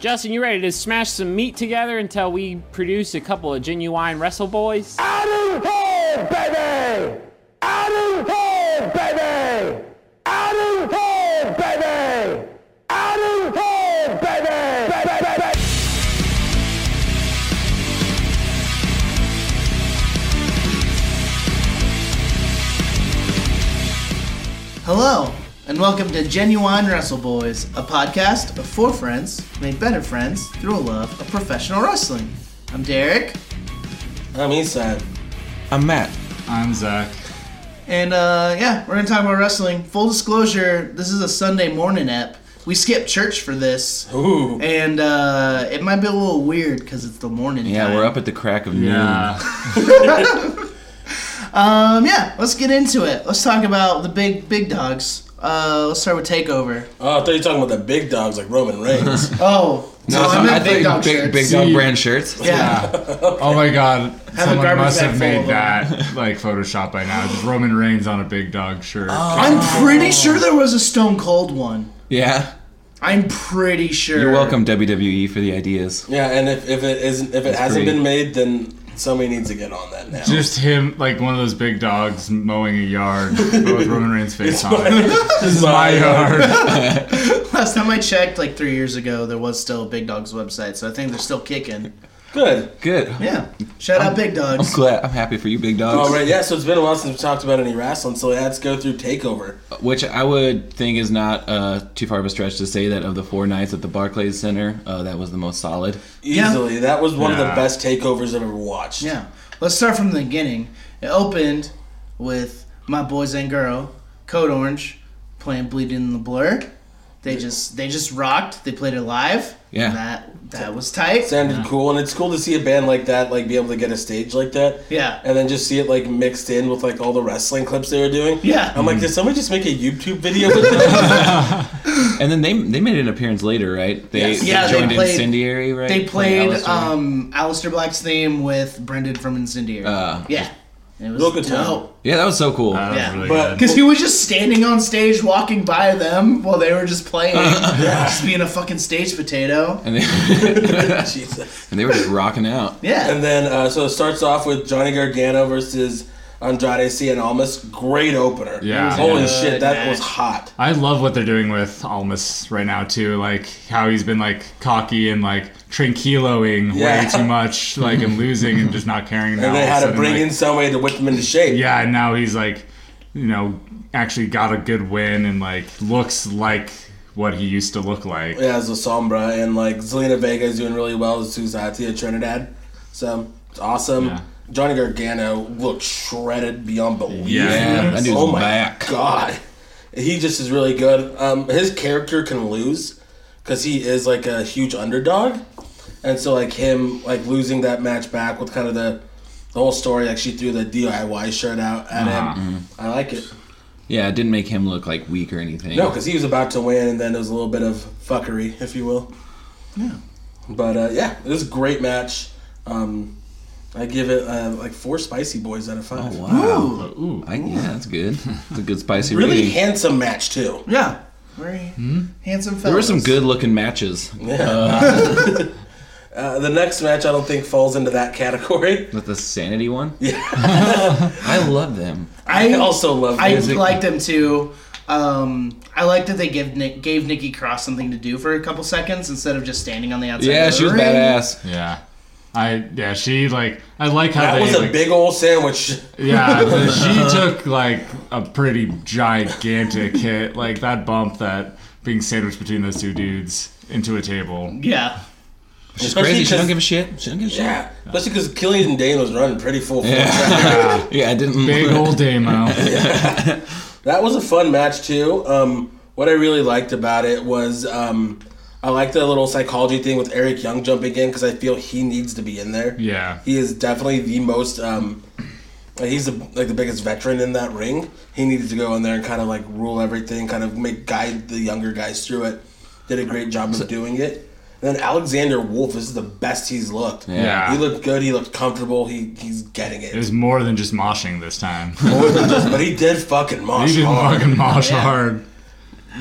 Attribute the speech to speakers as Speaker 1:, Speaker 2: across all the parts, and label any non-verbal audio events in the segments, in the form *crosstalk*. Speaker 1: Justin, you ready to smash some meat together until we produce a couple of genuine wrestle boys?
Speaker 2: Out of here, baby! Out of here, baby! Out of here, baby! Out of here, baby! Ba- ba- ba- ba-
Speaker 3: Hello, and welcome to Genuine Wrestle Boys, a podcast of four friends made better friends through a love of professional wrestling. I'm Derek,
Speaker 4: I'm Eastside.
Speaker 5: I'm Matt.
Speaker 6: I'm Zach.
Speaker 3: and uh, yeah, we're gonna talk about wrestling. Full disclosure: this is a Sunday morning ep. We skipped church for this,
Speaker 4: Ooh.
Speaker 3: and uh, it might be a little weird because it's the morning.
Speaker 5: Yeah,
Speaker 3: time.
Speaker 5: we're up at the crack of noon.
Speaker 6: Yeah.
Speaker 3: Um, yeah, let's get into it. Let's talk about the big big dogs. Uh, let's start with Takeover.
Speaker 4: Oh, I thought you were talking about the big dogs like Roman Reigns.
Speaker 3: Oh, no, I meant big dog
Speaker 5: big,
Speaker 3: shirts.
Speaker 5: big dog
Speaker 6: See-
Speaker 5: brand shirts.
Speaker 3: yeah.
Speaker 6: Oh my god. Someone
Speaker 3: garbage
Speaker 6: must
Speaker 3: bag full
Speaker 6: have
Speaker 3: of
Speaker 6: made
Speaker 3: them.
Speaker 6: that like Photoshop by now. Just Roman Reigns on a big dog shirt.
Speaker 4: Oh.
Speaker 3: I'm pretty sure there was a Stone Cold one.
Speaker 5: Yeah.
Speaker 3: I'm pretty sure.
Speaker 5: You're welcome, WWE, for the ideas.
Speaker 4: *laughs* yeah, and if, if it isn't if it hasn't
Speaker 5: pretty.
Speaker 4: been made, then somebody needs to get on that now. *laughs*
Speaker 6: Just him, like one of those big dogs mowing a yard but with Roman Reigns' face on
Speaker 4: my-
Speaker 6: it. This is my yard.
Speaker 3: Last time I checked, like three years ago, there was still a Big Dogs website, so I think they're still kicking.
Speaker 4: Good.
Speaker 5: Good.
Speaker 3: Yeah. Shout out Big Dogs.
Speaker 5: I'm glad. I'm happy for you, big dogs.
Speaker 4: All right. Yeah. So it's been a while since we talked about any wrestling. So let's go through Takeover.
Speaker 5: Which I would think is not uh, too far of a stretch to say that of the four nights at the Barclays Center, uh, that was the most solid.
Speaker 4: Easily, that was one of the
Speaker 6: Yeah.
Speaker 4: best takeovers I've ever watched.
Speaker 3: Yeah. Let's start from the beginning. It opened with my boys and girl, Code Orange, playing Bleeding in the Blur. They just they just rocked. They played it live.
Speaker 5: Yeah.
Speaker 3: That that was tight.
Speaker 4: Sounded cool, and it's cool to see a band like that, like be able to get a stage like that.
Speaker 3: Yeah.
Speaker 4: And then just see it like mixed in with like all the wrestling clips they were doing.
Speaker 3: Yeah. Mm-hmm.
Speaker 4: I'm like, did somebody just make a YouTube video with that?
Speaker 5: And then they they made an appearance later, right? They,
Speaker 4: Yes.
Speaker 5: they
Speaker 3: Yeah, they
Speaker 5: joined
Speaker 3: played-
Speaker 5: Incendiary, right?
Speaker 3: They played
Speaker 5: Alistair.
Speaker 3: um Alistair Black's theme with Brendan from Incendiary.
Speaker 5: Ah.
Speaker 3: yeah. And it was
Speaker 4: Real good time.
Speaker 3: dope.
Speaker 5: yeah, that was so cool.
Speaker 6: That was
Speaker 3: Yeah.
Speaker 6: really
Speaker 4: But-
Speaker 6: good.
Speaker 3: Because he was just standing on stage, walking by them while they were just playing,
Speaker 5: *laughs*
Speaker 3: just being a fucking stage potato.
Speaker 5: and, they,
Speaker 3: *laughs*
Speaker 4: *laughs* Jesus.
Speaker 5: *laughs* and they were just rocking out.
Speaker 3: Yeah,
Speaker 4: And then, uh, so it starts off with Johnny Gargano versus Andrade Cien Almas. Great opener.
Speaker 6: Yeah.
Speaker 4: Holy
Speaker 3: Good
Speaker 4: shit, that
Speaker 3: match.
Speaker 4: was hot.
Speaker 6: I love what they're doing with Almas right now too, like how he's been like cocky and like tranquiloing
Speaker 4: Yeah.
Speaker 6: way too much, like and losing and just not caring.
Speaker 4: *laughs* And they had to bring in somebody to whip him into shape.
Speaker 6: yeah, and now he's like, you know, actually got a good win and like looks like what he used to look like.
Speaker 4: Yeah, as a Sombra. And like Zelina Vega is doing really well as Suzatia Trinidad. So it's awesome.
Speaker 6: Yeah.
Speaker 4: Johnny Gargano looked shredded beyond belief.
Speaker 6: Yeah.
Speaker 5: Yeah, that dude's
Speaker 4: oh my
Speaker 5: back.
Speaker 4: god, he just is really good. Um, his character can lose because he is like a huge underdog, and so like him like losing that match back with kind of the the whole story. Like she threw the DIY shirt out at him. I like it.
Speaker 5: Yeah, it didn't make him look like weak or anything.
Speaker 4: No, because he was about to win, and then there was a little bit of fuckery, if you will. Yeah. But uh, yeah, it was a great match. Um, I give it uh, like four spicy boys out of five.
Speaker 5: Oh, Wow.
Speaker 6: Ooh,
Speaker 5: I, yeah, that's good. That's a good
Speaker 4: *laughs*
Speaker 5: spicy
Speaker 4: Really
Speaker 5: rating.
Speaker 4: handsome match too.
Speaker 3: yeah, very handsome. Fellas.
Speaker 5: Hmm? There were some good looking matches.
Speaker 4: Uh, the next match I don't think falls into that category.
Speaker 5: With the sanity one? Yeah. *laughs* I love them.
Speaker 4: I also love
Speaker 3: I
Speaker 4: music.
Speaker 3: liked them too. Um, I liked that they gave Nick, gave Nikki Cross something to do for a couple seconds instead of just standing on the outside.
Speaker 5: Yeah,
Speaker 3: of the
Speaker 5: she was
Speaker 3: ring.
Speaker 5: badass.
Speaker 6: yeah. I yeah she like I like how
Speaker 4: that
Speaker 6: they
Speaker 4: was a
Speaker 6: like,
Speaker 4: big old sandwich. *laughs*
Speaker 6: yeah the- she took like a pretty gigantic hit like that bump that being sandwiched between those two dudes into a table
Speaker 3: Yeah,
Speaker 5: She's
Speaker 4: Especially
Speaker 5: crazy. She
Speaker 4: because-
Speaker 5: don't give a shit. She don't give a shit.
Speaker 4: Yeah, especially because Killian Dane was running pretty full. force.
Speaker 5: *laughs* Yeah, I didn't.
Speaker 4: *laughs*
Speaker 5: *laughs*
Speaker 6: big old demo
Speaker 4: That was a fun match too. Um, what I really liked about it was um, I liked the little psychology thing with Eric Young jumping in because I feel he needs to be in there.
Speaker 6: yeah
Speaker 4: he is definitely the most. Um, like, he's the, like the biggest veteran in that ring. He needed to go in there and kind of like rule everything, kind of make guide the younger guys through it. Did a great job of doing it. And then Alexander Wolf this is the best he's looked.
Speaker 6: Yeah.
Speaker 4: he looked good. He looked comfortable. He he's getting it.
Speaker 6: it was more than just moshing this time
Speaker 4: *laughs* More than just- but he did fucking mosh
Speaker 6: he didn't
Speaker 4: hard.
Speaker 6: fucking mosh
Speaker 3: Yeah.
Speaker 6: hard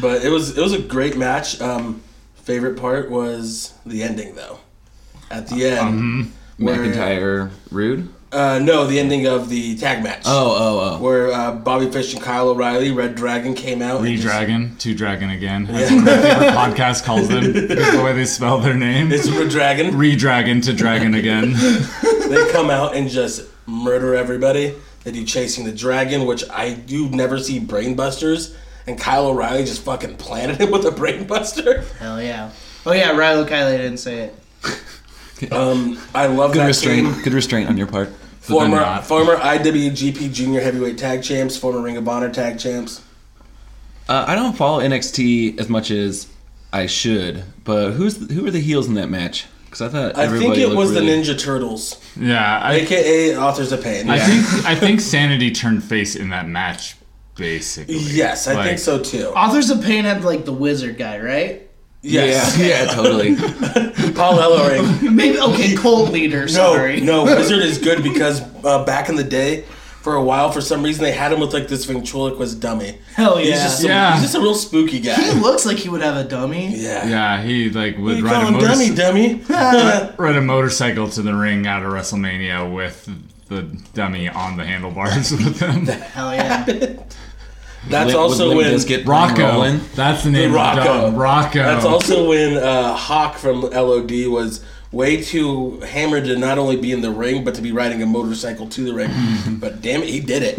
Speaker 4: But it was it was a great match. Um, Favorite part was the ending, though. At the end, where-
Speaker 5: McIntyre, Rude.
Speaker 4: Uh, no, the ending of the tag match.
Speaker 5: Oh, oh,
Speaker 4: Where uh, Bobby Fish and Kyle O'Reilly, Red Dragon, came out. and
Speaker 6: Re
Speaker 4: just-
Speaker 6: Dragon, Two Dragon again. That's what my favorite podcast calls
Speaker 4: *laughs*
Speaker 6: them. That's the way they spell their name.
Speaker 4: It's Red Dragon.
Speaker 6: Re Dragon to Dragon again.
Speaker 4: they come out and just murder everybody. They do Chasing the Dragon, which I do never see brainbusters. And Kyle O'Reilly just fucking planted him with a brainbuster.
Speaker 3: Hell yeah. Oh yeah, Rilo Kiley didn't say it.
Speaker 4: Um, I love
Speaker 5: oh. Good
Speaker 4: that
Speaker 5: restraint.
Speaker 4: team.
Speaker 5: Good restraint on your part.
Speaker 6: they're
Speaker 4: Former,
Speaker 6: not.
Speaker 4: former IWGP Junior Heavyweight Tag Champs, former Ring of Honor Tag Champs.
Speaker 5: Uh, I don't follow NXT as much as I should, but who's who were the heels in that match? Because I thought
Speaker 4: I
Speaker 5: everybody
Speaker 4: think it
Speaker 5: looked
Speaker 4: was
Speaker 5: really-
Speaker 4: the Ninja Turtles,
Speaker 6: Yeah, I,
Speaker 4: aka Authors of Pain.
Speaker 6: I think I think Sanity turned face in that match, basically.
Speaker 4: yes, I
Speaker 6: Like,
Speaker 4: think so too.
Speaker 3: Authors of Pain had like the wizard guy, right? *laughs*
Speaker 4: Yes,
Speaker 5: *laughs* Yeah,
Speaker 4: *laughs*
Speaker 5: yeah, totally.
Speaker 4: Paul
Speaker 5: *laughs*
Speaker 4: Ellering.
Speaker 3: Maybe okay, cult leader. Sorry. *laughs*
Speaker 4: No, no, Wizard is good because uh, back in the day, for a while, for some reason, they had him with like this ventriloquist dummy.
Speaker 3: Hell yeah.
Speaker 4: He's just some,
Speaker 6: Yeah.
Speaker 4: he's just a real spooky
Speaker 3: he
Speaker 4: guy.
Speaker 3: looks like he would have a dummy.
Speaker 4: Yeah.
Speaker 6: Yeah, he like would
Speaker 4: You
Speaker 6: ride
Speaker 4: call
Speaker 6: a,
Speaker 4: him dummy,
Speaker 6: motor-
Speaker 3: *laughs*
Speaker 4: dummy. *laughs*
Speaker 6: ride a motorcycle to the ring out of WrestleMania with the dummy on the handlebars *laughs* with him.
Speaker 3: Hell yeah.
Speaker 4: That's
Speaker 5: Lim-
Speaker 4: also
Speaker 5: would Lim
Speaker 4: when.
Speaker 5: Bizkit
Speaker 6: Rocco.
Speaker 5: rolling?
Speaker 6: That's the name of the
Speaker 4: Rocco.
Speaker 6: dog. Rocco.
Speaker 4: That's also when uh, Hawk from LOD was way too hammered to not only be in the ring but to be riding a motorcycle to the ring. but damn it, he did it.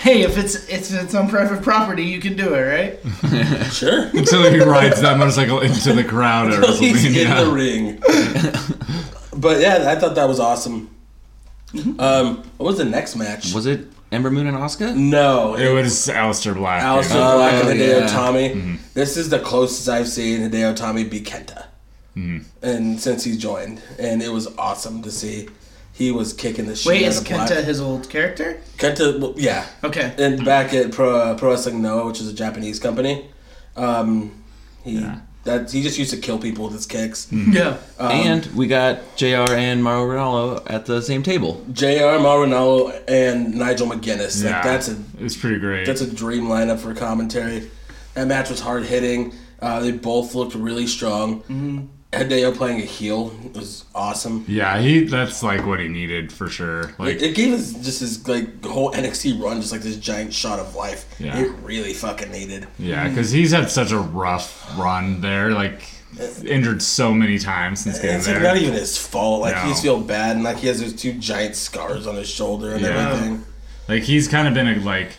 Speaker 3: hey, if it's it's it's on private property, you can do it, right?
Speaker 4: sure.
Speaker 6: Until he rides that motorcycle into the
Speaker 4: *laughs*
Speaker 6: crowd at
Speaker 4: He's in the ring.
Speaker 6: WrestleMania.
Speaker 4: *laughs* but yeah, I thought that was awesome. Um, what was the next match?
Speaker 5: Mm-hmm. Was it Ember Moon and Oscar?
Speaker 4: no,
Speaker 6: It was Aleister Black.
Speaker 4: Alistair
Speaker 5: Oh,
Speaker 4: Black and Hideo
Speaker 5: yeah. Mm-hmm.
Speaker 4: Tommy. This is the closest I've seen Hideo Tommy be Kenta,
Speaker 5: Mm-hmm.
Speaker 4: and since he joined, and it was awesome to see. He was kicking the shit
Speaker 3: Wait,
Speaker 4: out
Speaker 3: is
Speaker 4: of Black.
Speaker 3: Kenta his old character?
Speaker 4: Kenta, well, yeah.
Speaker 3: Okay.
Speaker 4: And back at Pro, uh, Pro Wrestling Noah, which is a Japanese company, um, he that he just used to kill people with his kicks.
Speaker 3: Yeah.
Speaker 5: and we got JR and Mauro Ronaldo at the same table.
Speaker 4: J.R. Marinello and Nigel McGuinness.
Speaker 6: Yeah,
Speaker 4: Like, that's a
Speaker 6: it was pretty great.
Speaker 4: that's a dream lineup for commentary. That match was hard hitting. Uh, they both looked really strong. Hideo playing a heel was awesome.
Speaker 6: Mm-hmm. yeah, he. That's like what he needed for sure. Like
Speaker 4: It, it gave us just his like whole NXT run just like this giant shot of life.
Speaker 6: Yeah.
Speaker 4: It really fucking needed.
Speaker 6: Yeah, because he's had such a rough run there. Like, injured so many times since getting
Speaker 4: It's like not
Speaker 6: there.
Speaker 4: even his fault. Like
Speaker 6: No.
Speaker 4: he just feel bad, and like he has those two giant scars on his shoulder and
Speaker 6: Yeah.
Speaker 4: everything.
Speaker 6: Like, he's kind of been, like,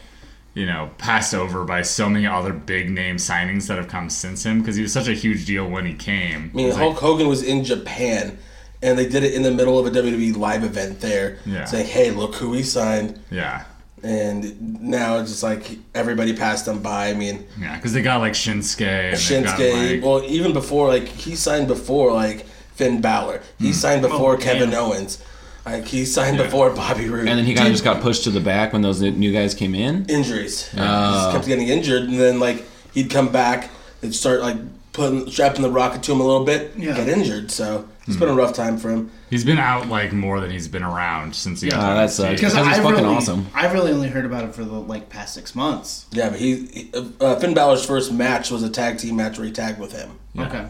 Speaker 6: you know, passed over by so many other big name signings that have come since him because he was such a huge deal when he came.
Speaker 4: I mean,
Speaker 6: It's like,
Speaker 4: Hulk Hogan was in Japan, and they did it in the middle of a WWE live event there,
Speaker 6: Yeah.
Speaker 4: saying, "Hey, look who we signed."
Speaker 6: yeah.
Speaker 4: And now it's just like everybody passed him by. I mean,
Speaker 6: Yeah, because they got, like, Shinsuke. And they've got,
Speaker 4: Shinsuke.
Speaker 6: like-
Speaker 4: well, even before, like he signed before like Finn Balor.
Speaker 6: Hmm.
Speaker 4: He signed before Kevin Owens. Like he signed before Bobby Roode.
Speaker 5: Oh, And then he kind of just got pushed to the back when those new guys came in.
Speaker 4: injuries. He
Speaker 5: Oh.
Speaker 4: just kept getting injured, and then like he'd come back, they'd start like putting strapping the rocket to him a little bit,
Speaker 3: Yeah.
Speaker 4: get injured. So
Speaker 6: Hmm.
Speaker 4: it's been a rough time for him.
Speaker 6: he's been out, like, more than he's been around since he got
Speaker 5: Ah,
Speaker 6: to
Speaker 5: that
Speaker 6: NXT.
Speaker 5: sucks.
Speaker 3: Because
Speaker 5: Because
Speaker 3: I
Speaker 5: it's fucking
Speaker 3: really,
Speaker 5: awesome.
Speaker 3: I really only heard about it for the like past six months.
Speaker 4: Yeah, but he, he uh, Finn Balor's first match was a tag team match where he tagged with him.
Speaker 3: Okay.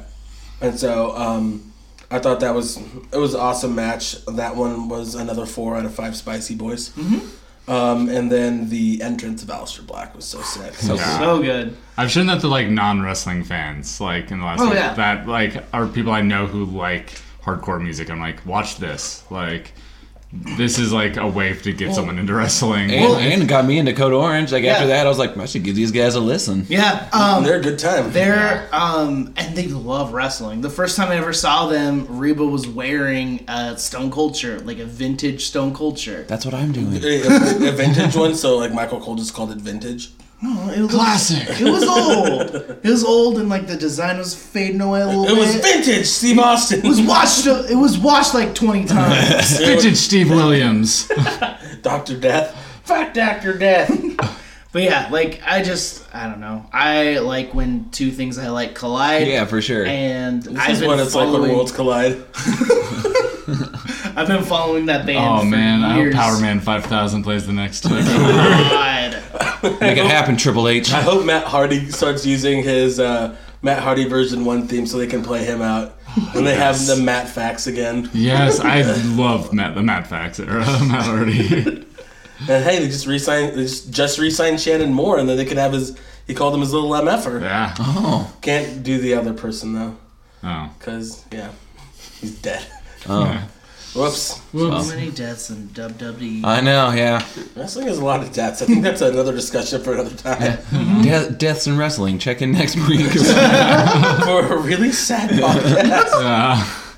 Speaker 4: And so um, I thought that was it was an awesome match. That one was another four out of five spicy boys.
Speaker 3: Mm-hmm.
Speaker 4: Um, and then the entrance of Aleister Black was so sick. So
Speaker 5: Yeah.
Speaker 3: So good.
Speaker 6: I've shown that to like non-wrestling fans, like in the last
Speaker 3: Oh,
Speaker 6: week,
Speaker 3: yeah.
Speaker 6: that like are people I know who like hardcore music. I'm like, watch this, like this is like a wave to get someone into wrestling.
Speaker 5: And, and it got me into Code Orange. Like after
Speaker 3: Yeah.
Speaker 5: that, I was like, I should give these guys a listen.
Speaker 3: Yeah. Um,
Speaker 4: they're a good time.
Speaker 3: They're um, and they love wrestling. The first time I ever saw them, Reba was wearing a Stone Cold shirt, like a vintage Stone Cold shirt.
Speaker 5: That's what I'm doing.
Speaker 4: a, a- a vintage one, so like Michael Cole just called it vintage.
Speaker 3: No, it was,
Speaker 6: Classic.
Speaker 3: It was old. It was old, and like the design was fading away a little
Speaker 4: It was
Speaker 3: bit.
Speaker 4: vintage, Steve Austin. *laughs*
Speaker 3: it was washed. up- It was washed like twenty *laughs* times.
Speaker 6: Vintage
Speaker 3: *laughs*
Speaker 6: Steve Williams.
Speaker 4: Doctor Death.
Speaker 3: Fuck Doctor Death. But yeah, like I just I don't know. I like when two things I like collide.
Speaker 5: Yeah, for sure.
Speaker 3: And
Speaker 4: This
Speaker 3: I've
Speaker 4: is what
Speaker 3: been
Speaker 4: it's like when
Speaker 3: following.
Speaker 4: worlds collide.
Speaker 3: I've been following that band.
Speaker 6: oh
Speaker 3: for
Speaker 6: man, I hope
Speaker 3: years.
Speaker 6: Power Man 5000 plays the next.
Speaker 3: God.
Speaker 5: Make it happen, Triple H.
Speaker 4: I hope Matt Hardy starts using his uh, Matt Hardy version one theme so they can play him out. And they have the Matt Facts again.
Speaker 6: *laughs* Yes, I love Matt the Matt Facts era. *laughs* Matt already. *laughs*
Speaker 4: And hey, they just re-signed, they just, just re-signed Shannon Moore, and then they could have his. He called him his little mf'er.
Speaker 6: yeah.
Speaker 3: Uh-huh.
Speaker 5: Oh,
Speaker 4: Can't do the other person though,
Speaker 6: Oh.
Speaker 4: cause yeah, he's dead.
Speaker 5: oh,
Speaker 4: *laughs* Whoops.
Speaker 6: Whoops.
Speaker 3: So many deaths in E. WWE.
Speaker 5: I know. Yeah,
Speaker 4: Wrestling is a lot of deaths. I think that's another discussion for another time.
Speaker 5: Death, deaths in wrestling. Check in next
Speaker 4: *laughs*
Speaker 5: week.
Speaker 4: for a really sad podcast.
Speaker 6: Uh,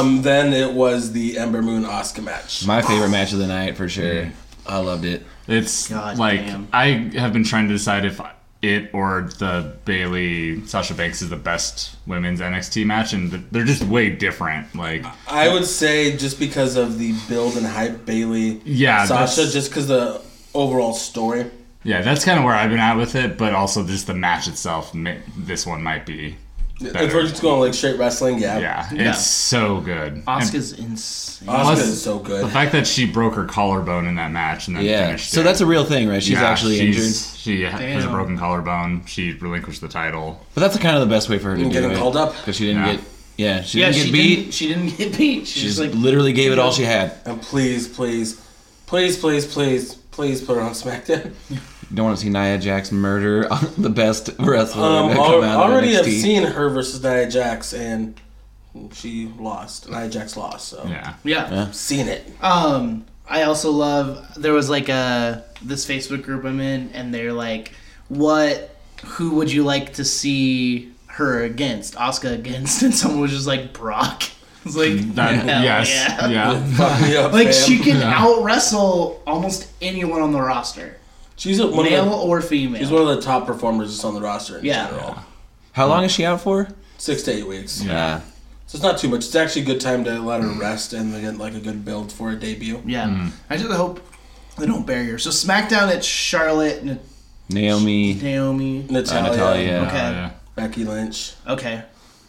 Speaker 4: um, then it was the Ember Moon Oscar match.
Speaker 5: My favorite match of the night for sure. I loved it.
Speaker 6: it's
Speaker 3: God
Speaker 6: like
Speaker 3: damn.
Speaker 6: I have been trying to decide if it or the Bailey Sasha Banks is the best women's NXT match, and th- they're just way different. Like,
Speaker 4: I would say just because of the build and hype, Bailey,
Speaker 6: Yeah,
Speaker 4: Sasha,
Speaker 6: that's-
Speaker 4: just because the overall story.
Speaker 6: yeah, that's kind of where I've been at with it, but also just the match itself. ma- This one might be.
Speaker 4: If we're
Speaker 6: Better.
Speaker 4: just going like straight wrestling, yeah,
Speaker 6: Yeah,
Speaker 3: Yeah.
Speaker 6: it's so good. And
Speaker 3: Oscar's insane.
Speaker 4: Oscar
Speaker 6: Plus-
Speaker 4: is so good.
Speaker 6: the fact that she broke her collarbone in that match and then
Speaker 5: Yeah.
Speaker 6: finished
Speaker 5: So
Speaker 6: it.
Speaker 5: that's a real thing, right? She's
Speaker 6: Yeah,
Speaker 5: actually
Speaker 6: she's-
Speaker 5: injured.
Speaker 6: She ha- has a
Speaker 3: Damn.
Speaker 6: broken collarbone. She relinquished the title.
Speaker 5: But that's kind of the best way for her to
Speaker 4: And
Speaker 5: do
Speaker 4: getting
Speaker 5: it.
Speaker 4: called up.
Speaker 5: because she didn't
Speaker 6: Yeah.
Speaker 5: get. Yeah, she
Speaker 3: yeah,
Speaker 5: didn't get
Speaker 3: she
Speaker 5: beat.
Speaker 3: didn't. She didn't get beat. She
Speaker 5: she
Speaker 3: just
Speaker 5: just
Speaker 3: like
Speaker 5: literally gave it all she had.
Speaker 4: And please, please, please, please, please, please put her on SmackDown.
Speaker 5: You don't want to see Nia Jax murder *laughs* the best wrestler
Speaker 4: Um,
Speaker 5: to come
Speaker 4: al-
Speaker 5: out of
Speaker 4: already
Speaker 5: NXT.
Speaker 4: have seen her versus Nia Jax, and she lost. Nia Jax lost, so
Speaker 6: Yeah.
Speaker 3: yeah.
Speaker 4: seen it.
Speaker 3: Um, I also love there was like a this Facebook group I'm in, and they're like, "What? Who would you like to see her against? Oscar against?" *laughs* And someone was just like, "Brock." *laughs* It's like
Speaker 6: That,
Speaker 3: hell
Speaker 6: yes.
Speaker 3: yeah.
Speaker 6: Yeah.
Speaker 4: *laughs* Fuck me up,
Speaker 3: Like
Speaker 4: fam.
Speaker 3: she can
Speaker 6: Yeah.
Speaker 3: out wrestle almost anyone on the roster,
Speaker 4: she's a- one
Speaker 3: male
Speaker 4: of the,
Speaker 3: or
Speaker 4: she's
Speaker 3: female.
Speaker 4: one of the top performers just on the roster in
Speaker 3: Yeah.
Speaker 4: general.
Speaker 5: How long is she out for?
Speaker 4: Six to eight weeks,
Speaker 5: Yeah.
Speaker 4: so it's not too much. It's actually a good time to let her rest and get like a good build for a debut.
Speaker 3: Yeah, I just hope they don't bury her. So SmackDown, it's Charlotte, Na-
Speaker 5: Naomi,
Speaker 3: Naomi.
Speaker 5: uh,
Speaker 4: Natalia,
Speaker 5: Natalia.
Speaker 3: Okay.
Speaker 6: Yeah.
Speaker 4: Becky Lynch,
Speaker 3: Okay,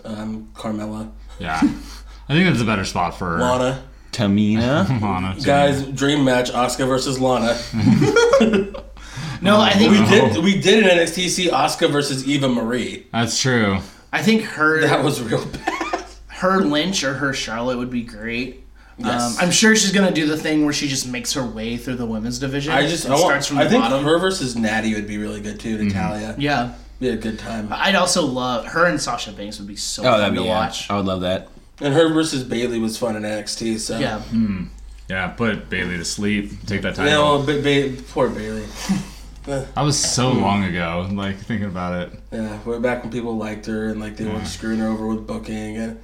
Speaker 4: um, Carmella,
Speaker 6: yeah. *laughs* I think that's a better spot for
Speaker 4: Lana.
Speaker 6: *laughs*
Speaker 5: Tamina.
Speaker 6: Lana to-
Speaker 4: Guys, dream match: Oscar
Speaker 3: *laughs*
Speaker 4: versus Lana.
Speaker 3: no, I think
Speaker 4: Mm. We did we did an NXT see Oscar versus Eva Marie.
Speaker 6: That's true.
Speaker 3: I think her
Speaker 4: That was real bad.
Speaker 3: Um, her Lynch or her Charlotte would be great.
Speaker 4: Yes.
Speaker 3: Um, I'm sure she's gonna do the thing where she just makes her way through the women's division.
Speaker 4: I just
Speaker 3: and
Speaker 4: I, want,
Speaker 3: starts from the
Speaker 4: I think
Speaker 3: bottom. Mm-hmm.
Speaker 4: her versus Natty would be really good too. Natalia,
Speaker 3: yeah,
Speaker 4: be a good time.
Speaker 3: I'd also love her and Sasha Banks would be so
Speaker 5: Oh,
Speaker 3: fun
Speaker 5: that'd
Speaker 3: to
Speaker 5: be yeah.
Speaker 3: watch.
Speaker 5: I would love that.
Speaker 4: And her versus Bailey was fun in NXT. So
Speaker 3: Yeah,
Speaker 6: Yeah, put Bailey to sleep. Take that
Speaker 4: you
Speaker 6: title.
Speaker 4: know, ba- ba- poor Bailey.
Speaker 6: That was so long ago. Like thinking about it.
Speaker 4: Yeah, we're back when people liked her and like they
Speaker 5: Mm.
Speaker 4: weren't screwing her over with booking and.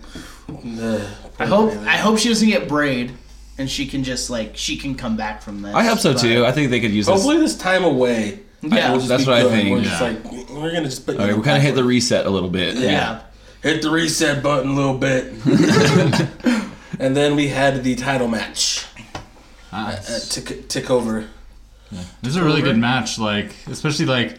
Speaker 4: Uh,
Speaker 3: I hope I hope she doesn't get braid and she can just like she can come back from this.
Speaker 5: I hope so
Speaker 3: but-
Speaker 5: too. I think they could use this.
Speaker 4: Hopefully this time away.
Speaker 3: Yeah,
Speaker 4: we'll just
Speaker 5: That's
Speaker 4: be
Speaker 5: what I
Speaker 4: good.
Speaker 5: think,
Speaker 4: We're just
Speaker 6: yeah.
Speaker 4: like we're gonna just put. you
Speaker 5: All
Speaker 4: in
Speaker 5: right,
Speaker 4: the
Speaker 5: we kind of hit the
Speaker 4: back.
Speaker 5: reset a little bit.
Speaker 4: Yeah.
Speaker 3: yeah.
Speaker 4: hit the reset button a little
Speaker 5: *laughs*
Speaker 4: bit. and then we had the title match. Uh, tick, tick over.
Speaker 6: This is a really good match. Like especially like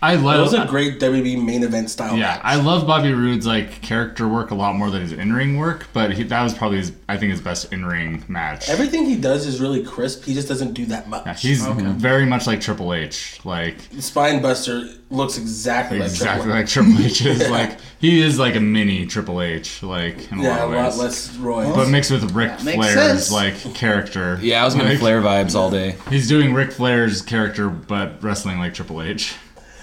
Speaker 6: I
Speaker 4: It
Speaker 6: love.
Speaker 4: was a
Speaker 5: Uh,
Speaker 4: great WWE main event style.
Speaker 6: yeah, I
Speaker 4: match.
Speaker 6: love Bobby Roode's like character work a lot more than his in ring work, but he, that was probably his, I think his best in ring match.
Speaker 4: everything he does is really crisp. He just doesn't do that much.
Speaker 6: Yeah, he's very much like Triple H. Like
Speaker 4: Spine Buster looks exactly,
Speaker 6: exactly
Speaker 4: like
Speaker 6: like Triple H
Speaker 4: *laughs*
Speaker 6: is like he is like a mini Triple H, like in a
Speaker 4: Triple H. Yeah,
Speaker 6: lot
Speaker 4: a
Speaker 6: of
Speaker 4: lot
Speaker 6: ways.
Speaker 4: less Roy.
Speaker 6: But mixed with Ric
Speaker 3: makes
Speaker 6: Flair's
Speaker 3: sense.
Speaker 6: like character.
Speaker 5: Yeah, I was getting
Speaker 6: Like,
Speaker 5: flare vibes all day.
Speaker 6: He's doing Ric Flair's character but wrestling like Triple H.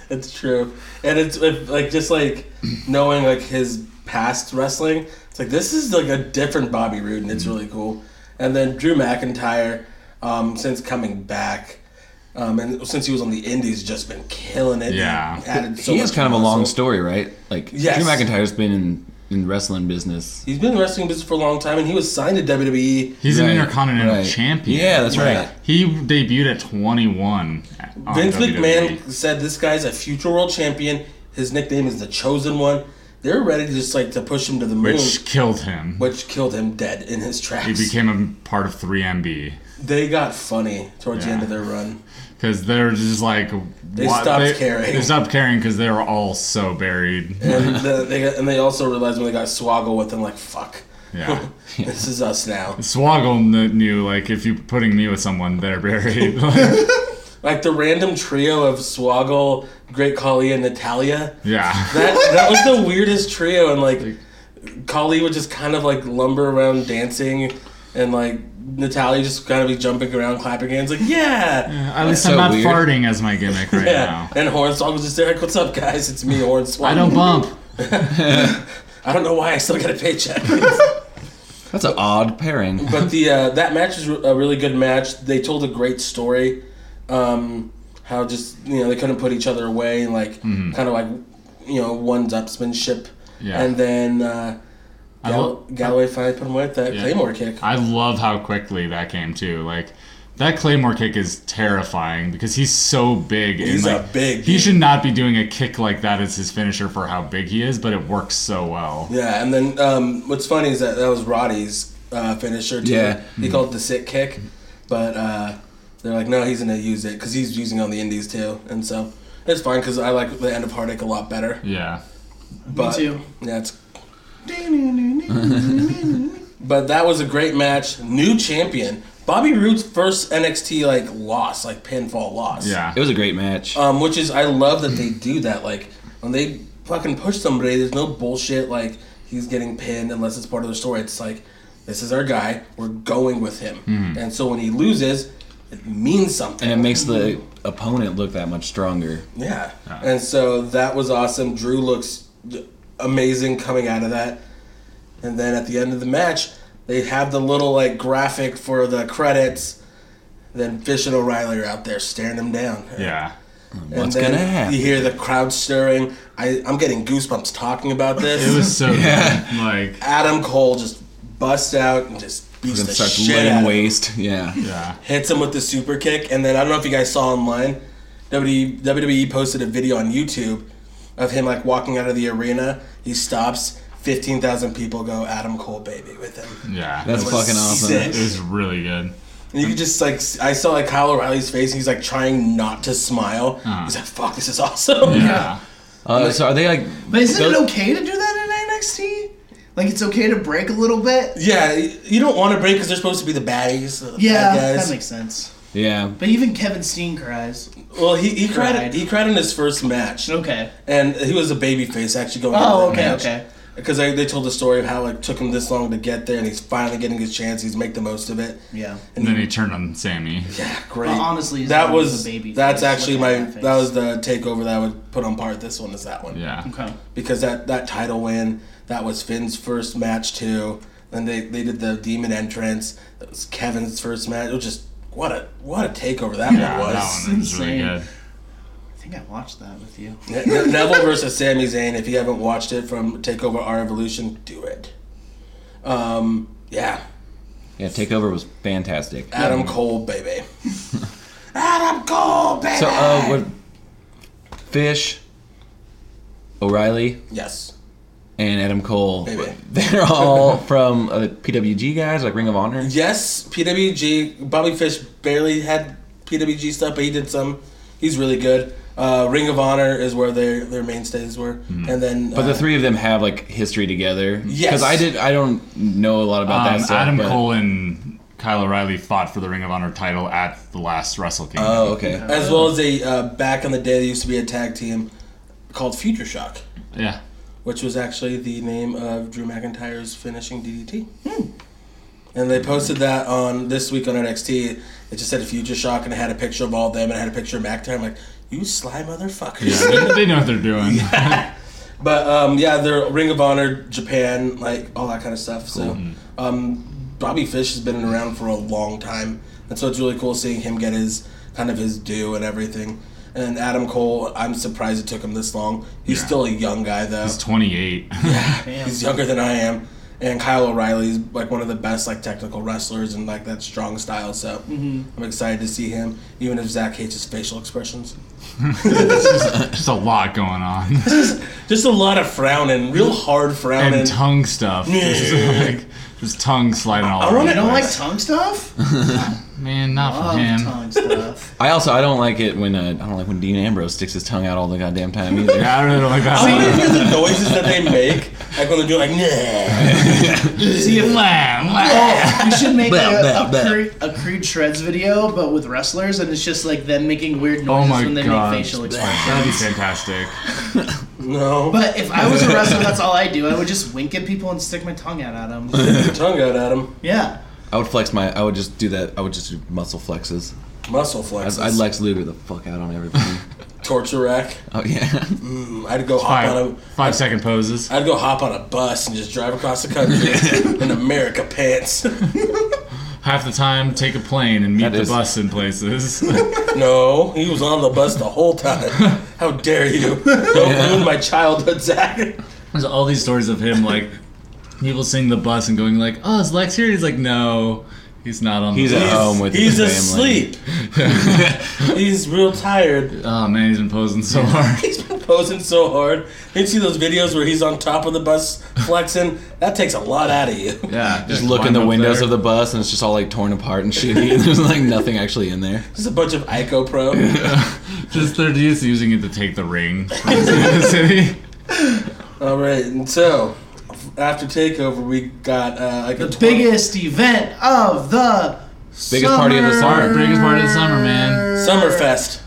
Speaker 4: It's true, and it's it, like just like knowing like his past wrestling. It's like this is like a different Bobby Roode, and
Speaker 5: Mm-hmm.
Speaker 4: it's really cool. And then Drew McIntyre, um, since coming back, um, and since he was on the Indies, just been killing it.
Speaker 6: Yeah.
Speaker 4: added so
Speaker 5: he
Speaker 4: much
Speaker 5: has kind of a
Speaker 4: muscle.
Speaker 5: long story, right? Like
Speaker 4: Yes.
Speaker 5: Drew McIntyre's been in, in wrestling business.
Speaker 4: He's been in the wrestling business for a long time, and he was signed to WWE.
Speaker 6: He's
Speaker 5: Right,
Speaker 6: an intercontinental
Speaker 5: right.
Speaker 6: champion.
Speaker 5: Yeah, that's right.
Speaker 4: Yeah.
Speaker 6: He debuted at 21. on E,
Speaker 4: Vince
Speaker 6: WWE.
Speaker 5: E.
Speaker 4: McMahon said this guy's a future world champion. His nickname is the Chosen One. They're ready to just like to push him to the moon,
Speaker 6: which
Speaker 4: which,
Speaker 6: killed him.
Speaker 4: killed him dead in his tracks.
Speaker 6: He became a part of 3MB
Speaker 4: They got funny towards the
Speaker 6: Yeah.
Speaker 4: end of their run.
Speaker 6: because they're just like they
Speaker 4: stopped caring.
Speaker 6: They stopped caring because they were all so buried.
Speaker 4: And, the, they got, and they also realized when they got Swaggle with them, like, fuck.
Speaker 6: Yeah.
Speaker 4: this is us now.
Speaker 6: Swoggle kn- knew like if you're putting me with someone, they're buried.
Speaker 4: Like the random trio of Swoggle, Great Khali, and Natalia.
Speaker 6: *laughs* Yeah.
Speaker 4: That that was the weirdest trio, and like Kali would just kind of like lumber around dancing, and like Natalia just kind of be jumping around, clapping hands, like yeah,
Speaker 6: At least
Speaker 5: so
Speaker 6: I'm not
Speaker 5: weird.
Speaker 6: farting as my gimmick right
Speaker 4: yeah.
Speaker 6: now.
Speaker 4: And Hornswoggle was just there, like what's up, guys? It's me, Hornswoggle.
Speaker 6: I don't bump.
Speaker 4: I don't know why I still get a
Speaker 6: *laughs*
Speaker 4: paycheck. *laughs*
Speaker 5: That's an odd pairing.
Speaker 4: but the uh, that match is a really good match. They told a great story. Um, how just you know they couldn't put each other away and like kind of like you know one's upsmanship.
Speaker 6: Mm-hmm. Yeah.
Speaker 4: And then uh, Gall-
Speaker 6: lo-
Speaker 4: Galloway finally put him away with that claymore kick.
Speaker 6: I love how quickly that came too. Like that claymore kick is terrifying because he's so big. and,
Speaker 4: He's a
Speaker 6: like,
Speaker 4: big
Speaker 6: He
Speaker 4: dude.
Speaker 6: should not be doing a kick like that as his finisher for how big he is, but it works so well.
Speaker 4: Yeah. And then um, what's funny is that that was Roddy's uh, finisher too.
Speaker 5: Yeah.
Speaker 6: Mm-hmm.
Speaker 4: He called it the sit kick, but uh, they're like, no, he's gonna use it because he's using it on the indies too, and so. It's fine because I like the end of Heartache a lot better.
Speaker 6: Yeah.
Speaker 4: But,
Speaker 3: too.
Speaker 4: Yeah, it's. but that was a great match. New champion, Bobby Roode's first NXT like loss, like pinfall loss.
Speaker 6: Yeah.
Speaker 5: It was a great match.
Speaker 4: Um, which is I love that they do that. Like when they fucking push somebody, there's no bullshit. Like he's getting pinned unless it's part of the story. It's like this is our guy. We're going with him. And so when he loses, it means something.
Speaker 5: and it makes the opponent look that much stronger.
Speaker 4: Yeah. And so that was awesome. Drew looks d- amazing coming out of that. And then at the end of the match, they have the little like graphic for the credits. Then Fish and O'Reilly are out there staring them down.
Speaker 6: Yeah.
Speaker 4: And
Speaker 5: What's
Speaker 4: then
Speaker 5: gonna happen?
Speaker 4: You hear the crowd stirring. I, I'm getting goosebumps talking about this.
Speaker 6: It
Speaker 5: *laughs*
Speaker 6: was so good. Like
Speaker 4: Adam Cole just busts out and just beats
Speaker 5: And
Speaker 4: the
Speaker 5: starts
Speaker 4: shit out
Speaker 5: laying
Speaker 4: of him.
Speaker 5: waste. *laughs* Yeah.
Speaker 6: yeah.
Speaker 4: hits him with the super kick, and then I don't know if you guys saw online, E WWE, WWE posted a video on YouTube of him like walking out of the arena. He stops, fifteen thousand people go Adam Cole baby with him.
Speaker 6: Yeah.
Speaker 5: That's
Speaker 4: It was
Speaker 5: fucking awesome.
Speaker 4: sick.
Speaker 6: it was really good.
Speaker 4: And you could just like s- I saw like Kyle O'Reilly's face, and he's like trying not to smile.
Speaker 6: Uh-huh.
Speaker 4: He's like, "Fuck, this is awesome."
Speaker 6: Yeah.
Speaker 5: Uh, so are they like?
Speaker 3: But isn't
Speaker 5: Those-
Speaker 3: it okay to do that in NXT? Like it's okay to break a little bit.
Speaker 4: *laughs* Yeah, y- you don't want to break because they're supposed to be the baddies. uh, the bad
Speaker 3: Yeah,
Speaker 4: guys.
Speaker 3: that makes sense.
Speaker 5: Yeah.
Speaker 3: But even Kevin Steen cries.
Speaker 4: well, he, he cried.
Speaker 3: Cried.
Speaker 4: He cried in his first match.
Speaker 3: Okay.
Speaker 4: and he was a baby face actually going.
Speaker 3: Oh,
Speaker 4: into
Speaker 3: okay,
Speaker 4: that
Speaker 3: okay.
Speaker 4: Because they, they told the story of how it took him this long to get there, and he's finally getting his chance. He's make the most of it.
Speaker 3: Yeah.
Speaker 6: And then he turned on Sammy.
Speaker 4: Yeah, great.
Speaker 3: Well, honestly, his
Speaker 4: that
Speaker 3: mom was
Speaker 4: was
Speaker 3: a baby
Speaker 4: that's
Speaker 3: face.
Speaker 4: actually
Speaker 3: Look
Speaker 4: my
Speaker 3: at that
Speaker 4: that,
Speaker 3: face.
Speaker 4: was the takeover that I would put on par. with This one is that one
Speaker 6: Yeah.
Speaker 3: Okay.
Speaker 4: because that that title win that was Finn's first match too. Then they they did the demon entrance. That was Kevin's first match. It was just what a what a takeover that
Speaker 6: Yeah,
Speaker 4: one was.
Speaker 6: that one was really
Speaker 3: insane.
Speaker 6: good.
Speaker 3: I think I watched that with
Speaker 4: *laughs*
Speaker 3: you.
Speaker 4: Ne- Ne- Neville versus Sami Zayn. If you haven't watched it from Takeover Our Evolution, do it. Um, yeah,
Speaker 5: Yeah. Takeover was fantastic.
Speaker 4: Adam Cole, baby. Adam Cole, baby.
Speaker 5: So uh, what? Fish, O'Reilly,
Speaker 4: yes,
Speaker 5: and Adam Cole.
Speaker 4: Baby.
Speaker 5: *laughs* They're all from uh, PWG guys, like Ring of Honor.
Speaker 4: yes. PWG. Bobby Fish barely had PWG stuff, but he did some. He's really good. Uh, Ring of Honor is where their their mainstays were, and then
Speaker 5: Mm-hmm. But
Speaker 4: uh,
Speaker 5: the three of them have like history together.
Speaker 4: Yes.
Speaker 5: Because I did. I don't know a lot about
Speaker 6: Um,
Speaker 5: that stuff.
Speaker 6: Adam
Speaker 5: but-
Speaker 6: Cole and Kyle O'Reilly fought for the Ring of Honor title at the last Wrestle Kingdom.
Speaker 5: Oh, okay.
Speaker 4: as well as a uh, back in the day, there used to be a tag team called Future Shock.
Speaker 6: yeah.
Speaker 4: which was actually the name of Drew McIntyre's finishing DDT.
Speaker 5: Hmm.
Speaker 4: And they posted that on this week on NXT. It just said Future Shock and it had a picture of all them and it had a picture of McIntyre. I'm like, you sly motherfuckers.
Speaker 6: they, they know what
Speaker 5: *laughs*
Speaker 6: they're doing.
Speaker 4: but um, yeah, they're Ring of Honor, Japan, like all that kind of stuff. So um, Bobby Fish has been around for a long time. And so it's really cool seeing him get his kind of his due and everything. And Adam Cole, I'm surprised it took him this long. He's
Speaker 6: Yeah.
Speaker 4: still a young guy though.
Speaker 6: He's *laughs* 28.
Speaker 3: Damn.
Speaker 4: *laughs* He's younger than I am, and Kyle O'Reilly's like one of the best like technical wrestlers and like that strong style. So I'm excited to see him, even if Zach hates his facial
Speaker 6: *laughs*
Speaker 4: expressions. *laughs*
Speaker 6: Just a lot going
Speaker 3: *laughs*
Speaker 6: on.
Speaker 4: Just a lot of frowning, real hard frowning.
Speaker 6: and tongue stuff. Just, like, just tongue sliding all over.
Speaker 4: wanna-
Speaker 6: the
Speaker 3: I don't like
Speaker 6: place.
Speaker 3: tongue stuff.
Speaker 6: Man, not
Speaker 3: Love
Speaker 6: for *laughs* him.
Speaker 3: Oh, tongue *laughs* stuff.
Speaker 5: I also I don't like it when uh, I don't like when Dean Ambrose sticks his tongue out all the goddamn time either.
Speaker 6: Yeah, I really don't like that.
Speaker 4: Even the noises that they make, Like when they're doing like, nah.
Speaker 3: See if Oh, you should make
Speaker 5: Blah,
Speaker 3: a,
Speaker 5: blah,
Speaker 3: a,
Speaker 5: blah.
Speaker 3: Crude, a crude shreds video, but with wrestlers, and it's just like them making weird
Speaker 6: Oh
Speaker 3: noises
Speaker 6: my
Speaker 3: when they
Speaker 6: god,
Speaker 3: make facial expressions.
Speaker 6: that'd
Speaker 3: *laughs*
Speaker 6: be fantastic.
Speaker 4: No.
Speaker 3: But if I was
Speaker 6: *laughs*
Speaker 3: a wrestler, that's all I do. I would just wink at people and stick my tongue out at them.
Speaker 4: *laughs* Your tongue out at him.
Speaker 3: Yeah.
Speaker 5: I would flex my. I would just do that. I would just do muscle flexes.
Speaker 4: Muscle flexes.
Speaker 5: I'd, I'd Lex Luger the fuck out on everybody.
Speaker 4: torture rack.
Speaker 5: *laughs* oh *laughs* yeah.
Speaker 4: I'd go hop on a
Speaker 6: Five five second poses.
Speaker 4: I'd go hop on a bus and just drive across the
Speaker 5: *laughs*
Speaker 4: country in America pants.
Speaker 6: Half the time, take a plane and meet
Speaker 5: That
Speaker 6: the
Speaker 5: is-
Speaker 6: bus in places. *laughs*
Speaker 4: No, he was on the bus the whole time. How dare you? Don't ruin my childhood, Zach.
Speaker 6: There's all these stories of him like people seeing the bus and going like, "Oh, is Lex here?" He's like, "No, he's not on."
Speaker 5: He's
Speaker 6: the
Speaker 5: at
Speaker 6: bus.
Speaker 5: home with
Speaker 4: He's
Speaker 5: his family.
Speaker 4: asleep.
Speaker 5: *laughs*
Speaker 4: He's real tired.
Speaker 6: Oh man, he's been posing so hard.
Speaker 4: He's been posing so hard. You see those videos where he's on top of the bus flexing? That takes a lot out of you.
Speaker 6: Yeah,
Speaker 5: Just look in the windows of the bus and it's just all like torn apart and shitty. *laughs* There's like nothing actually in there.
Speaker 4: There's a bunch of Ico
Speaker 6: *laughs*
Speaker 4: Pro.
Speaker 6: Just they're just using it to take the ring. from the city.
Speaker 4: All right, and so after Takeover, we got uh, like a
Speaker 3: The biggest event of the
Speaker 5: Biggest party of the
Speaker 6: Our
Speaker 5: summer.
Speaker 6: biggest part of the summer, man.
Speaker 4: Summerfest.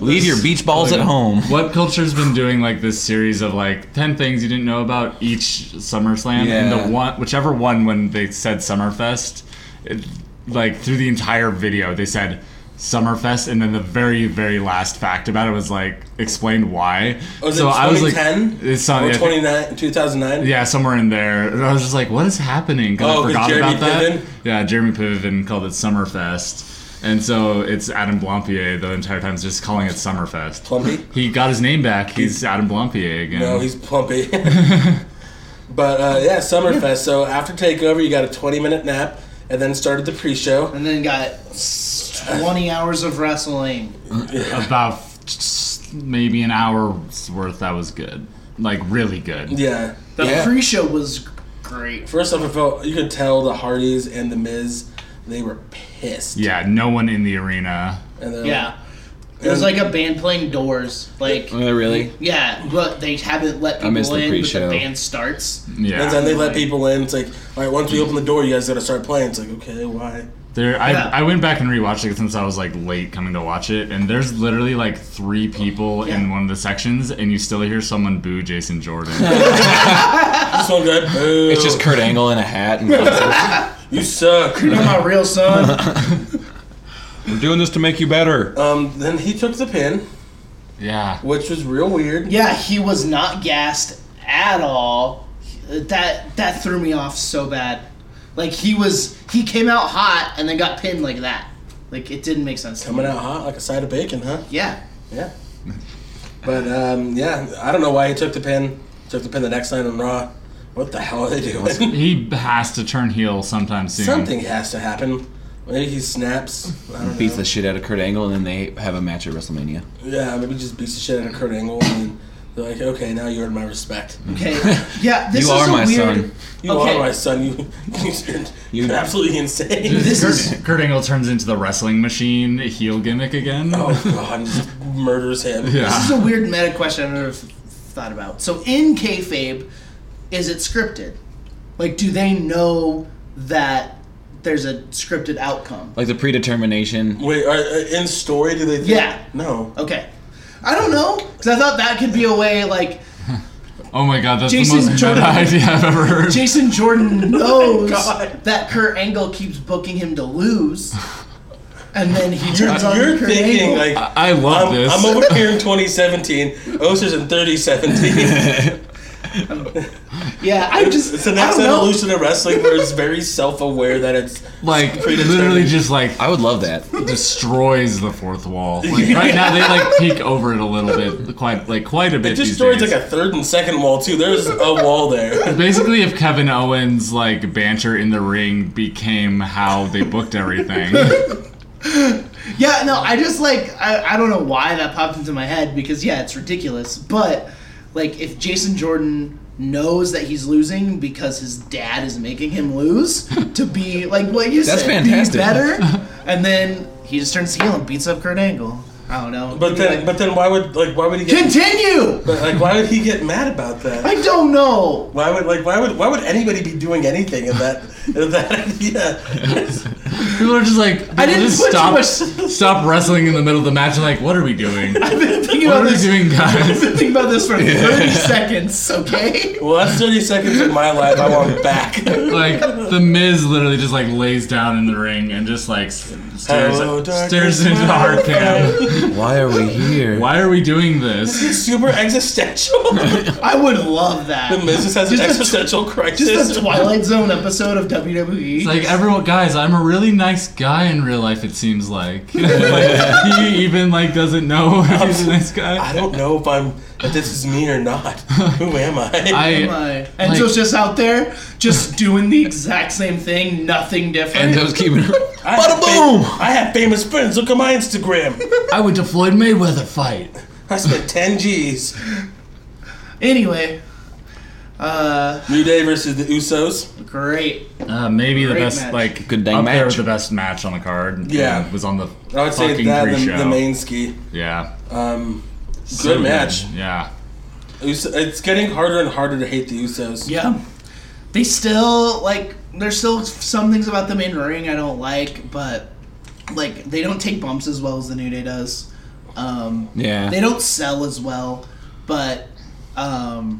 Speaker 5: Leave your beach balls at home.
Speaker 6: What culture's been doing like this series of like ten things you didn't know about each SummerSlam, and
Speaker 5: Yeah.
Speaker 6: the one, whichever one when they said Summerfest, it, like through the entire video they said Summerfest, and then the very very last fact about it was like explained why.
Speaker 4: Oh, is it 2010?
Speaker 6: it's
Speaker 4: Or
Speaker 6: on, Oh, yeah, I think-
Speaker 4: 29, 2009.
Speaker 6: yeah, somewhere in there. And I was just like, what is happening? Because
Speaker 4: Oh,
Speaker 6: I
Speaker 4: 'cause
Speaker 6: forgot
Speaker 4: Jeremy
Speaker 6: about that.
Speaker 4: Piven?
Speaker 6: Yeah, Jeremy Piven called it Summerfest. And so it's Adam Blompier the entire time, is just calling it Summerfest.
Speaker 4: Plumpy?
Speaker 6: He got his name back. He's Adam Blompier again.
Speaker 4: No, he's
Speaker 6: *laughs*
Speaker 4: plumpy. *laughs* but uh, yeah, Summerfest. So after Takeover, you got a 20 minute nap and then started the pre show.
Speaker 3: And then got s- 20 hours of wrestling.
Speaker 6: About f- maybe an hour's worth that was good. Like, really good.
Speaker 4: Yeah.
Speaker 3: The
Speaker 5: Yeah.
Speaker 3: pre show was great.
Speaker 4: First off, I felt you could tell the Hardys and the Miz, they were pissed.
Speaker 6: Yeah, no one in the arena.
Speaker 4: And they're
Speaker 3: Yeah. It was like a band playing doors. Like,
Speaker 5: Uh, really?
Speaker 3: yeah, but they haven't let people
Speaker 5: missed the
Speaker 3: in, but the
Speaker 5: pre-show.
Speaker 3: band starts.
Speaker 4: And then
Speaker 6: Yeah.
Speaker 4: they let people in. It's like, all right, once we open the door, you guys got to start playing. It's like, okay,
Speaker 6: *laughs*
Speaker 4: why?
Speaker 6: There, I,
Speaker 3: Yeah.
Speaker 6: I went back and rewatched it since I was like late coming to watch it, and there's literally like three people in
Speaker 3: Yeah.
Speaker 6: one of the sections, and you still hear someone boo Jason Jordan.
Speaker 4: This one guy, boo.
Speaker 5: It's just Kurt Angle in a hat *laughs* and we're
Speaker 4: you suck.
Speaker 3: You're not my real
Speaker 5: *laughs*
Speaker 3: son.
Speaker 5: doing this to make you better.
Speaker 4: um, then he took the pin,
Speaker 6: yeah,
Speaker 4: which was real weird.
Speaker 3: yeah, he was not gassed at all. That that threw me off so bad. Like he was, he came out hot and then got pinned like that. Like it didn't make sense. to me.
Speaker 4: Coming out hot like a side of bacon, huh?
Speaker 3: Yeah.
Speaker 4: Yeah. But um, yeah, I don't know why he took the pin. Took the pin the next night on Raw. What the hell are they *laughs* doing?
Speaker 6: he has to turn heel sometime soon.
Speaker 4: Something has to happen. Maybe he snaps. I don't
Speaker 5: Beats
Speaker 4: know.
Speaker 5: the shit out of Kurt Angle and then they have a match at WrestleMania.
Speaker 4: yeah, maybe he just beats the shit out of Kurt Angle and then they're like, okay, now you earn my respect.
Speaker 5: *laughs*
Speaker 3: Okay. Yeah. This
Speaker 5: You
Speaker 3: is
Speaker 5: are
Speaker 3: a
Speaker 5: my
Speaker 3: weird.
Speaker 5: son.
Speaker 4: You
Speaker 3: Okay.
Speaker 4: are my son. You, *laughs* you're,
Speaker 5: You-
Speaker 4: you're absolutely insane.
Speaker 3: This is
Speaker 6: Kurt, Kurt Angle turns into the wrestling machine heel gimmick again.
Speaker 4: *laughs* oh God, he just murders him.
Speaker 3: This
Speaker 6: Yeah.
Speaker 3: is a weird meta question I've never f- thought about. So in kayfabe, is it scripted? Like, do they know that there's a scripted outcome?
Speaker 5: Like the predetermination.
Speaker 4: Wait, are, are- in story do they? Think,
Speaker 3: Yeah.
Speaker 4: No.
Speaker 3: Okay, I don't know because I thought that could be a way. Like
Speaker 6: Oh my god, that's
Speaker 3: Jason
Speaker 6: the most
Speaker 3: Jordan.
Speaker 6: meta idea I've ever heard.
Speaker 3: Jason Jordan knows
Speaker 4: God.
Speaker 3: that Kurt Angle keeps booking him to lose, and then he turns on
Speaker 4: You're
Speaker 3: Kurt
Speaker 4: thinking
Speaker 3: Angle.
Speaker 4: like
Speaker 6: I love
Speaker 4: I'm,
Speaker 6: this.
Speaker 4: I'm over here in 2017. Oster's in 3017.
Speaker 3: yeah, I just
Speaker 4: It's the
Speaker 3: I
Speaker 4: next
Speaker 3: don't know.
Speaker 4: evolution of wrestling where it's very self-aware that it's
Speaker 6: like
Speaker 4: predetermined.
Speaker 6: literally just like
Speaker 5: I would love that.
Speaker 6: destroys the fourth wall.
Speaker 4: *laughs*
Speaker 6: Like right now they like peek over it a little bit, quite like quite a bit.
Speaker 4: it just
Speaker 6: these
Speaker 4: destroys
Speaker 6: days.
Speaker 4: like a third and second wall too. There's a wall
Speaker 6: *laughs*
Speaker 4: there.
Speaker 6: Basically, if Kevin Owens' like banter in the ring became how they
Speaker 4: *laughs*
Speaker 6: booked everything,
Speaker 3: Yeah, no, I just like I, I don't know why that popped into my head because yeah, it's ridiculous. But like if Jason Jordan knows that he's losing because his dad is making him lose to be like what you
Speaker 5: That's
Speaker 3: said,
Speaker 4: *laughs*
Speaker 5: fantastic.
Speaker 3: be better, and then he just turns heel and beats up Kurt Angle. I don't know.
Speaker 4: But
Speaker 3: Maybe,
Speaker 4: then,
Speaker 3: like,
Speaker 4: but then, why would like why would he get
Speaker 3: continue.
Speaker 4: but, like why would he get mad about that?
Speaker 3: I don't know.
Speaker 4: Why would like why would why would anybody be doing anything in that in that idea?
Speaker 6: People are just like, I
Speaker 3: didn't
Speaker 6: just
Speaker 3: put too
Speaker 6: stop,
Speaker 3: much-
Speaker 6: stop wrestling in the middle of the match and like, what are we doing? What
Speaker 3: I've been thinking
Speaker 6: are
Speaker 3: about
Speaker 6: we
Speaker 3: this.
Speaker 6: doing,
Speaker 3: I've *laughs*
Speaker 6: guys?
Speaker 3: been thinking about this for 30 seconds. Okay.
Speaker 4: Well, that's thirty seconds of my life I want back.
Speaker 6: Like the Miz literally just like lays down in the ring and just like s- stares,
Speaker 4: Hello, darkness,
Speaker 6: stares into hard
Speaker 5: *laughs*
Speaker 6: cam.
Speaker 5: Why are we here?
Speaker 6: Why are we doing this?
Speaker 4: Super existential. *laughs* the
Speaker 3: I would love that.
Speaker 4: Miz just has an existential crisis.
Speaker 3: Just a Twilight Zone episode of E. WWE.
Speaker 6: It's like everyone, guys, I'm a really nice guy in real life. It seems like, *laughs* like he even like doesn't know *laughs* if he's a nice
Speaker 4: I
Speaker 6: guy.
Speaker 4: don't know if I'm if this is me or not. Who am I?
Speaker 3: Am
Speaker 6: I
Speaker 3: I? Enzo's just out there, just doing the exact same thing, nothing
Speaker 5: *laughs*
Speaker 3: different.
Speaker 5: And those keeping
Speaker 4: I Bada boom! I have famous friends. Look at my Instagram.
Speaker 6: I went to Floyd Mayweather fight.
Speaker 4: I spent ten G's.
Speaker 3: anyway, uh,
Speaker 4: New Day versus the Usos.
Speaker 3: great.
Speaker 6: Uh, maybe the
Speaker 3: Great
Speaker 6: best
Speaker 3: match.
Speaker 6: like
Speaker 5: Good dang
Speaker 6: up there
Speaker 5: match.
Speaker 6: with the best match on the card.
Speaker 4: Yeah.
Speaker 6: was on the
Speaker 4: I would say
Speaker 6: fucking
Speaker 4: that the,
Speaker 6: pre-show.
Speaker 4: the main ski.
Speaker 6: yeah,
Speaker 4: Um,
Speaker 6: So
Speaker 4: good match.
Speaker 6: Yeah,
Speaker 4: Uso- it's getting harder and harder to hate the Usos.
Speaker 3: Yeah. They still, like, there's still some things about them in ring I don't like, but, like, they don't take bumps as well as the New Day does. Um,
Speaker 5: Yeah.
Speaker 3: They don't sell as well, but um,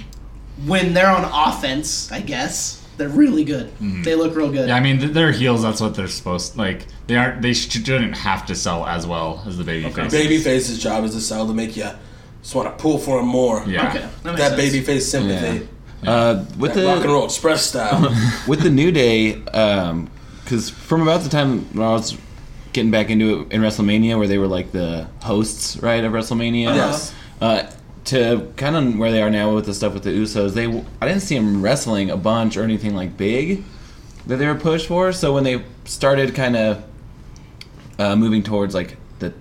Speaker 3: when they're on offense, I guess, they're really good. They look real good.
Speaker 6: Mm-hmm. yeah. I mean, th- their heels. That's what they're supposed like. They aren't. They sh- shouldn't have to sell as well as the baby faces.
Speaker 4: Babyface's job is to sell to make you just want to pull for him more.
Speaker 6: Yeah.
Speaker 3: okay. makes
Speaker 4: That
Speaker 3: sense.
Speaker 4: babyface sympathy.
Speaker 5: Uh, with
Speaker 4: Rock and
Speaker 5: the
Speaker 4: roll express style.
Speaker 5: with the new day, because from about the time when I was getting back into it in WrestleMania, where they were like the hosts, right, of
Speaker 6: Uh-huh.
Speaker 5: WrestleMania.
Speaker 4: Yes.
Speaker 5: Uh, to kind of where they are now with the stuff with the Usos, they I didn't see them wrestling a bunch or anything like big that they were pushed for. So when they started kind of uh, moving towards like the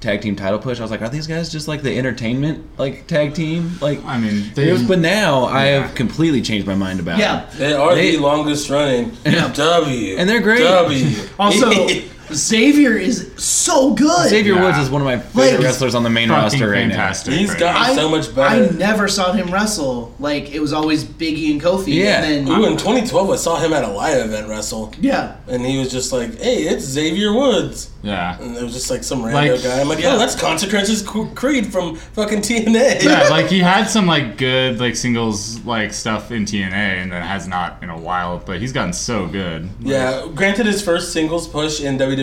Speaker 5: tag team title push, I was like, are these guys just like the entertainment like tag team? Like,
Speaker 6: I mean,
Speaker 5: It
Speaker 6: they,
Speaker 5: was- but now I have completely changed my mind about.
Speaker 3: Yeah.
Speaker 5: them.
Speaker 4: They are
Speaker 5: They-
Speaker 4: the longest running W.
Speaker 5: And they're great.
Speaker 4: W.
Speaker 3: Also,
Speaker 6: *laughs*
Speaker 4: *laughs*
Speaker 3: Xavier is so good.
Speaker 5: Xavier
Speaker 6: Yeah.
Speaker 5: Woods is one of my favorite
Speaker 3: Like,
Speaker 5: wrestlers on the main
Speaker 6: fucking
Speaker 5: roster right
Speaker 6: fantastic.
Speaker 4: He's
Speaker 6: right
Speaker 4: gotten
Speaker 3: I,
Speaker 4: so much
Speaker 3: I
Speaker 4: better.
Speaker 3: never saw him wrestle. Like it was always Biggie and Kofi.
Speaker 5: Yeah.
Speaker 3: And then,
Speaker 4: Ooh, in 2012, I saw him at a live event wrestle,
Speaker 3: yeah.
Speaker 4: and he was just like, "Hey, it's Xavier Woods,"
Speaker 6: now. Yeah.
Speaker 4: and it was just like some random
Speaker 6: Like-
Speaker 4: guy. I'm like, "Oh, that's Consequences Cre- Creed from fucking TNA." *laughs*
Speaker 6: Yeah, like he had some like good like singles like stuff in TNA, and then has not in a while. But he's gotten so good.
Speaker 4: Yeah, granted, his first singles push in WWE,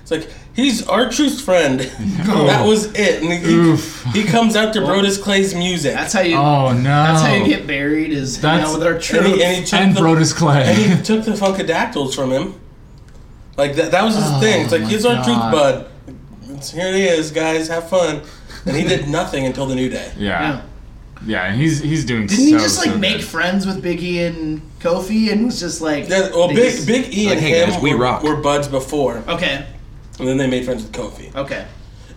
Speaker 4: it's like he's our truth friend. *laughs* that was it. And
Speaker 6: Oh. Oof.
Speaker 4: he, he comes out to Brodus Clay's music,
Speaker 3: That's how you.
Speaker 6: Oh no.
Speaker 3: That's how you get buried. Is hang
Speaker 6: That's-
Speaker 3: out with our
Speaker 4: and
Speaker 3: truth.
Speaker 4: he, and he took
Speaker 6: and
Speaker 4: the
Speaker 6: Brodus
Speaker 4: and
Speaker 6: Clay.
Speaker 4: he took the funkadactyls from him. Like that, that was his thing. It's like
Speaker 6: my
Speaker 4: here's our truth
Speaker 6: God.
Speaker 4: bud. It's, here it is, guys. Have fun. And he did nothing until the new day.
Speaker 6: *laughs* yeah.
Speaker 3: yeah.
Speaker 6: Yeah, and he's he's doing.
Speaker 3: Didn't
Speaker 6: so,
Speaker 3: he just like
Speaker 6: so
Speaker 3: make
Speaker 6: good.
Speaker 3: friends with Biggie and Kofi and was just like?
Speaker 4: Yeah, well,
Speaker 3: they
Speaker 4: Big
Speaker 3: just-
Speaker 4: Big E
Speaker 5: Like,
Speaker 4: and
Speaker 5: "Hey,
Speaker 4: him
Speaker 5: guys, we
Speaker 4: were,
Speaker 5: rock."
Speaker 4: were buds before,
Speaker 3: Okay.
Speaker 4: and then they made friends with Kofi.
Speaker 3: Okay.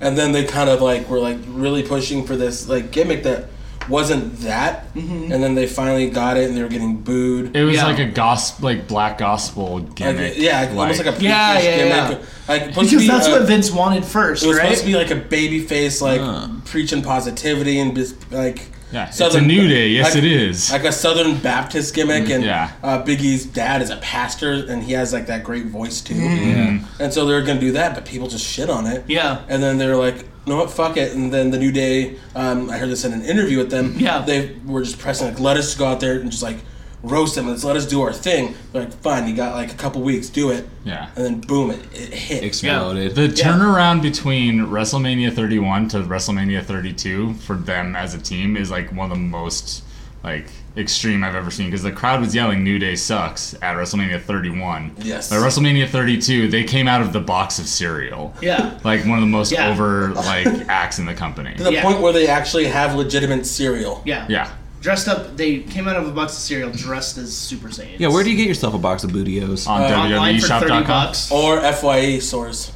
Speaker 4: and then they kind of like were like really pushing for this like gimmick that wasn't that and then they finally got it and they were getting booed
Speaker 6: It was
Speaker 3: Yeah.
Speaker 6: like a gospel, like black gospel
Speaker 4: like,
Speaker 6: gimmick.
Speaker 4: yeah like, almost like a
Speaker 3: Yeah,
Speaker 4: preacher's
Speaker 3: yeah,
Speaker 4: gimmick like supposed to
Speaker 3: Because
Speaker 4: be
Speaker 3: that's
Speaker 4: a-
Speaker 3: what Vince wanted first,
Speaker 4: it was
Speaker 3: right?
Speaker 4: supposed to be like a baby face like preaching positivity and bis- like
Speaker 6: Yeah, it's a new day. Yes,
Speaker 4: like-
Speaker 6: it is.
Speaker 4: like a southern baptist gimmick and
Speaker 6: yeah.
Speaker 4: uh, biggie's dad is a pastor and he has like that great voice too
Speaker 6: Mm.
Speaker 4: and so they were gonna do that but people just shit on it
Speaker 3: Yeah.
Speaker 4: And then they were like, "No, what? Fuck it." And then the New Day, um, I heard this in an interview with them.
Speaker 3: Yeah.
Speaker 4: they were just pressing like, "Let us go out there and just like roast them. Let's let us do our thing." They're like, "Fine, you got like a couple weeks, do it."
Speaker 6: Yeah.
Speaker 4: And then boom, it, it hit.
Speaker 5: Exploded.
Speaker 6: The turnaround between WrestleMania 31 to WrestleMania 32 for them as a team is like one of the most like extreme I've ever seen because the crowd was yelling "New Day sucks" at WrestleMania 31.
Speaker 4: Yes.
Speaker 6: At WrestleMania 32, they came out of the box of cereal.
Speaker 3: Yeah.
Speaker 6: Like one of the most
Speaker 3: Yeah.
Speaker 6: over like acts in the company.
Speaker 4: to the
Speaker 3: Yeah.
Speaker 4: point where they actually have legitimate cereal.
Speaker 3: Yeah.
Speaker 6: Yeah.
Speaker 3: Dressed up, they came out of a box of cereal dressed as Super Saiyans.
Speaker 5: Yeah, where do you get yourself a box of bootios?
Speaker 6: On E
Speaker 3: online for thirty
Speaker 6: WWEshop.com.
Speaker 3: bucks?
Speaker 4: Or Fye source.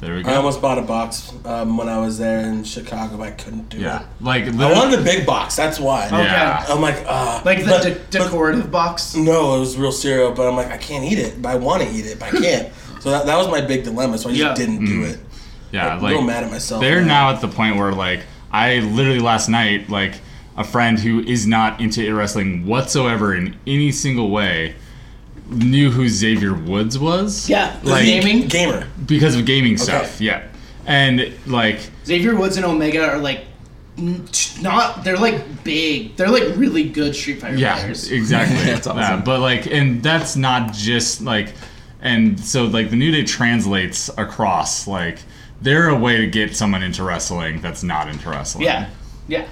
Speaker 6: There we
Speaker 4: I
Speaker 6: go.
Speaker 4: almost bought a box um, when I was there in Chicago, but I couldn't do
Speaker 6: Yeah.
Speaker 4: it.
Speaker 6: Like
Speaker 4: I
Speaker 6: literally.
Speaker 4: wanted a big box. That's why.
Speaker 6: Yeah.
Speaker 4: I'm like, ah.
Speaker 3: Like the
Speaker 4: but-
Speaker 3: de- decorative box.
Speaker 4: No, it was real cereal,
Speaker 3: *laughs*
Speaker 4: but I'm like, I can't eat it, but I want to eat it, but I can't. So that, that was my big dilemma. So I just
Speaker 3: Yeah.
Speaker 4: didn't do it.
Speaker 6: Yeah,
Speaker 4: I'm
Speaker 6: Mm-hmm. like
Speaker 4: real mad at myself.
Speaker 6: They're
Speaker 4: man.
Speaker 6: now at the point where like I literally last night like a friend who is not into wrestling whatsoever in any single way knew who Xavier Woods was.
Speaker 3: Yeah,
Speaker 6: Like-
Speaker 3: gaming.
Speaker 4: gamer.
Speaker 6: because of gaming stuff. Yeah, and like
Speaker 3: Xavier Woods and Omega are like n- t- not. They're like big. They're like really good Street Fighter *laughs*
Speaker 6: yeah,
Speaker 3: players.
Speaker 6: exactly.
Speaker 5: That's
Speaker 6: Yeah,
Speaker 5: awesome.
Speaker 6: but like, and that's not just like, and so like the New Day translates across like. They're a way to get someone into wrestling that's not into wrestling.
Speaker 3: Yeah, yeah.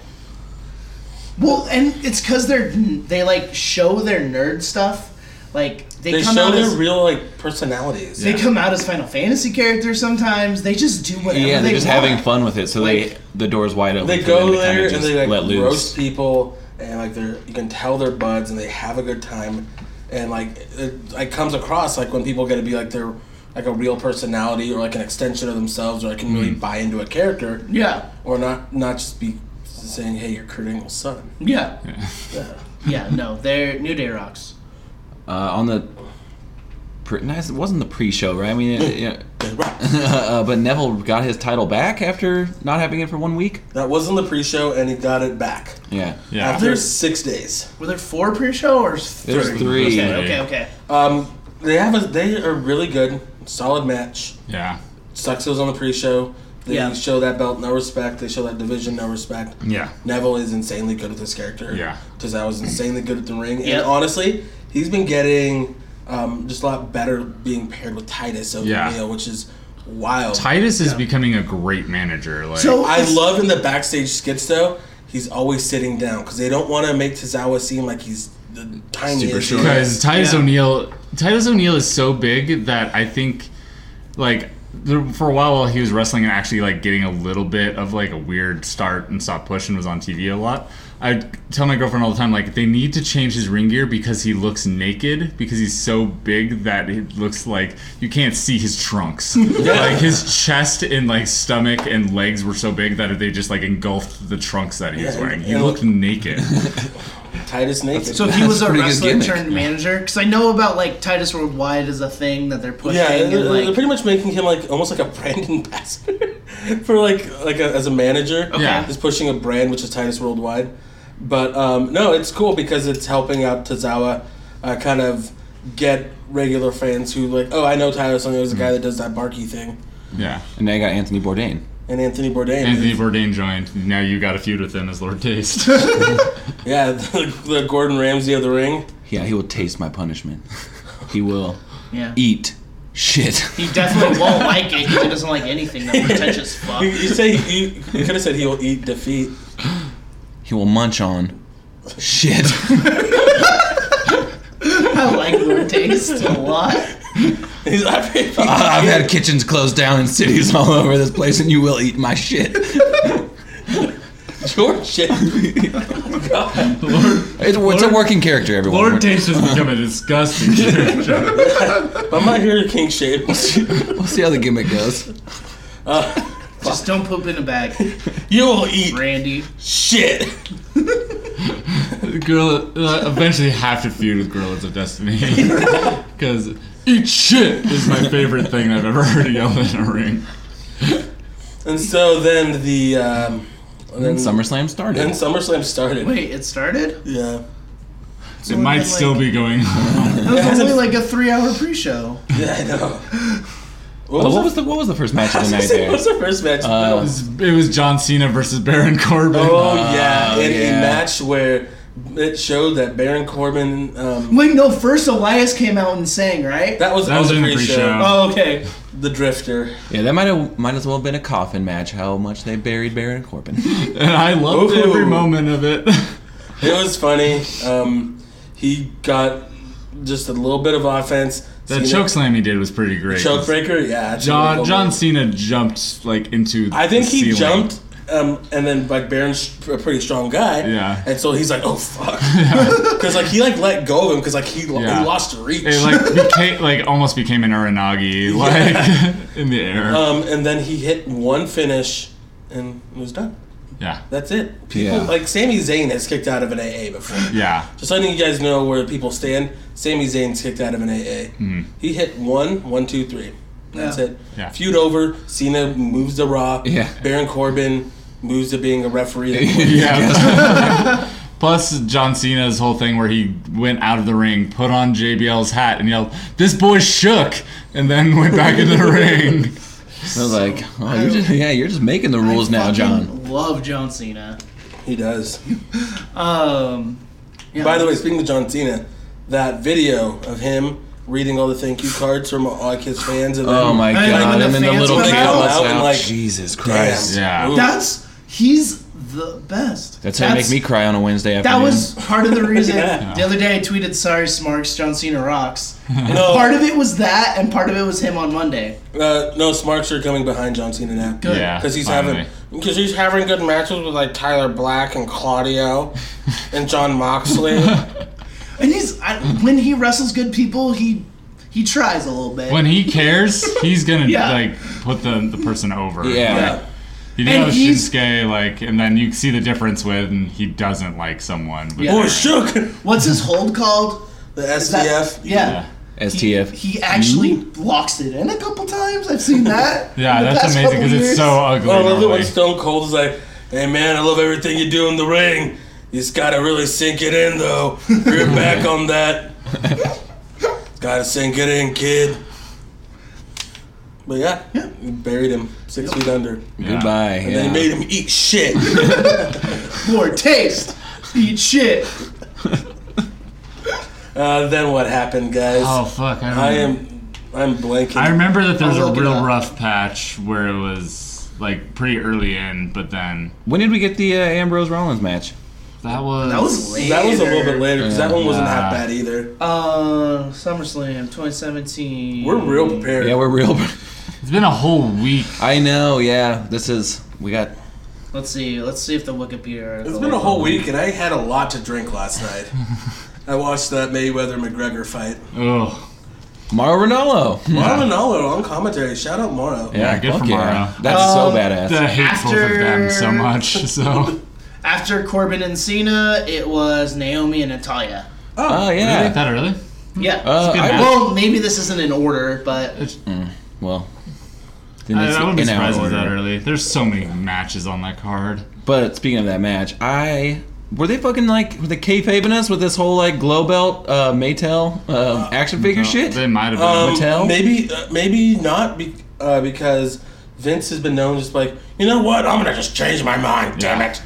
Speaker 3: Well, and it's because they're they like show their nerd stuff. Like they,
Speaker 4: They
Speaker 3: come
Speaker 4: show
Speaker 3: out
Speaker 4: their
Speaker 3: as
Speaker 4: real like personalities.
Speaker 3: they come out as Final Fantasy characters. Sometimes they just do whatever.
Speaker 5: Yeah,
Speaker 3: they
Speaker 5: they're just
Speaker 3: want.
Speaker 5: having fun with it, so they
Speaker 3: Like-
Speaker 5: the door's wide open.
Speaker 4: They
Speaker 5: for them
Speaker 4: go
Speaker 5: to kinda
Speaker 4: there and
Speaker 5: just
Speaker 4: they like
Speaker 5: let loose.
Speaker 4: roast people, and like they're you can tell they're buds and they have a good time, and like it like comes across like when people get to be like they're like a real personality or like an extension of themselves or I can really buy into a character
Speaker 3: Yeah,
Speaker 4: or not not just be saying hey you're Kurt Angle's son.
Speaker 3: yeah,
Speaker 4: Yeah.
Speaker 3: yeah. No, they're New Day rocks.
Speaker 5: uh, on the. Pre- nice, it wasn't the pre-show, right? I mean, it, yeah. *laughs* uh, but Neville got his title back after not having it for one week.
Speaker 4: *laughs* That wasn't the pre-show and he got it back
Speaker 5: Yeah,
Speaker 6: Yeah.
Speaker 4: after six days.
Speaker 3: Were there four pre-show or
Speaker 5: there's
Speaker 3: three?
Speaker 5: three.
Speaker 3: Okay, okay, okay.
Speaker 4: Um, they have a they are really good, solid match.
Speaker 6: Yeah.
Speaker 4: Sucks it was on the pre-show. They
Speaker 3: Yeah.
Speaker 4: show that belt no respect. They show that division no respect.
Speaker 6: Yeah.
Speaker 4: Neville is insanely good at this character.
Speaker 6: Yeah.
Speaker 4: because I was insanely good at the ring,
Speaker 3: Yeah.
Speaker 4: and honestly, he's been getting um, just a lot better being paired with Titus over
Speaker 6: Yeah.
Speaker 4: Neo, which is wild.
Speaker 6: Titus is becoming a great manager. Like,
Speaker 3: So
Speaker 4: I love in the backstage skits though. He's always sitting down because they don't want to make Tozawa seem like he's the tiniest.
Speaker 5: Super short.
Speaker 6: because Titus
Speaker 3: Yeah.
Speaker 6: O'Neil, Titus O'Neil is so big that I think, like, there, for a while while he was wrestling and actually like getting a little bit of like a weird start and stop push and was on TV a lot. I tell my girlfriend all the time like they need to change his ring gear because he looks naked because he's so big that it looks like you can't see his
Speaker 3: *laughs*
Speaker 6: trunks. Like his chest and like stomach and legs were so big that they just like engulfed the trunks that he was
Speaker 4: Yeah,
Speaker 6: wearing. He
Speaker 4: yeah.
Speaker 6: looked naked.
Speaker 4: Titus naked.
Speaker 3: So he was a
Speaker 5: pretty good
Speaker 3: wrestler
Speaker 5: gimmick.
Speaker 3: turned manager because I know about like Titus Worldwide is a thing that they're pushing.
Speaker 4: Yeah,
Speaker 3: and,
Speaker 4: they're,
Speaker 5: uh,
Speaker 3: like,
Speaker 4: they're pretty much making him like almost like a *laughs* brand ambassador for like like a, as a manager.
Speaker 6: Yeah.
Speaker 4: he's pushing a brand which is Titus Worldwide. But um, no, it's cool because it's helping out Tozawa uh, kind of get regular fans who like, oh, I know Titus O'Neil is the guy that does that barky thing,
Speaker 6: yeah.
Speaker 5: And now you got Anthony Bourdain.
Speaker 4: and Anthony Bourdain.
Speaker 6: Anthony Bourdain joined. Now you got a feud with him as
Speaker 4: *laughs*
Speaker 6: Lord Taste.
Speaker 4: Yeah, *laughs* the, the Gordon Ramsay of the ring.
Speaker 5: Yeah, he will taste my punishment. *laughs* he will
Speaker 3: yeah.
Speaker 5: eat shit. *laughs*
Speaker 3: He definitely won't like it. He doesn't like anything that pretentious fuck.
Speaker 4: You, you say he, you could have said he will eat defeat. *laughs*
Speaker 5: he will munch on shit.
Speaker 3: I like Lord Taste a lot.
Speaker 4: He's not very-
Speaker 5: I've had kitchens closed down in cities *laughs* all over this place, and you will eat my shit.
Speaker 4: Sure, *laughs* shit. Oh God.
Speaker 5: It's, it's a working character, everyone.
Speaker 6: Lord
Speaker 5: We're-
Speaker 6: Taste has become a disgusting character.
Speaker 4: I'm not here to king shame. *laughs*
Speaker 5: We'll see how the gimmick goes.
Speaker 3: Just don't poop in a bag,
Speaker 4: You will eat
Speaker 5: *laughs*
Speaker 3: Randy.
Speaker 4: shit.
Speaker 6: Girl, uh, eventually have to feud with Gorillas of Destiny *laughs* because eat shit is my favorite thing I've ever heard yelled in a ring.
Speaker 4: And so then the um, and then,
Speaker 5: SummerSlam started.
Speaker 4: then SummerSlam started.
Speaker 3: Wait, it started?
Speaker 4: Yeah,
Speaker 6: It might still be going on.
Speaker 3: That was only like a three-hour pre-show.
Speaker 4: yeah, I know. What
Speaker 5: But
Speaker 4: was,
Speaker 5: what was the what was the first match of the
Speaker 4: the,
Speaker 5: night
Speaker 4: say,
Speaker 5: *laughs* there?
Speaker 4: *laughs* what was the first match?
Speaker 5: Uh,
Speaker 6: It was John Cena versus Baron Corbin.
Speaker 4: oh yeah, in
Speaker 5: yeah.
Speaker 4: a match where it showed that Baron Corbin. Um,
Speaker 3: Wait, no. First, Elias came out and sang, right?
Speaker 4: that was
Speaker 6: That
Speaker 4: on
Speaker 6: was
Speaker 4: the
Speaker 6: in the
Speaker 4: pre-show.
Speaker 6: pre-show.
Speaker 3: oh, okay.
Speaker 4: The Drifter.
Speaker 5: Yeah, that might have might as well have been a coffin match. How much they buried Baron *laughs* Corbin.
Speaker 6: and I loved
Speaker 4: Ooh.
Speaker 6: every moment of it.
Speaker 4: It was funny. Um, he got just a little bit of offense.
Speaker 6: That
Speaker 4: Cena-
Speaker 6: choke slam he did was pretty great.
Speaker 4: choke breaker. Yeah, that's really
Speaker 6: John
Speaker 4: cool.
Speaker 6: John Cena jumped like into.
Speaker 4: I think
Speaker 6: the
Speaker 4: he
Speaker 6: ceiling.
Speaker 4: jumped, um, and then like Baron's a pretty strong guy.
Speaker 6: Yeah.
Speaker 4: And so he's like, oh
Speaker 6: *laughs*
Speaker 4: fuck, because like he like let go of him because like he, lo-
Speaker 6: Yeah.
Speaker 4: he lost reach.
Speaker 6: It like became like almost became an Uranagi like *laughs* in the air.
Speaker 4: um, and then he hit one finish, and it was done.
Speaker 6: yeah,
Speaker 4: That's it. People
Speaker 5: Yeah.
Speaker 4: like Sami Zayn has kicked out of an AA before.
Speaker 6: yeah,
Speaker 4: Just letting you guys know where people stand. Sami Zayn's kicked out of an AA. He hit one, one, two, three. That's
Speaker 3: Yeah.
Speaker 4: it.
Speaker 6: Hmm. Yeah.
Speaker 4: Feud over. Cena moves to Raw.
Speaker 5: Yeah.
Speaker 4: Baron Corbin moves to being a
Speaker 6: *laughs*
Speaker 4: referee.
Speaker 6: Yeah. *laughs* Plus John Cena's whole thing where he went out of the ring, put on JBL's hat, and yelled, "This boy shook," and then *laughs* went back into the ring.
Speaker 5: I was like, oh, you're just, yeah, you're just making the rules now,
Speaker 3: Fucking
Speaker 5: John.
Speaker 3: Love John Cena.
Speaker 4: he does.
Speaker 3: Um, yeah.
Speaker 4: By the way, speaking of John Cena, that video of him reading all the thank you cards from all like his fans and
Speaker 5: Oh
Speaker 4: then-
Speaker 5: my
Speaker 3: Like,
Speaker 5: god!
Speaker 3: when the
Speaker 5: and then the
Speaker 3: fans
Speaker 5: little
Speaker 3: went
Speaker 5: kid
Speaker 3: out
Speaker 5: lets
Speaker 4: and,
Speaker 5: out.
Speaker 4: like,
Speaker 5: Jesus
Speaker 4: Damn.
Speaker 5: Christ!
Speaker 6: Yeah.
Speaker 4: Ooh.
Speaker 3: that's he's the best.
Speaker 5: That's how you make me cry on a Wednesday afternoon.
Speaker 3: That was part of the reason.
Speaker 4: *laughs* Yeah.
Speaker 3: The other day I tweeted, "Sorry, Smarks, John Cena rocks."
Speaker 4: no,
Speaker 3: Part of it was that, and part of it was him on Monday.
Speaker 4: Uh, no, Smarks are coming behind John Cena now.
Speaker 3: Good.
Speaker 6: Yeah.
Speaker 4: Because he's
Speaker 6: finally.
Speaker 4: having because he's having good matches with like Tyler Black and Claudio and
Speaker 3: *laughs*
Speaker 4: John Moxley.
Speaker 3: And he's I, when he wrestles good people, he he tries a little bit.
Speaker 6: When he cares, he's gonna
Speaker 3: Yeah.
Speaker 6: like put the, the person over.
Speaker 5: yeah.
Speaker 4: yeah.
Speaker 6: You know
Speaker 3: And he's-
Speaker 6: Shinsuke like, and then you see the difference when he doesn't like someone. But
Speaker 3: Yeah.
Speaker 4: Boy shook the
Speaker 3: What's his hold called? Is that-
Speaker 4: SDF.
Speaker 3: yeah.
Speaker 5: STF.
Speaker 3: He, he actually locks it in a couple times. I've seen
Speaker 4: *laughs*
Speaker 3: that.
Speaker 6: Yeah,
Speaker 3: in the
Speaker 6: that's
Speaker 3: past
Speaker 6: amazing
Speaker 3: couple
Speaker 6: because it's
Speaker 3: years.
Speaker 6: so ugly.
Speaker 4: Oh, I love it when
Speaker 6: normally.
Speaker 4: Stone Cold is like, "Hey man, I love everything you do in the ring. You just gotta really sink it in though. You're back on that. gotta sink it in, kid." But yeah, yeah. buried him six feet under, and
Speaker 6: Yeah.
Speaker 5: Goodbye.
Speaker 4: then
Speaker 5: yeah.
Speaker 4: he made him eat shit.
Speaker 3: poor taste. Eat shit.
Speaker 4: uh, then what happened, guys?
Speaker 6: Oh fuck! I, don't
Speaker 4: I
Speaker 6: know.
Speaker 4: am, I'm blanking.
Speaker 6: I remember that there was
Speaker 3: I'll
Speaker 6: a
Speaker 3: look it
Speaker 6: real
Speaker 3: up.
Speaker 6: rough patch where it was like pretty early in, but then
Speaker 5: When did we get the uh, Ambrose Rollins match?
Speaker 6: that was
Speaker 3: That was later.
Speaker 4: That was a little bit later because that one wasn't half
Speaker 6: Yeah.
Speaker 4: bad either.
Speaker 3: Uh, SummerSlam 2017.
Speaker 4: We're real prepared.
Speaker 5: Yeah, we're real. *laughs*
Speaker 6: It's been a whole week.
Speaker 5: I know. Yeah, this is. We got.
Speaker 3: Let's see. Let's see if the Wikipedia. Article
Speaker 4: it's been a whole week, and I had a lot to drink last night. I watched that Mayweather McGregor fight.
Speaker 6: Ugh.
Speaker 5: Mauro
Speaker 6: *laughs*
Speaker 5: Ronaldo.
Speaker 4: Mara Manolo on commentary. Shout out Mara.
Speaker 5: Yeah,
Speaker 6: good
Speaker 5: fuck
Speaker 6: for Mauro. uh,
Speaker 5: That's
Speaker 3: Um,
Speaker 5: so badass.
Speaker 6: I hate both of them so
Speaker 3: After-
Speaker 6: much. *laughs* So
Speaker 3: After Corbin and Cena, it was Naomi and Natalia.
Speaker 5: oh
Speaker 6: Really?
Speaker 5: yeah.
Speaker 6: that early?
Speaker 3: Yeah.
Speaker 5: Uh,
Speaker 6: good
Speaker 5: I
Speaker 6: match.
Speaker 5: would-
Speaker 3: well, maybe this isn't in order, but
Speaker 5: well, then
Speaker 6: I,
Speaker 5: it's
Speaker 6: I wouldn't be
Speaker 5: in our
Speaker 6: surprised if it was that
Speaker 5: order.
Speaker 6: early. There's so many matches on that card.
Speaker 5: But speaking of that match, I were they fucking like were they kayfabing us with this whole like glow belt uh, Maytel uh, action figure shit?
Speaker 6: They might have been.
Speaker 4: Um,
Speaker 5: Mattel?
Speaker 4: Maybe, uh, maybe not be, uh, because Vince has been known just like, you know what? I'm gonna just change my mind.
Speaker 6: Yeah.
Speaker 4: Damn it.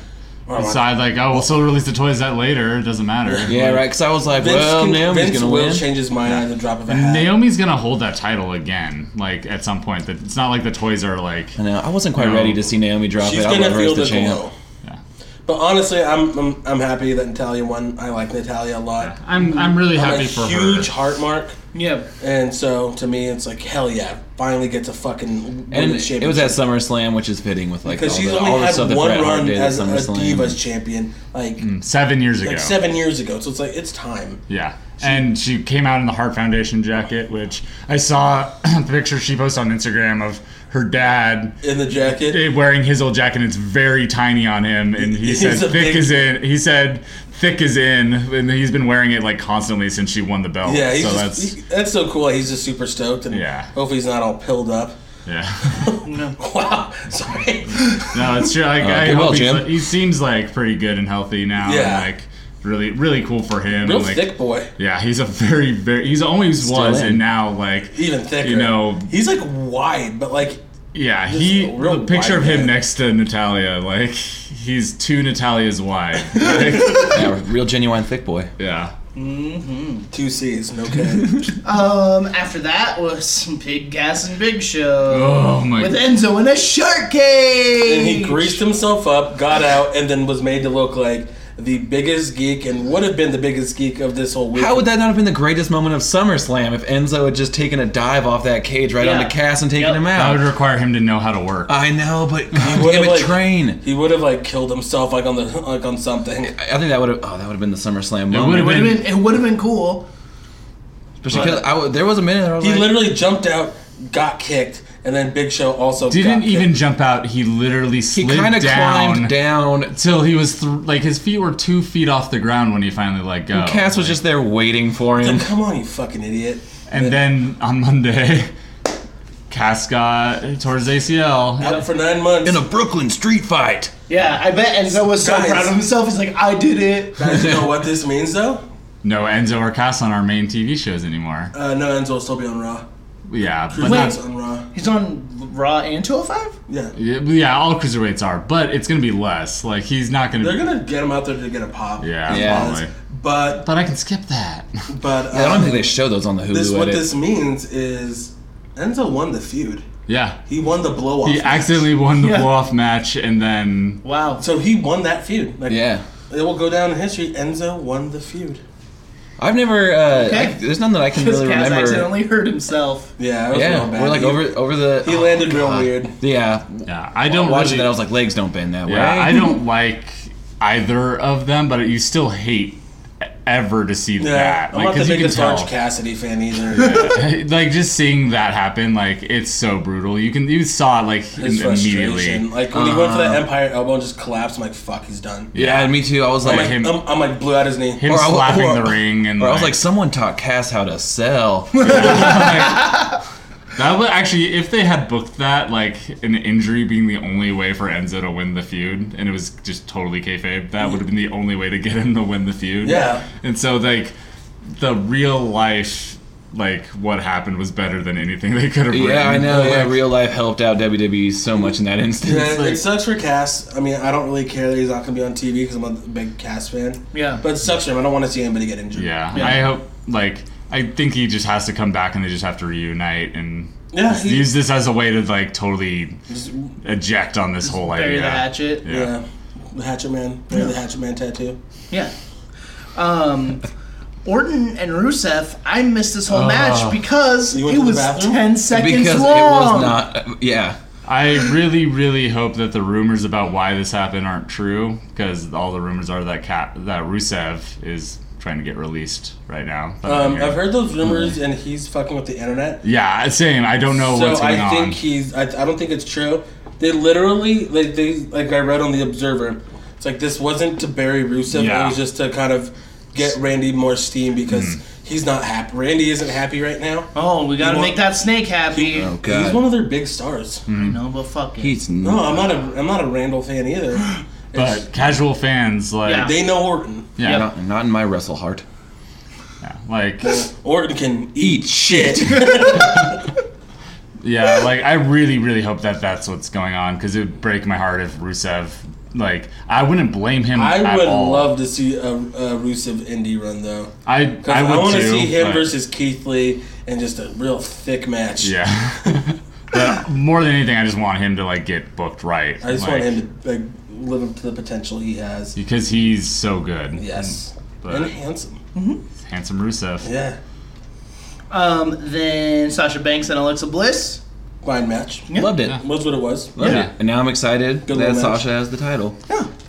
Speaker 4: Or I'm like,
Speaker 6: Side like, oh, we'll still release the toys that later. It doesn't matter.
Speaker 5: yeah, right. Because I was like,
Speaker 4: Vince,
Speaker 5: well,
Speaker 4: can,
Speaker 5: Naomi's
Speaker 4: Vince
Speaker 5: gonna
Speaker 4: will
Speaker 5: win.
Speaker 4: change his mind at the drop of a hat.
Speaker 6: Naomi's gonna hold that title again, like at some point. That it's not like the toys are like.
Speaker 5: I know. I wasn't quite ready to see Naomi drop
Speaker 4: She's
Speaker 5: it. I
Speaker 4: gonna
Speaker 5: love her
Speaker 4: feel
Speaker 5: as
Speaker 4: the
Speaker 5: the champ.
Speaker 4: glow.
Speaker 6: Yeah.
Speaker 4: But honestly, I'm, I'm I'm happy that Natalia won. I like Natalia a lot.
Speaker 6: I'm I'm really
Speaker 4: I'm
Speaker 6: happy
Speaker 4: a
Speaker 6: for
Speaker 4: huge
Speaker 6: her.
Speaker 4: heart mark,
Speaker 3: yeah.
Speaker 4: and so to me, it's like hell yeah, finally get to fucking win
Speaker 5: And
Speaker 4: the
Speaker 5: it was
Speaker 4: championship.
Speaker 5: at SummerSlam, which is fitting with like all
Speaker 4: because she's
Speaker 5: the, all
Speaker 4: only
Speaker 5: the
Speaker 4: had
Speaker 5: stuff that
Speaker 4: one
Speaker 5: Bret Hart
Speaker 4: run
Speaker 5: did
Speaker 4: as a
Speaker 5: at SummerSlam. Mm.
Speaker 4: Divas champion, like
Speaker 6: Seven years ago.
Speaker 4: like seven years ago. So it's like it's time.
Speaker 6: Yeah. And she came out in the Heart Foundation jacket, which I saw *clears throat* a picture she posted on Instagram of her dad eh,
Speaker 4: In the jacket,
Speaker 6: wearing his old jacket and it's very tiny on him and he
Speaker 4: He's
Speaker 6: said
Speaker 4: a
Speaker 6: thick
Speaker 4: big-
Speaker 6: is in he said thick is in and he's been wearing it like constantly since she won the belt.
Speaker 4: yeah, he's
Speaker 6: so
Speaker 4: just, he- that's so cool. He's just super stoked, and
Speaker 6: Yeah.
Speaker 4: hopefully he's not all pilled up. *laughs*
Speaker 6: that's *laughs* yeah.
Speaker 4: wow, sorry.
Speaker 6: No, it's true. Like, I
Speaker 5: good
Speaker 6: hope
Speaker 5: well,
Speaker 6: he's,
Speaker 5: Jim.
Speaker 6: like- he seems like pretty good and healthy now.
Speaker 4: Yeah.
Speaker 6: And, like really really cool for him.
Speaker 4: *laughs* Real
Speaker 6: and, like,
Speaker 4: thick boy,
Speaker 6: Yeah, he's a very very he's always was
Speaker 5: in.
Speaker 6: and now like
Speaker 4: even thicker.
Speaker 6: you know
Speaker 4: he's like wide, but like
Speaker 6: Yeah, he.
Speaker 4: a real
Speaker 6: The picture of
Speaker 4: wide
Speaker 6: him
Speaker 4: man.
Speaker 6: next to Natalia, like he's two Natalias
Speaker 4: *laughs*
Speaker 6: wide. Like,
Speaker 5: Yeah, real genuine thick boy.
Speaker 6: yeah,
Speaker 4: two C's, no
Speaker 5: *laughs*
Speaker 4: K.
Speaker 3: Um. After that was Big Gas and Big Show
Speaker 6: Oh my
Speaker 3: with Enzo in a shark cage.
Speaker 4: and he greased himself up, got out, and then was made to look like the biggest geek and would have been the biggest geek of this whole week.
Speaker 5: How would that not have been the greatest moment of SummerSlam if Enzo had just taken a dive off that cage right
Speaker 3: Yeah.
Speaker 5: onto Cass and taken
Speaker 3: Yep.
Speaker 5: him
Speaker 6: that would
Speaker 5: out?
Speaker 6: require him to know how to work.
Speaker 5: I know,
Speaker 6: *laughs*
Speaker 5: but God
Speaker 4: would've,
Speaker 5: damn it,
Speaker 4: like-
Speaker 5: train.
Speaker 4: he would have like killed himself like on the like on something.
Speaker 5: I I think that would have. Oh, that would have been the SummerSlam
Speaker 6: would've
Speaker 5: moment.
Speaker 3: Would've been- it would have been cool.
Speaker 5: Especially 'cause I w- there was a minute. There I was
Speaker 4: He
Speaker 5: like,
Speaker 4: literally jumped out, got kicked, and then Big Show also
Speaker 6: Didn't
Speaker 4: got
Speaker 6: even
Speaker 4: kicked.
Speaker 6: jump out. He literally
Speaker 5: he
Speaker 6: slid
Speaker 5: kind of
Speaker 6: down,
Speaker 5: climbed down.
Speaker 6: till he was th- like his feet were two feet off the ground when he finally let go.
Speaker 5: Cass was just there
Speaker 6: *laughs*
Speaker 5: waiting for him.
Speaker 4: Come on, you fucking idiot!
Speaker 6: and then on Monday, *laughs* Cass got towards ACL.
Speaker 4: Out for nine months.
Speaker 5: In a Brooklyn street fight.
Speaker 3: Yeah, I bet Enzo was so
Speaker 4: Guys.
Speaker 3: proud of himself. He's like, I did it.
Speaker 4: Guys, you know what this means though?
Speaker 6: No Enzo or Cass on our main TV shows anymore.
Speaker 4: Uh, no, Enzo will still be on Raw.
Speaker 6: Yeah, but
Speaker 4: Cruiserweight's
Speaker 6: not,
Speaker 4: on Raw.
Speaker 3: He's on Raw and 205?
Speaker 4: Yeah,
Speaker 6: yeah, all cruiserweights are, but it's gonna be less. Like he's not gonna.
Speaker 4: they're
Speaker 6: be,
Speaker 4: gonna get him out there to get a pop.
Speaker 6: Yeah,
Speaker 5: Yeah.
Speaker 6: probably.
Speaker 4: but
Speaker 6: But I can skip that.
Speaker 4: but
Speaker 5: I don't
Speaker 4: um,
Speaker 5: think they show those on the Hulu
Speaker 4: this what
Speaker 5: edit.
Speaker 4: this means is Enzo won the feud.
Speaker 6: *laughs* yeah,
Speaker 4: He won the blow off.
Speaker 6: he accidentally won the blow off match, and then
Speaker 3: Wow.
Speaker 4: So he won that feud. Like,
Speaker 5: yeah.
Speaker 4: It will go down in history. Enzo won the feud.
Speaker 5: I've never. Uh, I- there's none that I can
Speaker 3: Because
Speaker 5: really
Speaker 3: Kaz
Speaker 5: remember.
Speaker 3: accidentally hurt himself.
Speaker 4: Yeah, it was real
Speaker 5: Yeah,
Speaker 4: bad.
Speaker 5: we're like
Speaker 4: He-
Speaker 5: over over the.
Speaker 4: He landed real weird.
Speaker 5: Yeah,
Speaker 6: yeah, I don't
Speaker 5: watching
Speaker 6: really,
Speaker 5: that I was like, legs don't bend that way.
Speaker 6: yeah, I don't like either of them, but you still hate ever to see
Speaker 4: Yeah,
Speaker 6: that.
Speaker 4: I'm
Speaker 6: Like,
Speaker 4: not the
Speaker 6: because you can
Speaker 4: biggest
Speaker 6: tell.
Speaker 4: Orange Cassidy fan
Speaker 6: *laughs*
Speaker 4: either.
Speaker 6: like just seeing that happen, like it's so brutal. You can you saw it like
Speaker 4: His
Speaker 6: im-
Speaker 4: frustration,
Speaker 6: immediately. Uh.
Speaker 4: like when he went for that Empire elbow and just collapsed, I'm like, "Fuck, he's done."
Speaker 5: Yeah, and me too. I was
Speaker 4: I'm
Speaker 5: like,
Speaker 4: like,
Speaker 6: him-
Speaker 4: I'm, I'm like blew out his knee.
Speaker 6: Him
Speaker 5: Or I-
Speaker 6: slapping
Speaker 5: or-
Speaker 6: the ring and
Speaker 5: or I
Speaker 6: like,
Speaker 5: was like, someone taught Cass how to sell.
Speaker 6: that would actually if they had booked that like an injury being the only way for Enzo to win the feud and it was just totally kayfabe that would have been the only way to get him to win the feud
Speaker 4: Yeah.
Speaker 6: and so like the real life like what happened was better than anything they could have
Speaker 5: yeah,
Speaker 6: written.
Speaker 5: I know. Yeah,
Speaker 6: Like,
Speaker 5: real life helped out WWE so much in that instance. *laughs*
Speaker 4: Yeah,
Speaker 5: Like,
Speaker 4: it sucks for Cass. I mean, I don't really care that he's not gonna be on TV because I'm a big Cass fan.
Speaker 3: Yeah.
Speaker 4: But it sucks for him. I don't want to see anybody get injured.
Speaker 6: Yeah, I hope like I think he just has to come back and they just have to reunite and
Speaker 4: Yeah,
Speaker 6: just
Speaker 4: he-
Speaker 6: use this as a way to like totally
Speaker 4: Just-
Speaker 6: eject on this whole
Speaker 3: Bury
Speaker 6: idea.
Speaker 3: the hatchet.
Speaker 6: Yeah.
Speaker 4: yeah. The Hatchet Man. Wear The Hatchet Man tattoo.
Speaker 3: Yeah. Um, Orton and Rusev, I missed this whole match because
Speaker 4: You went
Speaker 3: it
Speaker 4: to the
Speaker 3: was
Speaker 4: bathroom?
Speaker 3: 10 seconds
Speaker 5: because it
Speaker 3: long.
Speaker 5: was not. Yeah,
Speaker 6: I really, really hope that the rumors about why this happened aren't true because all the rumors are that Cat that Rusev is trying to get released right now. But,
Speaker 4: Um,
Speaker 6: yeah. Mm-hmm.
Speaker 4: I've heard those rumors, and he's fucking with the internet.
Speaker 6: yeah, same. I don't know what's
Speaker 4: so
Speaker 6: going
Speaker 4: I think
Speaker 6: on.
Speaker 4: he's. I, I don't think it's true. They literally like they like I read on the Observer. It's like this wasn't to bury Rusev. It
Speaker 6: Yeah. Hmm.
Speaker 4: was just to kind of get Randy more steam because he's not happy. Randy isn't happy right now.
Speaker 3: oh, we gotta
Speaker 4: You
Speaker 3: make
Speaker 4: want-
Speaker 3: that snake happy.
Speaker 5: Oh,
Speaker 3: No,
Speaker 5: God.
Speaker 4: He's one of their big stars.
Speaker 6: Hmm.
Speaker 3: you know, but fuck it.
Speaker 5: he's
Speaker 4: No,
Speaker 5: not.
Speaker 4: I'm not a I'm not a Randall fan
Speaker 6: *gasps*
Speaker 4: either. It's-
Speaker 6: but casual fans like
Speaker 3: Yeah.
Speaker 4: they know Orton.
Speaker 6: yeah,
Speaker 3: Yep.
Speaker 5: Not, not in my wrestle heart.
Speaker 6: yeah, like.
Speaker 4: Orton can eat shit.
Speaker 6: Yeah, like I really, really hope that that's what's going on because it would break my heart if Rusev. Like I wouldn't blame
Speaker 4: *laughs*
Speaker 6: him.
Speaker 4: I
Speaker 6: at
Speaker 4: would
Speaker 6: all.
Speaker 4: love to see a, a Rusev indie run though.
Speaker 6: I I
Speaker 4: I,
Speaker 6: would
Speaker 4: want to
Speaker 6: too,
Speaker 4: see him
Speaker 6: but-
Speaker 4: versus Keith Lee and just a real thick match.
Speaker 6: Yeah. *laughs* but more than anything, I just want him to like get booked right.
Speaker 4: I just want him to like live up to the potential he has.
Speaker 6: because he's so good.
Speaker 4: Yes.
Speaker 6: But-
Speaker 4: and handsome.
Speaker 6: Handsome Rusev.
Speaker 4: Yeah.
Speaker 3: Um, then Sasha Banks and Alexa Bliss.
Speaker 4: Fine match.
Speaker 5: Loved it.
Speaker 4: Was what it was.
Speaker 5: Loved
Speaker 6: Yeah.
Speaker 5: it. And now I'm excited
Speaker 4: Good
Speaker 5: that
Speaker 4: little match.
Speaker 5: Sasha has the title.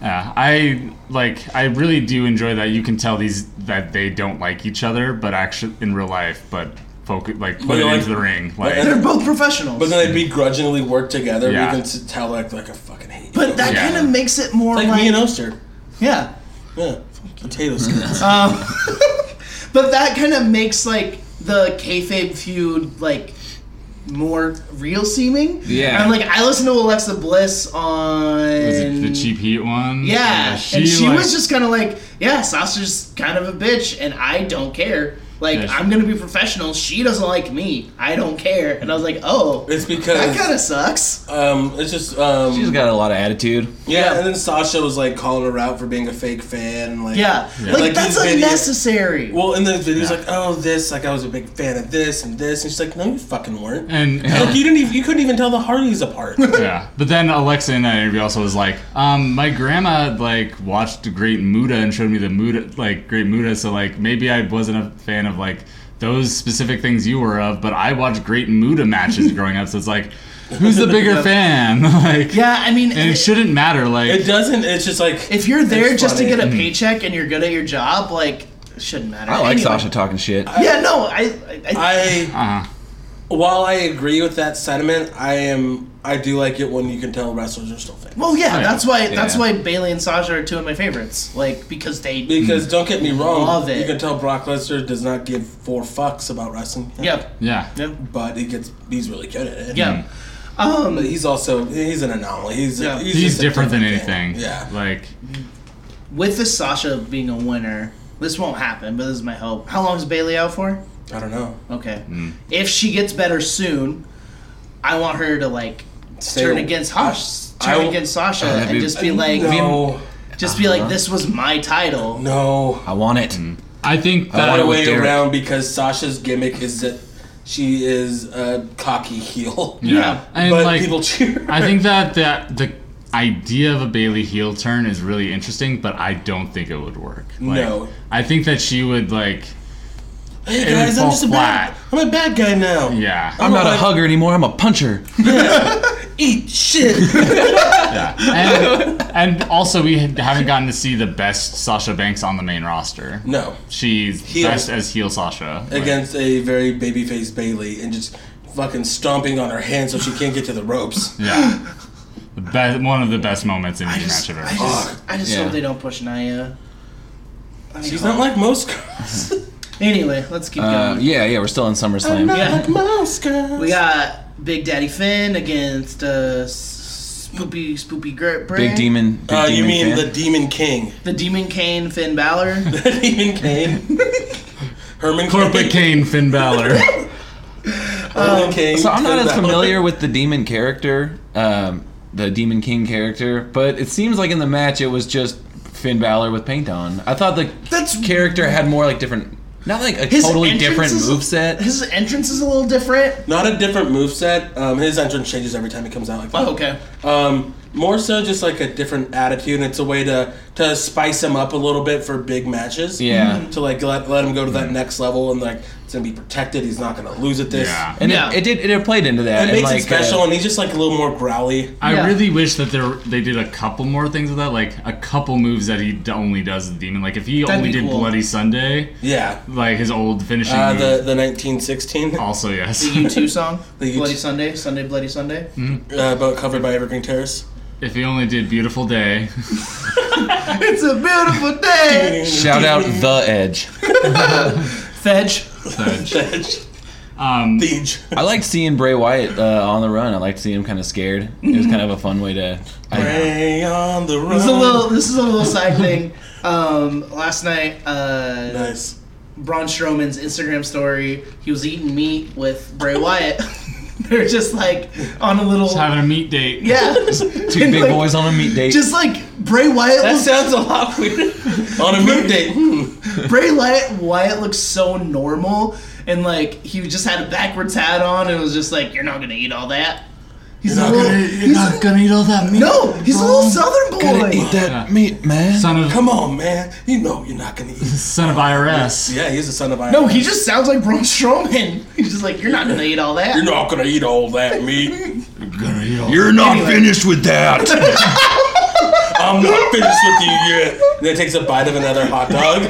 Speaker 6: Yeah, I like. I really do enjoy that. You can tell these that they don't like each other, but actually in real life, but focus like put
Speaker 4: But
Speaker 6: it
Speaker 4: like-
Speaker 6: into the ring. Like
Speaker 4: and-
Speaker 3: They're both professionals.
Speaker 4: But then they begrudgingly work together.
Speaker 6: Yeah.
Speaker 4: You can s- tell like like I fucking hate. you.
Speaker 3: But that
Speaker 6: Yeah.
Speaker 3: kind of makes it more
Speaker 4: like
Speaker 3: like,
Speaker 4: me and Oster.
Speaker 3: yeah.
Speaker 4: Yeah. Potato skins.
Speaker 3: Um, *laughs* but that kind of makes like the kayfabe feud like more real seeming.
Speaker 5: Yeah.
Speaker 3: I'm like I listened to Alexa Bliss on
Speaker 6: was it the cheap heat one?
Speaker 3: Yeah, and she
Speaker 6: like-
Speaker 3: was just kind of like, yeah, Sasha's kind of a bitch, and I don't care. Like
Speaker 6: Yeah, she-
Speaker 3: I'm gonna be professional. She doesn't like me. I don't care. And I was like, oh,
Speaker 4: it's
Speaker 3: that kind
Speaker 4: because
Speaker 3: of sucks.
Speaker 4: um it's just um
Speaker 5: She's got a lot of attitude.
Speaker 4: yeah,
Speaker 3: yeah.
Speaker 4: and then Sasha was like calling her out for being a fake fan and like
Speaker 3: Yeah, like,
Speaker 4: Like,
Speaker 3: that's
Speaker 4: these videos-
Speaker 3: unnecessary.
Speaker 4: Well, in the video's like, oh, this, like I was a big fan of this and this, and she's like, no, you fucking weren't.
Speaker 6: and
Speaker 4: Like you didn't even, you couldn't even tell the Hardys apart.
Speaker 6: Yeah, but then Alexa in that interview also was like, um, "My grandma like watched the Great Muda and showed me the Muda, like Great Muda. So like maybe I wasn't a fan of like those specific things you were of, but I watched Great Muda matches growing up. So it's like, who's the
Speaker 4: *laughs*
Speaker 6: bigger fan? *laughs* like,
Speaker 3: yeah, I mean,
Speaker 6: and it
Speaker 3: if-
Speaker 6: shouldn't matter. Like,
Speaker 4: It doesn't. It's just like
Speaker 3: if you're there
Speaker 4: It's
Speaker 3: just to
Speaker 4: funny.
Speaker 3: get
Speaker 6: Mm.
Speaker 3: a paycheck and you're good at your job, like it shouldn't matter.
Speaker 5: I like
Speaker 3: Anyway.
Speaker 5: Sasha talking shit.
Speaker 3: Yeah, no, I, I, I
Speaker 4: I
Speaker 6: uh,
Speaker 4: while I agree with that sentiment, I am I do like it when you can tell wrestlers are still fans.
Speaker 3: Well, yeah, that's why that's
Speaker 5: Yeah.
Speaker 3: why Bailey and Sasha are two of my favorites. Like because they
Speaker 6: Mm.
Speaker 4: Because don't get me wrong,
Speaker 3: Love it.
Speaker 4: you can tell Brock Lesnar does not give four fucks about wrestling.
Speaker 3: Yep.
Speaker 6: Yeah.
Speaker 3: Yep.
Speaker 4: but he gets he's really good at it.
Speaker 3: Yep.
Speaker 5: Hmm.
Speaker 3: Um,
Speaker 4: but he's also he's an anomaly. He's
Speaker 3: Yeah.
Speaker 4: he's,
Speaker 6: He's
Speaker 4: just a
Speaker 6: different than
Speaker 4: guy.
Speaker 6: anything.
Speaker 4: Yeah,
Speaker 6: Like,
Speaker 3: With the Sasha being a winner, this won't happen, but this is my hope. How long is Bailey out for?
Speaker 4: I don't know.
Speaker 3: Okay.
Speaker 5: Hmm.
Speaker 3: If she gets better soon, I want her to like
Speaker 4: Say-
Speaker 3: turn against Hush,
Speaker 4: I
Speaker 3: turn
Speaker 4: will-
Speaker 3: against Sasha,
Speaker 5: that'd
Speaker 3: and
Speaker 5: be-
Speaker 3: just be like,
Speaker 4: no,
Speaker 3: just be like, this was my title.
Speaker 4: no.
Speaker 5: I want it.
Speaker 6: I think
Speaker 4: I
Speaker 5: wanna
Speaker 6: that
Speaker 4: want to
Speaker 5: with
Speaker 4: wait
Speaker 5: Derek.
Speaker 4: around because Sasha's gimmick is that she is a cocky heel.
Speaker 6: Yeah.
Speaker 3: Yeah,
Speaker 6: And
Speaker 4: but
Speaker 6: like,
Speaker 4: people cheer.
Speaker 6: I think that that the idea of a Bailey heel turn is really interesting, but I don't think it would work. Like,
Speaker 4: *laughs* No.
Speaker 6: I think that she would like,
Speaker 4: Hey
Speaker 6: would
Speaker 4: guys, I'm
Speaker 6: fall
Speaker 4: just a bad. I'm a bad guy now.
Speaker 6: yeah,
Speaker 5: I'm not a
Speaker 4: like-
Speaker 5: hugger anymore. I'm a puncher.
Speaker 4: Eat shit.
Speaker 6: yeah. *laughs* And, and also we had- haven't gotten to see the best Sasha Banks on the main roster.
Speaker 4: no,
Speaker 6: She's
Speaker 4: Heel.
Speaker 6: best as heel Sasha. Like,
Speaker 4: against a very babyface Bailey and just fucking stomping on her hand so she can't get to the
Speaker 6: *laughs*
Speaker 4: ropes.
Speaker 6: yeah. The best, one of the best moments in any match
Speaker 3: Just-
Speaker 6: of
Speaker 3: I
Speaker 6: hers.
Speaker 3: just, I just
Speaker 5: Yeah.
Speaker 3: hope they don't push Naya. I
Speaker 4: She's
Speaker 3: hope.
Speaker 4: not like most girls.
Speaker 3: Anyway, let's keep
Speaker 5: Uh,
Speaker 3: going.
Speaker 5: yeah, yeah, we're still in SummerSlam.
Speaker 4: not
Speaker 3: Yeah.
Speaker 4: like most girls.
Speaker 3: We got Big Daddy Finn against uh, S- Spoopy Spoopy Gert
Speaker 5: Big demon. Big
Speaker 4: Uh, you
Speaker 5: demon
Speaker 4: mean
Speaker 5: fan.
Speaker 4: the Demon King? *laughs*
Speaker 3: the Demon Kane Finn
Speaker 5: *laughs*
Speaker 3: Balor.
Speaker 4: The Demon King. Herman
Speaker 6: Corporate
Speaker 4: Cain.
Speaker 6: Kane, Finn Balor.
Speaker 3: Um,
Speaker 4: Herman Cain.
Speaker 5: So I'm not as
Speaker 4: Finn Balor. *laughs*
Speaker 5: familiar with the demon character, um, the Demon King character, but it seems like in the match it was just Finn Balor with paint on. I thought the
Speaker 3: That's-
Speaker 5: character had more like different, not like a
Speaker 3: His
Speaker 5: totally different
Speaker 3: entrance is-
Speaker 5: moveset.
Speaker 3: His entrance is a little different.
Speaker 4: Not a different moveset. Um, his entrance changes every time he comes out like that.
Speaker 3: Oh, okay.
Speaker 4: Um, more so just like a different attitude, and it's a way to to spice him up a little bit for big matches.
Speaker 5: Yeah. Mm-hmm.
Speaker 4: To like let, let him go to that next level, and like it's gonna be protected. He's not gonna lose at this.
Speaker 6: *laughs* Yeah.
Speaker 5: And
Speaker 3: Yeah.
Speaker 5: it, it did it played into
Speaker 4: It
Speaker 5: that. and,
Speaker 4: makes
Speaker 5: like,
Speaker 4: it special,
Speaker 5: uh,
Speaker 4: and he's just like a little more growly.
Speaker 6: I
Speaker 3: Yeah.
Speaker 6: really wish that there they did a couple more things with that, like a couple moves that he d- only does the demon. Like if he
Speaker 3: That'd be
Speaker 6: only did
Speaker 3: cool.
Speaker 6: Bloody Sunday,
Speaker 4: Yeah.
Speaker 6: like his old finishing
Speaker 4: Uh,
Speaker 5: Mm-hmm.
Speaker 6: move.
Speaker 4: the the 1916 uh,
Speaker 6: also, yes,
Speaker 3: The U2 song,
Speaker 4: The U2
Speaker 3: Bloody Sunday, Sunday Bloody Sunday.
Speaker 4: about uh, covered by Evergreen Terrace.
Speaker 6: *laughs* if he only did Beautiful Day,
Speaker 3: *laughs*
Speaker 6: *laughs*
Speaker 3: It's a beautiful
Speaker 4: *laughs*
Speaker 3: day.
Speaker 5: Shout out the Edge.
Speaker 3: Fedge.
Speaker 6: um,
Speaker 4: Siege.
Speaker 5: I liked seeing Bray Wyatt uh, on the run. I liked seeing him kind of scared. It was kind of a fun way to. I,
Speaker 4: Hey, on the
Speaker 3: This is a
Speaker 4: run.
Speaker 3: little. This is a little side thing. Um, last night, uh,
Speaker 4: Nice.
Speaker 3: Braun Strowman's Instagram story. He was eating meat with Bray Wyatt. *laughs* They're just like on a little.
Speaker 6: having a meet date.
Speaker 3: yeah. *laughs*
Speaker 5: *laughs* two big boys on a meet date.
Speaker 3: Just like Bray Wyatt.
Speaker 4: That
Speaker 3: looks-
Speaker 4: sounds a lot weirder. On a meet date.
Speaker 3: *laughs*
Speaker 4: Hmm.
Speaker 3: Bray Wyatt, Wyatt looks so normal, and like he just had a backwards hat on, and was just like, "You're not gonna eat all that." He's a little. he's a-
Speaker 6: gonna eat all that meat.
Speaker 3: no, he's a little Southern
Speaker 5: Gotta
Speaker 3: boy.
Speaker 5: eat that meat, man.
Speaker 6: Son of
Speaker 4: Come on, man. You know you're not gonna eat.
Speaker 6: son of
Speaker 4: *laughs*
Speaker 6: IRS.
Speaker 4: Yeah, he's the son of.
Speaker 3: No, he just sounds like Braun Strowman. *laughs* He's just like, "You're not gonna eat all that."
Speaker 4: You're not gonna eat all *laughs* that meat.
Speaker 5: You're not
Speaker 3: Anyway.
Speaker 5: finished with that.
Speaker 4: I'm not finished with you yet. And then takes a bite of another hot dog.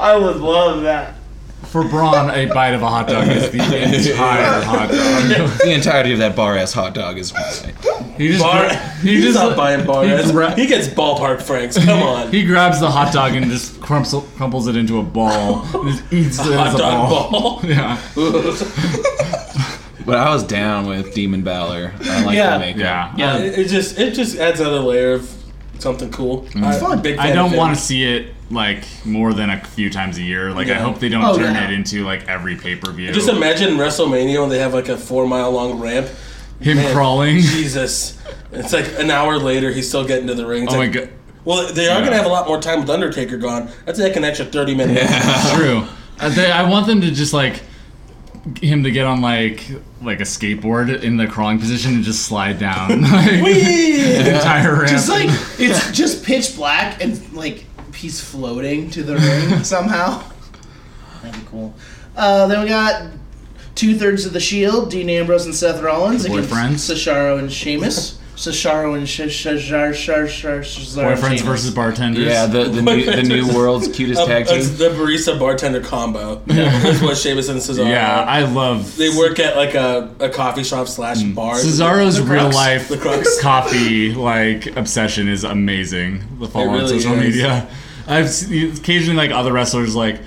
Speaker 3: I would love that.
Speaker 6: For Braun, a bite of a hot dog
Speaker 4: *laughs*
Speaker 6: is the entire hot dog.
Speaker 5: *laughs* the entirety of that bar ass hot dog is.
Speaker 6: He just
Speaker 4: Bar. *laughs*
Speaker 6: he
Speaker 4: He's
Speaker 6: just
Speaker 4: not buying bar.
Speaker 6: he,
Speaker 4: He,
Speaker 6: gra-
Speaker 4: he gets ballpark *laughs* franks. Come on.
Speaker 6: he grabs the hot dog and just crumps, crumples it into a ball and just
Speaker 4: *laughs*
Speaker 6: eats it as
Speaker 4: hot
Speaker 6: a
Speaker 4: dog
Speaker 6: ball.
Speaker 4: ball.
Speaker 6: *laughs*
Speaker 4: *laughs*
Speaker 6: Yeah.
Speaker 5: But I was down with Demon Balor. I like
Speaker 3: Yeah.
Speaker 5: the makeup.
Speaker 6: Yeah.
Speaker 3: Yeah.
Speaker 4: It, it just it just adds another layer of something cool. It's
Speaker 3: fun.
Speaker 6: I don't want to see it like more than a few times a year. Like I
Speaker 4: Yeah.
Speaker 6: hope they don't
Speaker 3: Oh,
Speaker 6: turn
Speaker 3: yeah.
Speaker 6: it into like every pay per view.
Speaker 4: Just imagine WrestleMania when they have like a four mile long ramp.
Speaker 6: him
Speaker 4: Man,
Speaker 6: crawling.
Speaker 4: Jesus. It's like an hour later, he's still getting to the ring. It's
Speaker 6: *laughs* Oh my
Speaker 4: like,
Speaker 6: god.
Speaker 4: Well, they are
Speaker 6: Yeah.
Speaker 4: going to have a lot more time with Undertaker gone. That's like an extra 30 minutes. *laughs*
Speaker 6: True. I, they, I want them to just like him to get on like like a skateboard in the crawling position and just slide down *laughs* like, the entire ramp.
Speaker 3: It's like it's just pitch black, and like he's floating to the ring somehow. That'd be cool. Uh, then we got two thirds of the Shield: Dean Ambrose and Seth Rollins against
Speaker 6: Boyfriends.
Speaker 3: Cesaro and Sheamus. Cesaro and Sh- Sh- Shar Shar Shar Cesaro.
Speaker 6: Boyfriends
Speaker 3: Sheamus.
Speaker 6: versus bartenders.
Speaker 5: Yeah, the the new, the new *laughs* world's cutest
Speaker 4: Um,
Speaker 5: tag
Speaker 4: it's
Speaker 5: team.
Speaker 4: the barista bartender combo. *laughs* That's what Sheamus and Cesaro.
Speaker 6: Yeah,
Speaker 4: are.
Speaker 6: I love
Speaker 4: they work at like a, a coffee shop slash
Speaker 6: Mm.
Speaker 4: bar.
Speaker 6: Cesaro's
Speaker 4: The
Speaker 6: real
Speaker 4: Crux.
Speaker 6: life
Speaker 4: The
Speaker 6: *laughs*
Speaker 4: Crux.
Speaker 6: coffee like obsession is amazing. The follow on
Speaker 4: really
Speaker 6: social
Speaker 4: is.
Speaker 6: media. I've seen, occasionally like other wrestlers like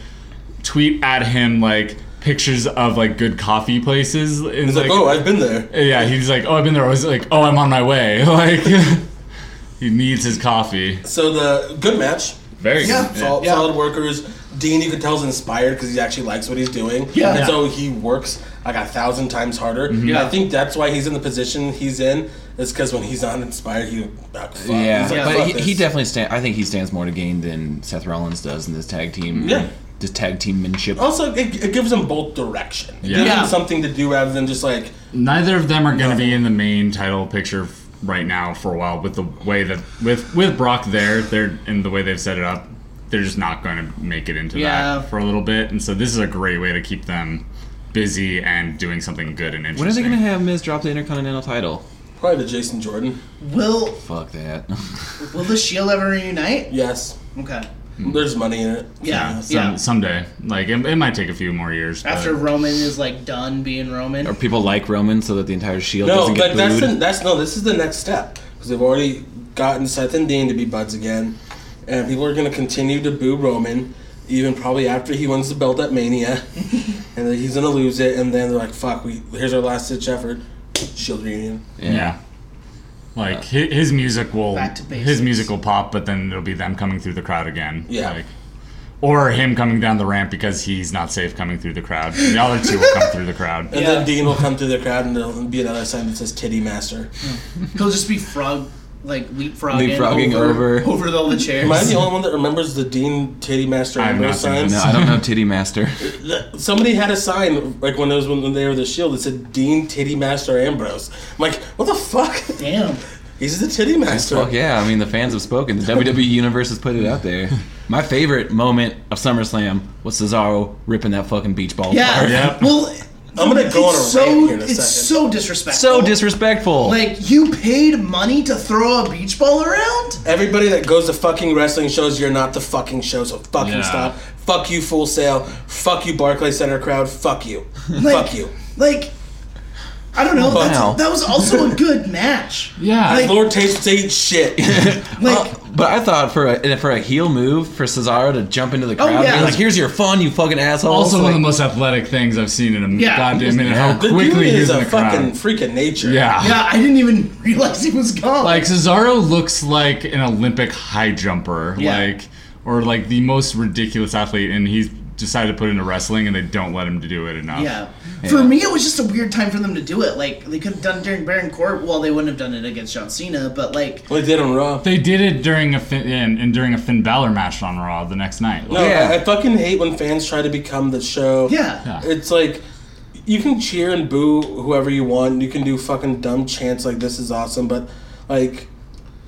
Speaker 6: tweet at him like pictures of like good coffee places. And
Speaker 4: He's like, oh, I've been there.
Speaker 6: yeah, he's like, oh, I've been there. I was like, oh, I'm on my way. *laughs* Like, he needs his coffee.
Speaker 4: So the good match.
Speaker 5: Very
Speaker 4: Yeah,
Speaker 5: good.
Speaker 4: sol-
Speaker 3: Yeah.
Speaker 4: solid workers. Dean, you can tell, is inspired because he actually likes what he's doing.
Speaker 3: Yeah.
Speaker 4: and
Speaker 3: Yeah.
Speaker 4: so he works like a thousand times harder.
Speaker 6: Mm-hmm.
Speaker 3: Yeah.
Speaker 4: I think that's why he's in the position he's in. Is because when he's not inspired, he ah, fuck.
Speaker 5: Yeah,
Speaker 4: He's like,
Speaker 5: but
Speaker 4: fuck
Speaker 5: he,
Speaker 4: this.
Speaker 5: he definitely stand. I think he stands more to gain than Seth Rollins does in this tag team.
Speaker 4: Yeah. Oh,
Speaker 5: this tag team manship.
Speaker 4: Also, it, it gives him both direction. It
Speaker 6: Yeah.
Speaker 4: gives
Speaker 3: Yeah.
Speaker 4: him something to do rather than just like
Speaker 6: Neither of them are going to be in the main title picture f- right now for a while. With the way that with with Brock there, they're in the way they've set it up. They're just not going to make it into
Speaker 3: Yeah.
Speaker 6: that for a little bit, and so this is a great way to keep them busy and doing something good and interesting.
Speaker 5: When are they gonna have Miz drop the Intercontinental title?
Speaker 4: probably the Jason Jordan.
Speaker 3: Will
Speaker 5: Fuck that. *laughs*
Speaker 3: Will the Shield ever reunite?
Speaker 4: Yes,
Speaker 3: Okay.
Speaker 4: there's money in it.
Speaker 3: Yeah.
Speaker 6: Some,
Speaker 3: Yeah.
Speaker 6: someday. Like it, it might take a few more years. but-
Speaker 3: After Roman is like done being Roman.
Speaker 5: Or people like Roman so that the entire Shield
Speaker 4: No,
Speaker 5: doesn't
Speaker 4: but
Speaker 5: get
Speaker 4: that's
Speaker 5: booed.
Speaker 4: the, that's no. This is the next step because they've already gotten Seth and Dean to be buds again, and people are going to continue to boo Roman, even probably after he wins the belt at Mania, and then he's going to lose it, and then they're like, "Fuck, we here's our last ditch effort, Shield reunion."
Speaker 6: Yeah. Like his, his music will
Speaker 3: Back to basics.
Speaker 6: his music will pop, but then it'll be them coming through the crowd again.
Speaker 4: Yeah.
Speaker 6: Like, or him coming down the ramp because he's not safe coming through the crowd. The other two will come through the crowd.
Speaker 4: And
Speaker 3: Yeah.
Speaker 4: then Dean will come through the crowd, and there'll be another sign that says "Titty Master."
Speaker 3: He'll just be frog, like leapfrogging,
Speaker 5: Leapfrogging
Speaker 3: over,
Speaker 5: over.
Speaker 3: over all the
Speaker 4: Am I
Speaker 3: chairs. *laughs*
Speaker 4: the only one that remembers the Dean Titty Master
Speaker 6: I'm
Speaker 4: rainbow
Speaker 6: not
Speaker 4: signs?
Speaker 6: thinking
Speaker 5: no, I
Speaker 4: *laughs*
Speaker 5: don't know Titty Master.
Speaker 4: Th- Somebody had a sign like when it was when they were the Shield that said Dean Titty Master Ambrose. I'm like, what the fuck?
Speaker 3: Damn.
Speaker 4: He's the Titty Master.
Speaker 5: Fuck yeah, I mean the fans have spoken. The WWE universe has put it out there. My favorite moment of SummerSlam was Cesaro ripping that fucking beach ball.
Speaker 3: Yeah.
Speaker 5: apart.
Speaker 6: Yep.
Speaker 3: Well,
Speaker 4: I'm gonna go on a
Speaker 3: it's so
Speaker 4: rant here in a
Speaker 3: it's
Speaker 4: second.
Speaker 3: so disrespectful.
Speaker 5: *laughs* so disrespectful.
Speaker 3: Like you paid money to throw a beach ball around?
Speaker 4: Everybody that goes to fucking wrestling shows, you're not the fucking show, so fucking
Speaker 6: Yeah.
Speaker 4: stop. Fuck you, Full Sail. Fuck you, Barclay Center crowd. Fuck you.
Speaker 3: Like-
Speaker 4: Fuck you.
Speaker 3: Like, I don't know. that's-
Speaker 5: Wow.
Speaker 3: That was also a good match.
Speaker 6: Yeah.
Speaker 3: Like-
Speaker 4: Lord Taste ain't shit.
Speaker 3: Like,
Speaker 5: but I thought for a for a heel move for Cesaro to jump into the
Speaker 4: Oh,
Speaker 5: crowd, and be
Speaker 3: yeah.
Speaker 5: like here's your fun, you fucking asshole.
Speaker 6: also, one of the
Speaker 5: like,
Speaker 6: most athletic things I've seen in a
Speaker 3: Yeah.
Speaker 6: goddamn minute.
Speaker 5: Yeah.
Speaker 6: How
Speaker 4: the dude
Speaker 6: quickly
Speaker 4: is
Speaker 6: he's in
Speaker 4: a
Speaker 6: the
Speaker 4: fucking
Speaker 6: crowd.
Speaker 4: freak of nature.
Speaker 6: Yeah.
Speaker 3: yeah, I didn't even *laughs* realize he was gone.
Speaker 6: ah. Like Cesaro looks like an Olympic high jumper,
Speaker 3: Yeah.
Speaker 6: like or like the most ridiculous athlete, and he's decided to put into wrestling, and they don't let him to do it enough.
Speaker 3: Yeah. For me, it was just a weird time for them to do it. Like, they could have done it during Baron Court. Well, they wouldn't have done it against John Cena, but, like,
Speaker 4: Well, they did on Raw.
Speaker 6: They did it during a Finn, and, and during a Finn Balor match on Raw the next night.
Speaker 4: No,
Speaker 6: Like,
Speaker 5: Yeah.
Speaker 4: I, I fucking hate when fans try to become the show.
Speaker 3: yeah.
Speaker 6: Yeah.
Speaker 4: It's like you can cheer and boo whoever you want. You can do fucking dumb chants like this is awesome, but like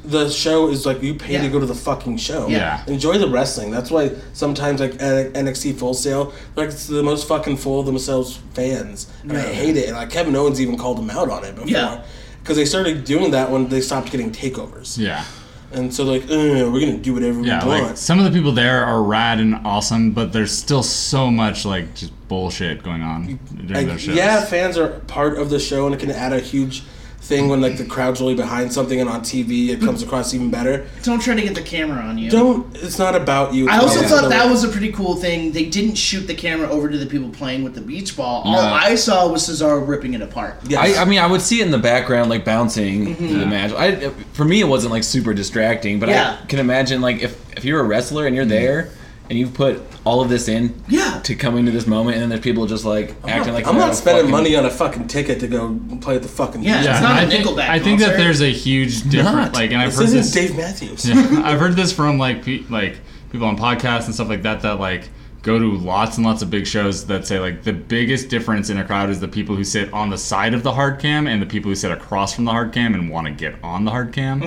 Speaker 4: the show is like you pay
Speaker 3: Yeah.
Speaker 4: to go to the fucking show.
Speaker 6: Yeah.
Speaker 4: Enjoy the wrestling. That's why sometimes like N- NXT Full Sail, like it's the most fucking full of themselves fans, and I hate it. And like Kevin Owens even called them out on it before.
Speaker 3: Yeah.
Speaker 4: Because they started doing that when they stopped getting takeovers,
Speaker 6: yeah,
Speaker 4: and so like "Ugh, we're gonna do whatever
Speaker 6: yeah.
Speaker 4: we want.
Speaker 6: Like some of the people there are rad and awesome, but there's still so much like just bullshit going on during
Speaker 4: Like,
Speaker 6: those shows.
Speaker 4: yeah, fans are part of the show, and it can add a huge thing when like the crowd's really behind something, and on TV it comes across even better.
Speaker 3: Don't try to get the camera on you.
Speaker 4: Don't. It's not about you. it's
Speaker 3: I also
Speaker 4: about
Speaker 3: thought
Speaker 4: the-
Speaker 3: that was a pretty cool thing. They didn't shoot the camera over to the people playing with the beach ball. All
Speaker 6: No.
Speaker 3: I saw was Cesaro ripping it apart.
Speaker 4: Yes.
Speaker 5: I, I mean, I would see it in the background, like bouncing through the match. I, for me, it wasn't like super distracting, but
Speaker 3: Yeah.
Speaker 5: I can imagine like if if you're a wrestler and you're there and you've put all of this in
Speaker 3: Yeah.
Speaker 5: to come into this moment, and then there's people just like acting like
Speaker 4: I'm
Speaker 5: they're at
Speaker 4: not
Speaker 5: a
Speaker 4: spending
Speaker 5: fucking-
Speaker 4: money on a fucking ticket to go play at the fucking.
Speaker 3: Yeah.
Speaker 6: Yeah,
Speaker 3: It's not
Speaker 6: and
Speaker 3: a
Speaker 6: I think,
Speaker 3: Nickelback
Speaker 6: I think that
Speaker 3: concert.
Speaker 6: there's a huge
Speaker 5: not.
Speaker 6: difference. Like, and I've
Speaker 4: This
Speaker 6: heard
Speaker 4: isn't
Speaker 6: this.
Speaker 4: Dave Matthews.
Speaker 6: Yeah, *laughs* I've heard this from like pe- like people on podcasts and stuff like that that like go to lots and lots of big shows that say like the biggest difference in a crowd is the people who sit on the side of the hard cam and the people who sit across from the hard cam and want to get on the hard cam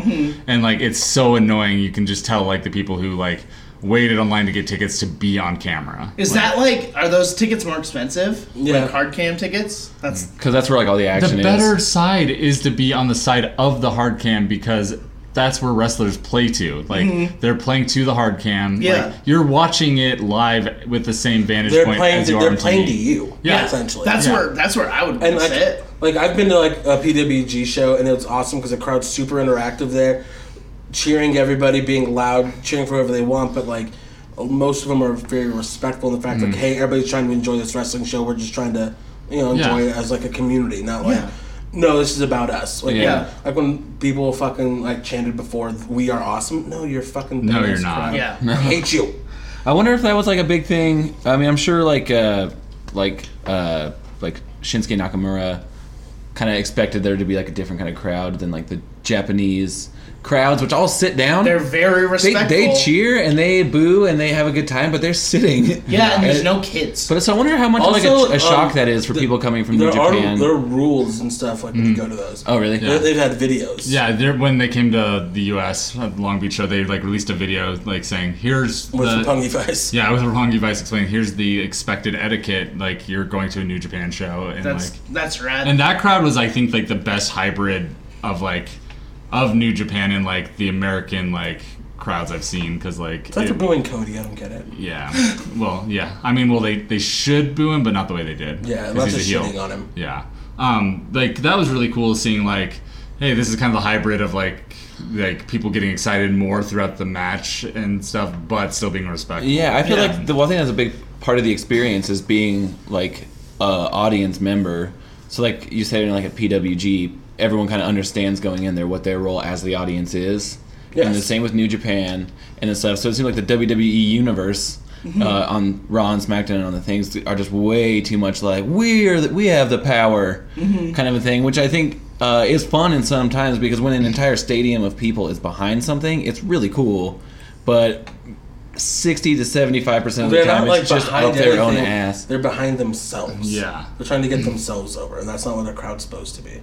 Speaker 6: and like it's so annoying you can just tell like the people who like waited online to get tickets to be on camera.
Speaker 3: Is that like are those tickets more expensive?
Speaker 4: Yeah. Mm.
Speaker 3: Like hard cam tickets? That's
Speaker 5: because that's where like all the action
Speaker 6: the
Speaker 5: is.
Speaker 6: better side is to be on the side of the hard cam because that's where wrestlers play to. Like
Speaker 4: Mm-hmm.
Speaker 6: they're playing to the hard cam.
Speaker 3: Yeah.
Speaker 6: Like, you're watching it live with the same vantage
Speaker 4: They're
Speaker 6: point
Speaker 4: playing.
Speaker 6: as
Speaker 4: To,
Speaker 6: you are
Speaker 4: they're
Speaker 6: on
Speaker 4: playing
Speaker 6: TV.
Speaker 4: to you.
Speaker 6: Yeah.
Speaker 4: essentially.
Speaker 3: that's
Speaker 6: Yeah.
Speaker 3: where that's where I would
Speaker 4: and
Speaker 3: sit.
Speaker 4: like, like I've been to like a PWG show and it's awesome because the crowd's super interactive there, cheering everybody, being loud, cheering for whoever they want. But like, most of them are very respectful in the fact
Speaker 6: Mm.
Speaker 4: like, hey, everybody's trying to enjoy this wrestling show. We're just trying to, you know, enjoy
Speaker 6: Yeah.
Speaker 4: it as like a community, not like.
Speaker 3: Yeah.
Speaker 4: No, this is about us. Like,
Speaker 5: Yeah.
Speaker 4: like when people fucking like chanted before, "We are awesome." No, you're fucking.
Speaker 6: No,
Speaker 4: dumbass
Speaker 6: you're not.
Speaker 4: crowd.
Speaker 3: Yeah.
Speaker 4: I hate
Speaker 6: *laughs*
Speaker 4: you.
Speaker 5: I wonder if that was like a big thing. I mean, I'm sure like uh like uh like Shinsuke Nakamura kind of expected there to be like a different kind of crowd than like the Japanese crowds, which all sit down.
Speaker 3: They're very
Speaker 5: they,
Speaker 3: respectful.
Speaker 5: they cheer and they boo and they have a good time, but they're sitting.
Speaker 3: Yeah, and there's
Speaker 5: And-
Speaker 3: no kids.
Speaker 5: But so I wonder how much
Speaker 4: Also,
Speaker 5: like a, a shock
Speaker 4: um,
Speaker 5: that is for
Speaker 4: the-
Speaker 5: people coming from New
Speaker 4: There are
Speaker 5: Japan.
Speaker 4: there are rules and stuff like when you go to those.
Speaker 5: oh really?
Speaker 4: They- They've had videos.
Speaker 6: Mm. Yeah, they're, when they came to the U.S. at Long Beach show, they like released a video like saying, "Here's
Speaker 4: With
Speaker 6: the
Speaker 4: the pungy face.
Speaker 6: yeah, with the wrong device explaining. Here's the expected etiquette. Like you're going to a New Japan show, and
Speaker 3: that's
Speaker 6: like
Speaker 3: that's rad.
Speaker 6: and that crowd was, I think, like the best hybrid of like of New Japan and like the American like crowds I've seen because like
Speaker 4: That's
Speaker 6: it-
Speaker 4: for booing Cody. I don't get it.
Speaker 6: yeah, well, yeah. I mean, well, they they should boo him, but not the way they did.
Speaker 4: Yeah,
Speaker 6: 'cause
Speaker 4: lots
Speaker 6: he's
Speaker 4: of
Speaker 6: a heel.
Speaker 4: shitting on him.
Speaker 6: Yeah. Um, like that was really cool seeing like, hey, this is kind of the hybrid of like like people getting excited more throughout the match and stuff, but still being respectful.
Speaker 5: Yeah, I feel
Speaker 3: Yeah.
Speaker 5: like the one thing that's a big part of the experience is being like a audience member. So like you said in like a PWG, everyone kind of understands going in there what their role as the audience is. And the
Speaker 4: Yes.
Speaker 5: same with New Japan and this stuff. So it seems like the WWE universe uh, on Raw and SmackDown and on the things are just way too much like we are the, we have the power kind of a thing, which I think uh, is fun in sometimes because when an entire stadium of people is behind something, it's really cool. But sixty to seventy-five percent of the
Speaker 4: They're
Speaker 5: time,
Speaker 4: not like
Speaker 5: it's just
Speaker 4: behind
Speaker 5: up their own
Speaker 4: everything.
Speaker 5: ass.
Speaker 4: They're behind themselves.
Speaker 6: Yeah.
Speaker 4: They're trying to get themselves over, and that's not what a crowd's supposed to be.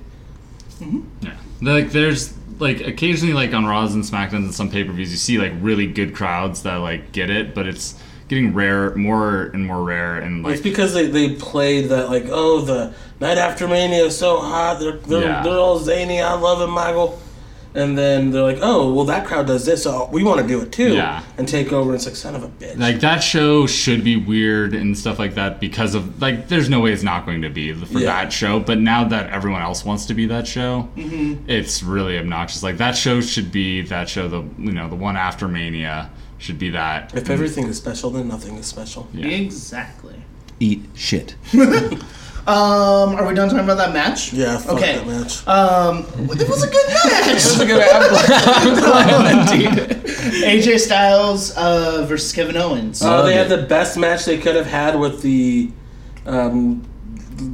Speaker 6: Yeah. Like there's like occasionally like on Raws and SmackDowns and some pay per views you see like really good crowds that like get it, but it's getting rare more and more rare and
Speaker 4: It's
Speaker 6: like
Speaker 4: because they, they play that like oh the night after Mania is so hot they're they're,
Speaker 6: Yeah.
Speaker 4: they're all zany I love it Michael, and then they're like oh well that crowd does this so we want to do it too
Speaker 6: Yeah.
Speaker 4: and take over and it's like son of a bitch
Speaker 6: like that show should be weird and stuff like that because of like there's no way it's not going to be for
Speaker 4: Yeah.
Speaker 6: that show but now that everyone else wants to be that show it's really obnoxious like that show should be that show the you know the one after mania should be that
Speaker 4: if everything is special then nothing is special
Speaker 3: Exactly.
Speaker 5: Eat
Speaker 4: *laughs*
Speaker 5: shit.
Speaker 3: Um, are we done talking about that match?
Speaker 4: yeah fuck
Speaker 3: okay.
Speaker 4: that match
Speaker 3: Um, it was a
Speaker 4: *laughs*
Speaker 3: good match.
Speaker 5: *laughs*
Speaker 3: AJ Styles uh, versus Kevin Owens.
Speaker 4: Uh, they
Speaker 5: Love
Speaker 4: had the best match they could have had with the um,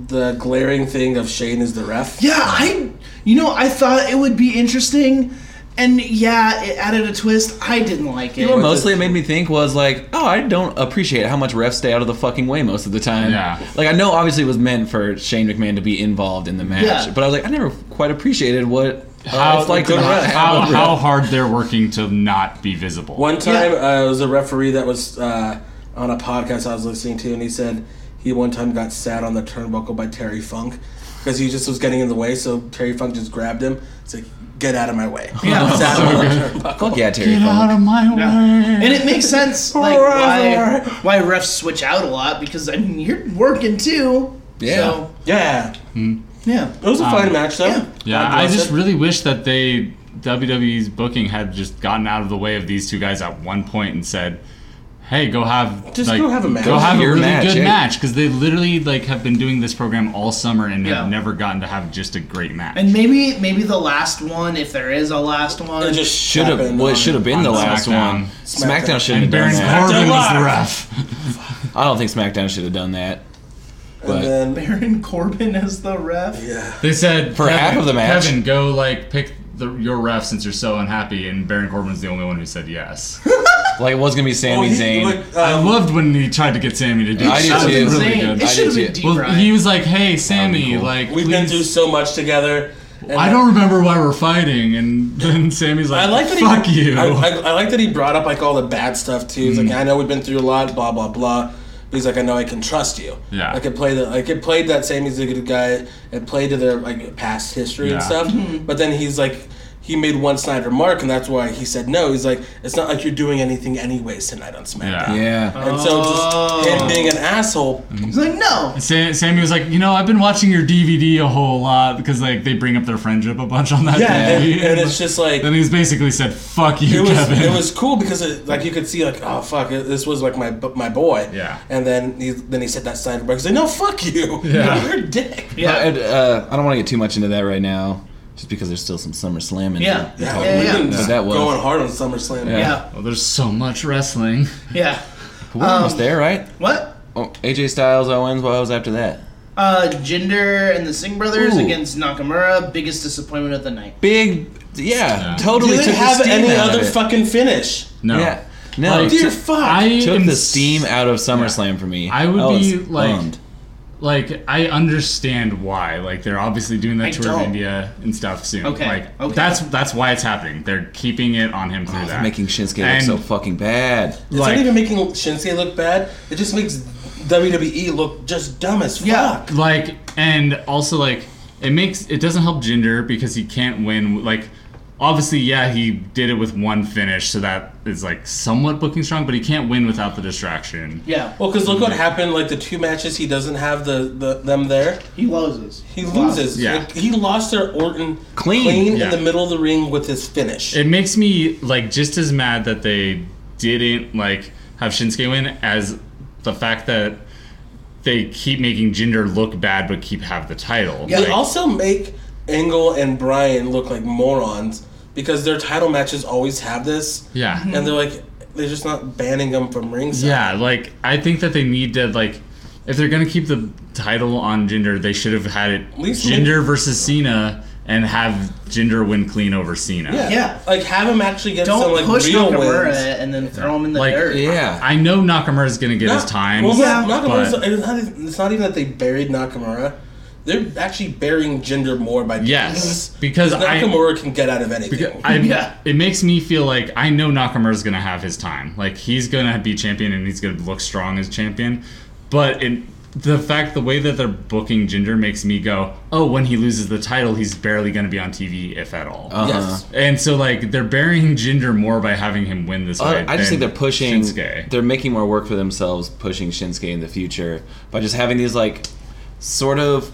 Speaker 4: the glaring thing of Shane is the ref.
Speaker 3: Yeah, I. You know, I thought it would be interesting, and yeah, it added a twist. I didn't like it.
Speaker 5: What mostly it made me think was like, oh, I don't appreciate how much refs stay out of the fucking way most of the time.
Speaker 6: Yeah.
Speaker 5: Like I know obviously it was meant for Shane McMahon to be involved in the match,
Speaker 3: Yeah.
Speaker 5: but I was like, I never quite appreciated what uh,
Speaker 6: how,
Speaker 5: it's like to
Speaker 6: how,
Speaker 5: not
Speaker 6: how,
Speaker 5: have a ref.
Speaker 6: hard they're working to not be visible
Speaker 4: One time, uh, it was a referee that was uh, on a podcast I was listening to, and he said he one time got sat on the turnbuckle by Terry Funk because he just was getting in the way. So Terry Funk just grabbed him. It's like, get out of my way.
Speaker 3: Yeah.
Speaker 4: Sat him on the turnbuckle.
Speaker 5: Fuck yeah, Terry
Speaker 6: get out
Speaker 5: Funk.
Speaker 6: of my way
Speaker 3: and it makes sense like why why refs switch out a lot because I mean you're working too.
Speaker 5: Yeah.
Speaker 3: So,
Speaker 4: *laughs* Yeah,
Speaker 3: yeah.
Speaker 4: it was a fine match though.
Speaker 3: yeah.
Speaker 6: Yeah,
Speaker 4: God
Speaker 6: I
Speaker 4: bless
Speaker 6: just
Speaker 4: it.
Speaker 6: really wish that they WWE's booking had just gotten out of the way of these two guys at one point and said, "Hey, go have
Speaker 4: Just
Speaker 6: like,
Speaker 4: go have a match.
Speaker 6: go
Speaker 4: Go
Speaker 6: have
Speaker 5: to
Speaker 6: a
Speaker 5: your
Speaker 6: really
Speaker 5: match, eh?
Speaker 6: good
Speaker 5: yeah."
Speaker 6: match because they literally like have been doing this program all summer and
Speaker 3: Yeah.
Speaker 6: have never gotten to have just a great match."
Speaker 3: And maybe maybe the last one, if there is a last one.
Speaker 4: It just
Speaker 5: Should have
Speaker 4: happened
Speaker 5: well, it
Speaker 4: on-
Speaker 5: should have been
Speaker 6: on
Speaker 5: the last
Speaker 6: SmackDown.
Speaker 5: one. SmackDown should
Speaker 6: And
Speaker 5: have done
Speaker 6: Baron
Speaker 5: that.
Speaker 6: Corbin was the
Speaker 4: live.
Speaker 6: ref.
Speaker 5: I don't think SmackDown should have done that. But
Speaker 4: And then,
Speaker 3: Baron Corbin as the ref.
Speaker 4: yeah,
Speaker 6: They said
Speaker 5: For half
Speaker 6: "Kevin-
Speaker 5: of the match.
Speaker 6: Kevin, go like pick the, your ref since you're so unhappy, and Baron Corbin's the only one who said yes.
Speaker 4: *laughs*
Speaker 5: like it was gonna be Sami
Speaker 4: Oh, he-
Speaker 5: Zayn.
Speaker 4: like,
Speaker 6: I
Speaker 4: um,
Speaker 6: loved when he tried to get Sammy to do.
Speaker 5: I
Speaker 6: it.
Speaker 5: did
Speaker 6: That was
Speaker 5: too.
Speaker 6: really
Speaker 3: Zane,
Speaker 6: good.
Speaker 3: It
Speaker 5: I
Speaker 3: should have
Speaker 5: do
Speaker 3: been
Speaker 5: too.
Speaker 3: D.
Speaker 6: Well,
Speaker 3: Ryan.
Speaker 6: he was like, "Hey, Sammy,
Speaker 5: cool.
Speaker 6: like
Speaker 4: We've
Speaker 6: please,
Speaker 4: been through so much together.
Speaker 6: I don't remember why we're fighting, and then Sammy's like,
Speaker 4: I like that
Speaker 6: "Fuck
Speaker 4: he,
Speaker 6: you." Mm.
Speaker 4: I, I, I like that he brought up like all the bad stuff too. He's like, I know we've been through a lot, blah blah blah. But he's like, I know I can trust you.
Speaker 6: Yeah.
Speaker 4: Like it played, the- like it played that same. He's a good guy. It played to their like past history and
Speaker 6: Yeah.
Speaker 4: stuff. But then he's like, he made one side remark, and that's why he said no. He's like, it's not like you're doing anything anyways tonight on SmackDown.
Speaker 6: Yeah. Oh.
Speaker 5: Yeah.
Speaker 4: And so just him being an asshole.
Speaker 3: He's like, no.
Speaker 6: Sa- Sammy was like, you know, I've been watching your DVD a whole lot because like they bring up their friendship a bunch on that
Speaker 4: Yeah.
Speaker 6: day.
Speaker 4: And, and it's just like.
Speaker 6: *laughs* then he's basically said, "Fuck
Speaker 4: it
Speaker 6: you,
Speaker 4: was
Speaker 6: Kevin."
Speaker 4: it was cool because it, like you could see like oh fuck it, this was like my b- my boy
Speaker 6: Yeah.
Speaker 4: and then he then he said that side remark he's like no fuck you
Speaker 6: Yeah.
Speaker 4: *laughs* you're a dick
Speaker 5: But,
Speaker 3: Yeah.
Speaker 5: uh, I don't want to get too much into that right now, just because there's still some SummerSlam in
Speaker 3: Yeah.
Speaker 5: there.
Speaker 4: yeah,
Speaker 3: yeah,
Speaker 4: we've
Speaker 3: yeah.
Speaker 4: been
Speaker 5: But
Speaker 4: just
Speaker 5: that was-
Speaker 4: going hard on SummerSlam
Speaker 5: Yeah.
Speaker 3: Yeah.
Speaker 6: well, there's so much wrestling.
Speaker 3: Yeah.
Speaker 5: But we're
Speaker 4: Um,
Speaker 5: almost there, right?
Speaker 3: What?
Speaker 5: Oh, AJ Styles, Owens, what was after that?
Speaker 3: Uh, Jinder and the Singh brothers
Speaker 5: Ooh.
Speaker 3: against Nakamura. Biggest disappointment of the night.
Speaker 5: Big, yeah,
Speaker 6: Yeah.
Speaker 4: do
Speaker 5: totally.
Speaker 4: they
Speaker 5: took the
Speaker 4: have
Speaker 5: steam
Speaker 4: any
Speaker 5: out of
Speaker 4: other
Speaker 5: it.
Speaker 4: fucking finish
Speaker 6: *laughs* No,
Speaker 5: Yeah, no,
Speaker 6: Like,
Speaker 5: took-
Speaker 4: dear fuck
Speaker 6: I
Speaker 5: took
Speaker 6: am
Speaker 5: the steam out of SummerSlam for me. Oh,
Speaker 6: I would
Speaker 5: was
Speaker 6: be, like,
Speaker 5: bummed.
Speaker 6: like I understand why. Like they're obviously doing that
Speaker 3: I
Speaker 6: tour of
Speaker 3: don't.
Speaker 6: India and stuff soon.
Speaker 3: Okay,
Speaker 6: Like
Speaker 3: okay.
Speaker 6: that's that's why it's happening. They're keeping it on him through
Speaker 5: Oh, they're
Speaker 6: that.
Speaker 5: making Shinsuke
Speaker 6: And-
Speaker 5: look so fucking bad.
Speaker 4: it's
Speaker 6: Like-
Speaker 4: not even making Shinsuke look bad it just makes WWE look just dumb as fuck
Speaker 3: Yeah.
Speaker 6: like and also like it makes it doesn't help Jinder because he can't win like obviously yeah he did it with one finish so that is like somewhat booking strong but he can't win without the distraction
Speaker 3: Yeah.
Speaker 4: well because look what happened like the two matches he doesn't have the, the them there
Speaker 3: He loses.
Speaker 4: he loses
Speaker 6: Yeah.
Speaker 4: Like, he lost their Orton
Speaker 5: Clean.
Speaker 6: Yeah.
Speaker 4: in the middle of the ring with his finish
Speaker 6: it makes me like just as mad that they didn't like have Shinsuke win as the fact that they keep making Jinder look bad but keep have the title
Speaker 4: They
Speaker 6: Like,
Speaker 4: also make Engel and Bryan look like morons because their title matches always have this.
Speaker 6: yeah
Speaker 4: And they're like, they're just not banning them from ringside.
Speaker 6: Yeah, like I think that they need to like if they're gonna keep the title on Jinder, they should have had it
Speaker 4: least
Speaker 6: Jinder versus Cena and have Jinder win clean over Cena.
Speaker 4: Yeah.
Speaker 3: Yeah.
Speaker 4: Like, have them actually get some,
Speaker 3: Don't
Speaker 4: like,
Speaker 3: push
Speaker 4: real
Speaker 3: Nakamura
Speaker 4: wins.
Speaker 3: and then throw him in the
Speaker 6: Like,
Speaker 3: dirt.
Speaker 5: Yeah,
Speaker 6: I know Nakamura's gonna get his
Speaker 4: Not-
Speaker 6: time.
Speaker 4: Well,
Speaker 3: Yeah.
Speaker 4: not, Nakamura's-
Speaker 6: but-
Speaker 4: it's, not, even- it's not even that they buried Nakamura. They're actually burying Jinder more by doing
Speaker 6: Yes,
Speaker 4: this.
Speaker 6: because I-
Speaker 4: Nakamura can get out of anything.
Speaker 6: I,
Speaker 3: Yeah.
Speaker 6: It makes me feel like I know Nakamura's gonna have his time. Like he's gonna be champion and he's gonna look strong as champion. But it, the fact, the way that they're booking Jinder makes me go, oh, when he loses the title, he's barely gonna be on TV if at all.
Speaker 5: Uh-huh.
Speaker 4: yes.
Speaker 6: And so, like, they're burying Jinder more by having him win this
Speaker 5: Uh,
Speaker 6: way.
Speaker 5: I just think
Speaker 6: than
Speaker 5: they're pushing.
Speaker 6: Shinsuke.
Speaker 5: They're making more work for themselves, pushing Shinsuke in the future by just having these like sort of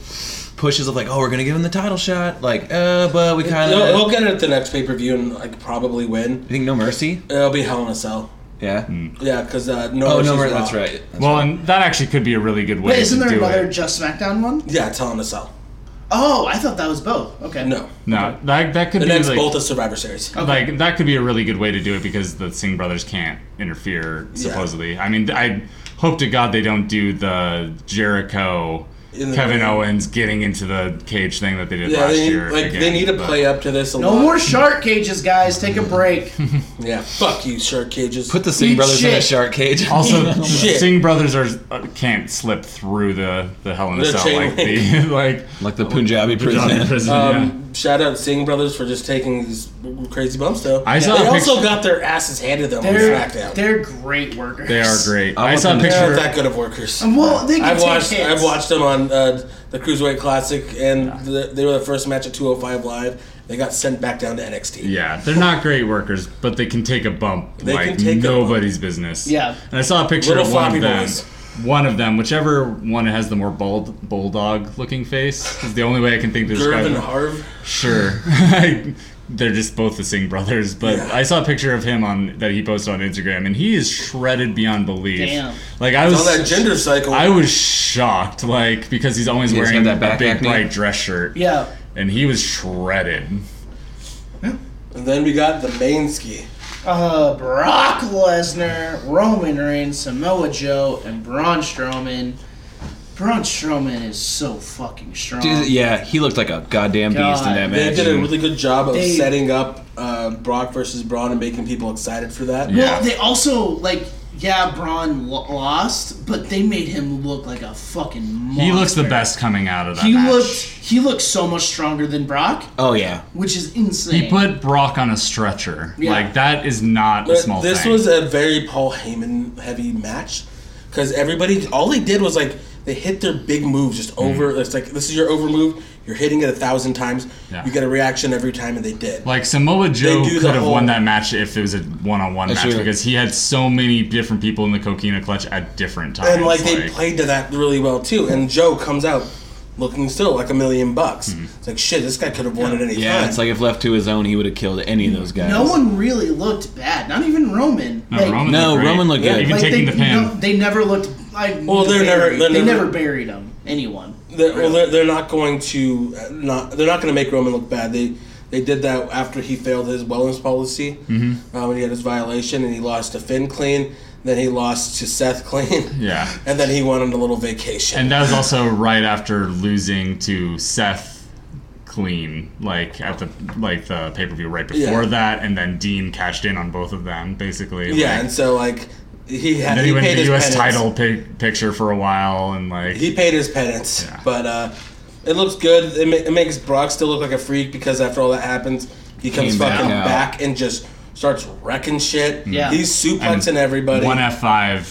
Speaker 5: pushes of like, oh, we're gonna give him the title shot, like, uh, but we kind
Speaker 4: They'll,
Speaker 5: of.
Speaker 4: they'll get it at the next pay per view and, like, probably win.
Speaker 5: You think no mercy?
Speaker 4: It'll be Hell in a Cell.
Speaker 5: Yeah.
Speaker 6: Hmm.
Speaker 4: Yeah, because uh, no.
Speaker 5: Oh
Speaker 4: Mercy's
Speaker 5: no mercy.
Speaker 4: Raw.
Speaker 5: That's right. That's
Speaker 6: well,
Speaker 5: right.
Speaker 6: and that actually could be a really good way
Speaker 3: Wait, isn't
Speaker 6: to
Speaker 3: there
Speaker 6: do
Speaker 3: another
Speaker 6: it.
Speaker 3: Just SmackDown one?
Speaker 4: Yeah, it's Hell in a Cell.
Speaker 3: Oh, I thought that was both. Okay.
Speaker 4: No.
Speaker 6: No, that, that could
Speaker 4: The
Speaker 6: be
Speaker 4: next
Speaker 6: like,
Speaker 4: both of Survivor Series.
Speaker 3: Oh.
Speaker 6: like that could be a really good way to do it because the Singh brothers can't interfere supposedly. I mean, I hope to God they don't do the Jericho
Speaker 4: In the-
Speaker 6: Kevin Owens getting into the cage thing that they did
Speaker 4: Yeah,
Speaker 6: last
Speaker 4: they need,
Speaker 6: year.
Speaker 4: like
Speaker 6: again,
Speaker 4: they need to
Speaker 6: but-
Speaker 4: play up to this a
Speaker 3: No
Speaker 4: lot.
Speaker 3: more shark cages, guys. Take a break.
Speaker 4: Yeah, fuck you, shark cages.
Speaker 5: Put the Singh
Speaker 3: eat
Speaker 5: brothers in a
Speaker 3: shit.
Speaker 5: shark cage.
Speaker 4: *laughs*
Speaker 6: Also, the
Speaker 4: Shit.
Speaker 6: Singh brothers are uh, can't slip through the the Hell in a
Speaker 4: The
Speaker 6: Cell
Speaker 4: chain
Speaker 6: like the *laughs* like
Speaker 5: like the Punjabi
Speaker 4: *laughs*
Speaker 6: Johnny
Speaker 5: prison.
Speaker 6: Prison,
Speaker 4: um,
Speaker 6: yeah.
Speaker 4: Shout out Singh Brothers for just taking these crazy bumps though.
Speaker 6: I saw
Speaker 4: they
Speaker 6: a
Speaker 4: also
Speaker 6: picture-
Speaker 4: got their asses handed them on
Speaker 3: They're,
Speaker 4: *laughs* SmackDown. They're,
Speaker 3: they're great workers.
Speaker 6: They are great.
Speaker 5: I
Speaker 6: I,
Speaker 5: want
Speaker 6: saw a
Speaker 5: them to-
Speaker 6: picture.
Speaker 4: not that good of workers.
Speaker 3: Well, they can
Speaker 4: I've
Speaker 3: take
Speaker 4: watched
Speaker 3: hits.
Speaker 4: I've watched them on uh, the Cruiserweight Classic, and the, they were the first match at 205 Live. They got sent back down to NXT.
Speaker 6: Yeah, they're not great workers, but they can take a bump
Speaker 4: They
Speaker 6: like
Speaker 4: can take a bump.
Speaker 6: nobody's business.
Speaker 3: Yeah.
Speaker 6: and I saw a picture
Speaker 4: Little
Speaker 6: of one
Speaker 4: floppy
Speaker 6: of them.
Speaker 4: boys.
Speaker 6: One of them, whichever one has the more bold bulldog-looking face, is the only way I can think to describe.
Speaker 4: Gerv and
Speaker 6: them.
Speaker 4: Harv.
Speaker 6: Sure, *laughs* they're just both the Singh brothers. But
Speaker 4: Yeah.
Speaker 6: I saw a picture of him on that he posted on Instagram, and he is shredded beyond belief.
Speaker 3: Damn.
Speaker 6: like I was
Speaker 4: On that gender cycle.
Speaker 6: I was shocked, like because he's always
Speaker 5: He's got
Speaker 6: wearing
Speaker 5: that
Speaker 6: that
Speaker 5: back
Speaker 6: big
Speaker 5: acne.
Speaker 6: bright dress shirt.
Speaker 3: Yeah.
Speaker 6: and he was shredded.
Speaker 4: and then we got the main ski.
Speaker 3: Uh, Brock Lesnar, Roman Reigns, Samoa Joe, and Braun Strowman. Braun Strowman is so fucking strong.
Speaker 5: *laughs* Dude, yeah, he looked like a goddamn beast in that
Speaker 3: God.
Speaker 5: match.
Speaker 4: They did a really good job of
Speaker 3: They-
Speaker 4: setting up uh, Brock versus Braun and making people excited for that.
Speaker 6: Yeah.
Speaker 3: Well, they also like yeah, Braun lo- lost, but they made him look like a fucking monster.
Speaker 6: He looks the best coming out of that
Speaker 3: He
Speaker 6: match.
Speaker 3: looked he looked so much stronger than Brock,
Speaker 5: Oh yeah.
Speaker 3: which is insane.
Speaker 6: He put Brock on a stretcher.
Speaker 3: Yeah.
Speaker 6: Like that is not a
Speaker 4: But
Speaker 6: small
Speaker 4: this
Speaker 6: thing.
Speaker 4: was a very Paul Heyman heavy match because everybody, all they did was like they hit their big moves just
Speaker 6: Mm-hmm.
Speaker 4: over. It's like this is your over move. You're hitting it a thousand times.
Speaker 6: Yeah.
Speaker 4: You get a reaction every time, and they did.
Speaker 6: like Samoa Joe
Speaker 4: do the
Speaker 6: could have
Speaker 4: whole-
Speaker 6: won that match if it was a one-on-one
Speaker 5: That's
Speaker 6: match
Speaker 5: true.
Speaker 6: because he had so many different people in the Coquina clutch at different times.
Speaker 4: and like they played to that really well too. And Joe comes out looking still like a million bucks.
Speaker 6: Mm-hmm.
Speaker 4: It's like shit. This guy could have won at any
Speaker 5: Yeah,
Speaker 4: time.
Speaker 5: it's like if left to his own, he would have killed any of those guys.
Speaker 3: no one really looked bad, not even Roman.
Speaker 6: No,
Speaker 3: Like,
Speaker 6: Roman
Speaker 5: No,
Speaker 6: looked great.
Speaker 5: Roman looked
Speaker 4: Yeah,
Speaker 5: good.
Speaker 6: Even taking
Speaker 3: they,
Speaker 6: the pin.
Speaker 3: no- they never looked like
Speaker 4: Well, they're never-
Speaker 3: buried.
Speaker 4: they're
Speaker 3: they
Speaker 4: never-
Speaker 3: never buried him. Anyone?
Speaker 4: They're, well, they're, they're not going to uh, not they're not going to make Roman look bad. They they did that after he failed his wellness policy mm-hmm. um, and he had his violation and he lost to Finn clean. Then he lost to Seth clean.
Speaker 6: Yeah.
Speaker 4: *laughs* and then he went on a little vacation.
Speaker 6: And that was also right after losing to Seth clean, like at the like the pay per view right before
Speaker 4: Yeah.
Speaker 6: that, and then Dean cashed in on both of them basically.
Speaker 4: yeah,
Speaker 6: like,
Speaker 4: and so like he had
Speaker 6: and then he, went
Speaker 4: paid
Speaker 6: to
Speaker 4: his
Speaker 6: the U.S.
Speaker 4: penance.
Speaker 6: title pic- picture for a while, and like
Speaker 4: He paid his penance, but uh, it looks good. It, ma- it makes Brock still look like a freak because after all that happens, he comes
Speaker 5: Came back
Speaker 4: fucking
Speaker 5: out.
Speaker 4: back, and just starts wrecking shit.
Speaker 3: Yeah.
Speaker 4: he's suplexing
Speaker 6: And
Speaker 4: everybody.
Speaker 6: one F five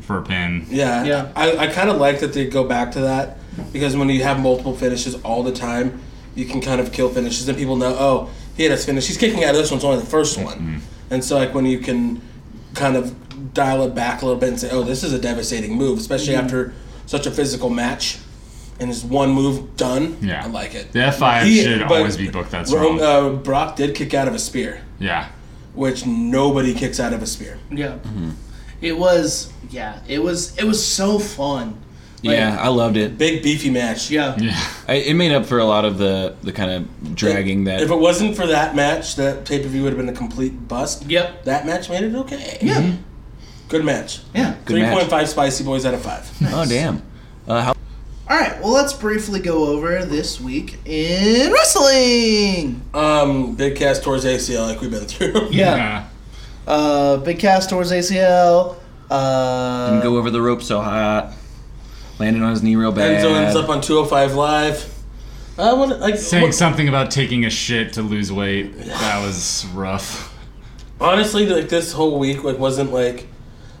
Speaker 6: for a pin.
Speaker 4: Yeah,
Speaker 3: Yeah.
Speaker 4: I, I kind of like that they go back to that because when you have multiple finishes all the time, you can kind of kill finishes, and people know, oh, he had us finish. He's kicking out of this one's only the first one,
Speaker 6: Mm-hmm.
Speaker 4: and so like when you can kind of dial it back a little bit and say, oh, this is a devastating move, especially after such a physical match, and it's one move done.
Speaker 6: Yeah.
Speaker 4: I like it.
Speaker 6: The F5
Speaker 4: He-
Speaker 6: should
Speaker 4: but
Speaker 6: always be booked that
Speaker 4: Ro-
Speaker 6: strong.
Speaker 4: uh, Brock did kick out of a spear,
Speaker 6: yeah.
Speaker 4: which nobody kicks out of a spear.
Speaker 3: Yeah. Mm-hmm. It was. Yeah. It was. It was so fun.
Speaker 5: yeah, I loved it.
Speaker 4: Big beefy match.
Speaker 3: Yeah.
Speaker 6: Yeah.
Speaker 5: I, it made up for a lot of the the kind of dragging that.
Speaker 4: If it wasn't for that match, that pay per view would have been a complete bust.
Speaker 3: Yep.
Speaker 4: That match made it okay.
Speaker 3: Yeah.
Speaker 6: Mm-hmm.
Speaker 4: Good match.
Speaker 3: Yeah.
Speaker 5: Good
Speaker 4: Three
Speaker 5: match.
Speaker 4: point five spicy boys out of five.
Speaker 5: Oh damn. Uh, how
Speaker 3: All right. Well, let's briefly go over this week in wrestling.
Speaker 4: um, big cast towards ACL like we've
Speaker 3: *laughs*
Speaker 4: been through.
Speaker 6: Yeah.
Speaker 3: Uh, big cast towards ACL. Uh,
Speaker 5: go over the rope so hot. Landed on his knee real bad.
Speaker 4: Enzo ends up on two hundred five live. I want to like
Speaker 6: Saying
Speaker 4: what-
Speaker 6: something about taking a shit to lose weight. That was rough.
Speaker 4: honestly like this whole week like wasn't like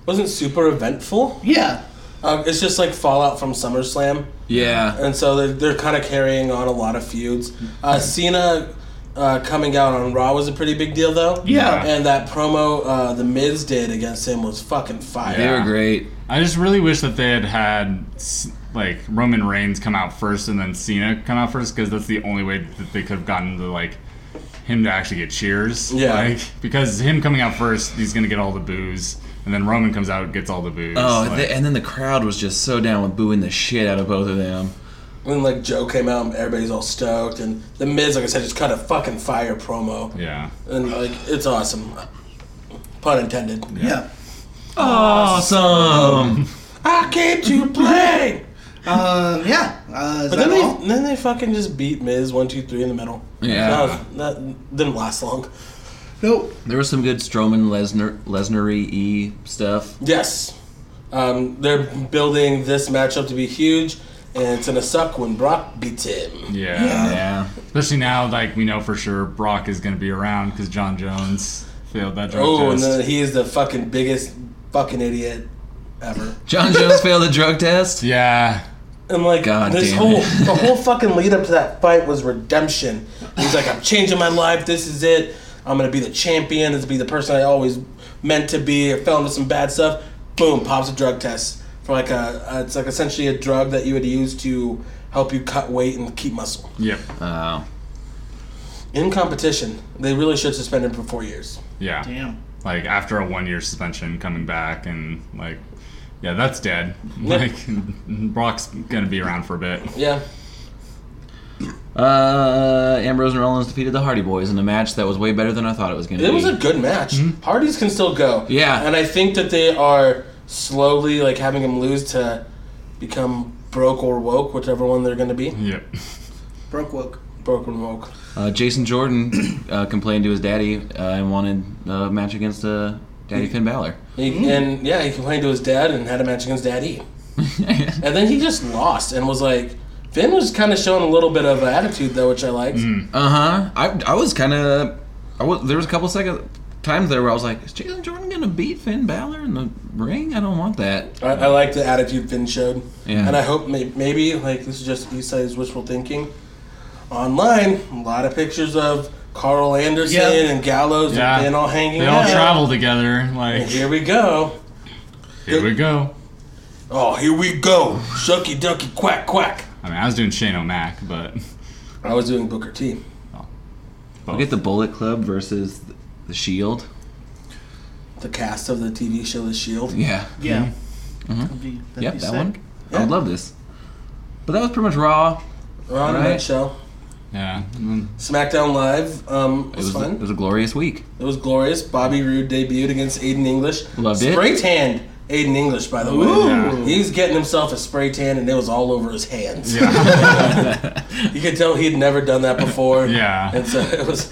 Speaker 4: wasn't super eventful.
Speaker 3: yeah.
Speaker 4: Um, it's just like fallout from SummerSlam.
Speaker 5: yeah.
Speaker 4: and so they're, they're kind of carrying on a lot of feuds. Uh, Cena uh, coming out on Raw was a pretty big deal, though.
Speaker 6: Yeah.
Speaker 4: And that promo uh, the Miz did against him was fucking fire.
Speaker 5: They
Speaker 6: Yeah.
Speaker 5: were great.
Speaker 6: I just really wish that they had had s- like Roman Reigns come out first and then Cena come out first because that's the only way that they could have gotten to like him to actually get cheers.
Speaker 4: Yeah.
Speaker 6: Like, because him coming out first, he's gonna get all the boos, and then Roman comes out gets all the boos.
Speaker 5: Oh,
Speaker 6: Like,
Speaker 5: th- and then the crowd was just so down with booing the shit out of both of them.
Speaker 4: And then, like, Joe came out and everybody's all stoked. And the Miz, like I said, just cut a fucking fire promo.
Speaker 6: yeah.
Speaker 4: And, like, it's awesome. Pun intended.
Speaker 3: Yeah.
Speaker 5: Awesome.
Speaker 4: I came to
Speaker 6: *laughs*
Speaker 4: play!
Speaker 3: Um, yeah. Uh, is
Speaker 4: But
Speaker 3: that
Speaker 4: then
Speaker 3: all?
Speaker 4: they, then they fucking just beat Miz one, two, three in the middle.
Speaker 5: Yeah.
Speaker 4: That, was, that didn't last long.
Speaker 3: Nope.
Speaker 5: *laughs* There was some good Strowman Lesnar Lesnar e stuff.
Speaker 4: Yes. Um, they're building this matchup to be huge, and it's going to suck when Brock beats him.
Speaker 6: Yeah.
Speaker 5: Yeah.
Speaker 6: Especially now, like we know for sure Brock is going to be around because John Jones failed that drug
Speaker 4: Oh, and
Speaker 6: test.
Speaker 4: then he is the fucking biggest fucking idiot ever.
Speaker 5: John Jones failed the
Speaker 4: *laughs*
Speaker 5: drug test.
Speaker 6: yeah,
Speaker 4: And like
Speaker 5: God
Speaker 4: this
Speaker 5: damn
Speaker 4: whole
Speaker 5: it.
Speaker 4: the whole fucking lead up to that fight was redemption. He's like, I'm changing my life. This is it. I'm gonna be the champion. This will be the person I always meant to be. I fell into some bad stuff. Boom, pops a drug test for like a. Uh, it's like essentially a drug that you would use to help you cut weight and keep muscle.
Speaker 6: yep,
Speaker 5: Oh.
Speaker 4: In competition, they really should suspend him for four years.
Speaker 6: yeah.
Speaker 3: Damn.
Speaker 6: Like after a one-year suspension, coming back and like, yeah, that's dead. Like Brock's going to be around for a bit.
Speaker 4: Yeah.
Speaker 5: Uh, Ambrose and Rollins defeated the Hardy Boys in a match that was way better than I thought it was going to
Speaker 4: It
Speaker 5: be.
Speaker 4: was a good match. Hardys can still go.
Speaker 5: Yeah.
Speaker 4: And I think that they are slowly like having him lose to become broke or woke, whichever one they're going to be.
Speaker 6: Yep.
Speaker 3: Broke woke.
Speaker 4: Broke or woke. *clears throat*
Speaker 5: uh, Jason Jordan uh, complained to his daddy uh, and wanted a match against uh, Daddy
Speaker 4: *laughs*
Speaker 5: Finn Balor. *laughs*
Speaker 4: He, and yeah, he complained to his dad and had a match against Daddy. and then he just lost and was like, Finn was kind of showing a little bit of attitude though, which I liked.
Speaker 5: Uh huh. I, I was kind of. I was there was a couple second times there where I was like, is Jason Jordan gonna beat Finn Balor in the ring? I don't want that.
Speaker 4: I, I like the attitude Finn showed.
Speaker 5: Yeah.
Speaker 4: And I hope may, maybe, like, this is just Eastside's wishful thinking. Online, a lot of pictures of Carl Anderson
Speaker 3: Yeah.
Speaker 4: and Gallows
Speaker 6: Yeah.
Speaker 4: and Finn all hanging
Speaker 6: They
Speaker 4: out.
Speaker 6: all travel together. Like,
Speaker 4: And here we go.
Speaker 6: here we go.
Speaker 4: Oh, here we go. Shucky ducky quack quack.
Speaker 6: I mean, I was doing Shane O'Mac, but
Speaker 4: I was doing Booker T.
Speaker 5: I'll get the Bullet Club versus the Shield.
Speaker 4: The cast of the TV show The Shield.
Speaker 5: Yeah.
Speaker 3: Yeah.
Speaker 4: Mm-hmm.
Speaker 3: That'd be- that'd
Speaker 5: Yep,
Speaker 3: be
Speaker 5: Mm-hmm. that
Speaker 3: sick.
Speaker 5: one. I
Speaker 4: Yeah.
Speaker 5: would love this. But that was pretty much Raw.
Speaker 4: Raw in a
Speaker 5: Right.
Speaker 4: nutshell.
Speaker 6: yeah. And
Speaker 4: SmackDown Live um,
Speaker 5: It
Speaker 4: was,
Speaker 5: was,
Speaker 4: fun.
Speaker 5: it was a glorious week.
Speaker 4: It was glorious. Bobby Roode debuted against Aiden English.
Speaker 5: Loved it.
Speaker 4: Spray tanned Aiden English, by the way.
Speaker 6: Yeah.
Speaker 4: He's getting himself a spray tan, and it was all over his hands.
Speaker 6: then-
Speaker 4: *laughs* You could tell he'd never done that before.
Speaker 6: Yeah.
Speaker 4: And so it was.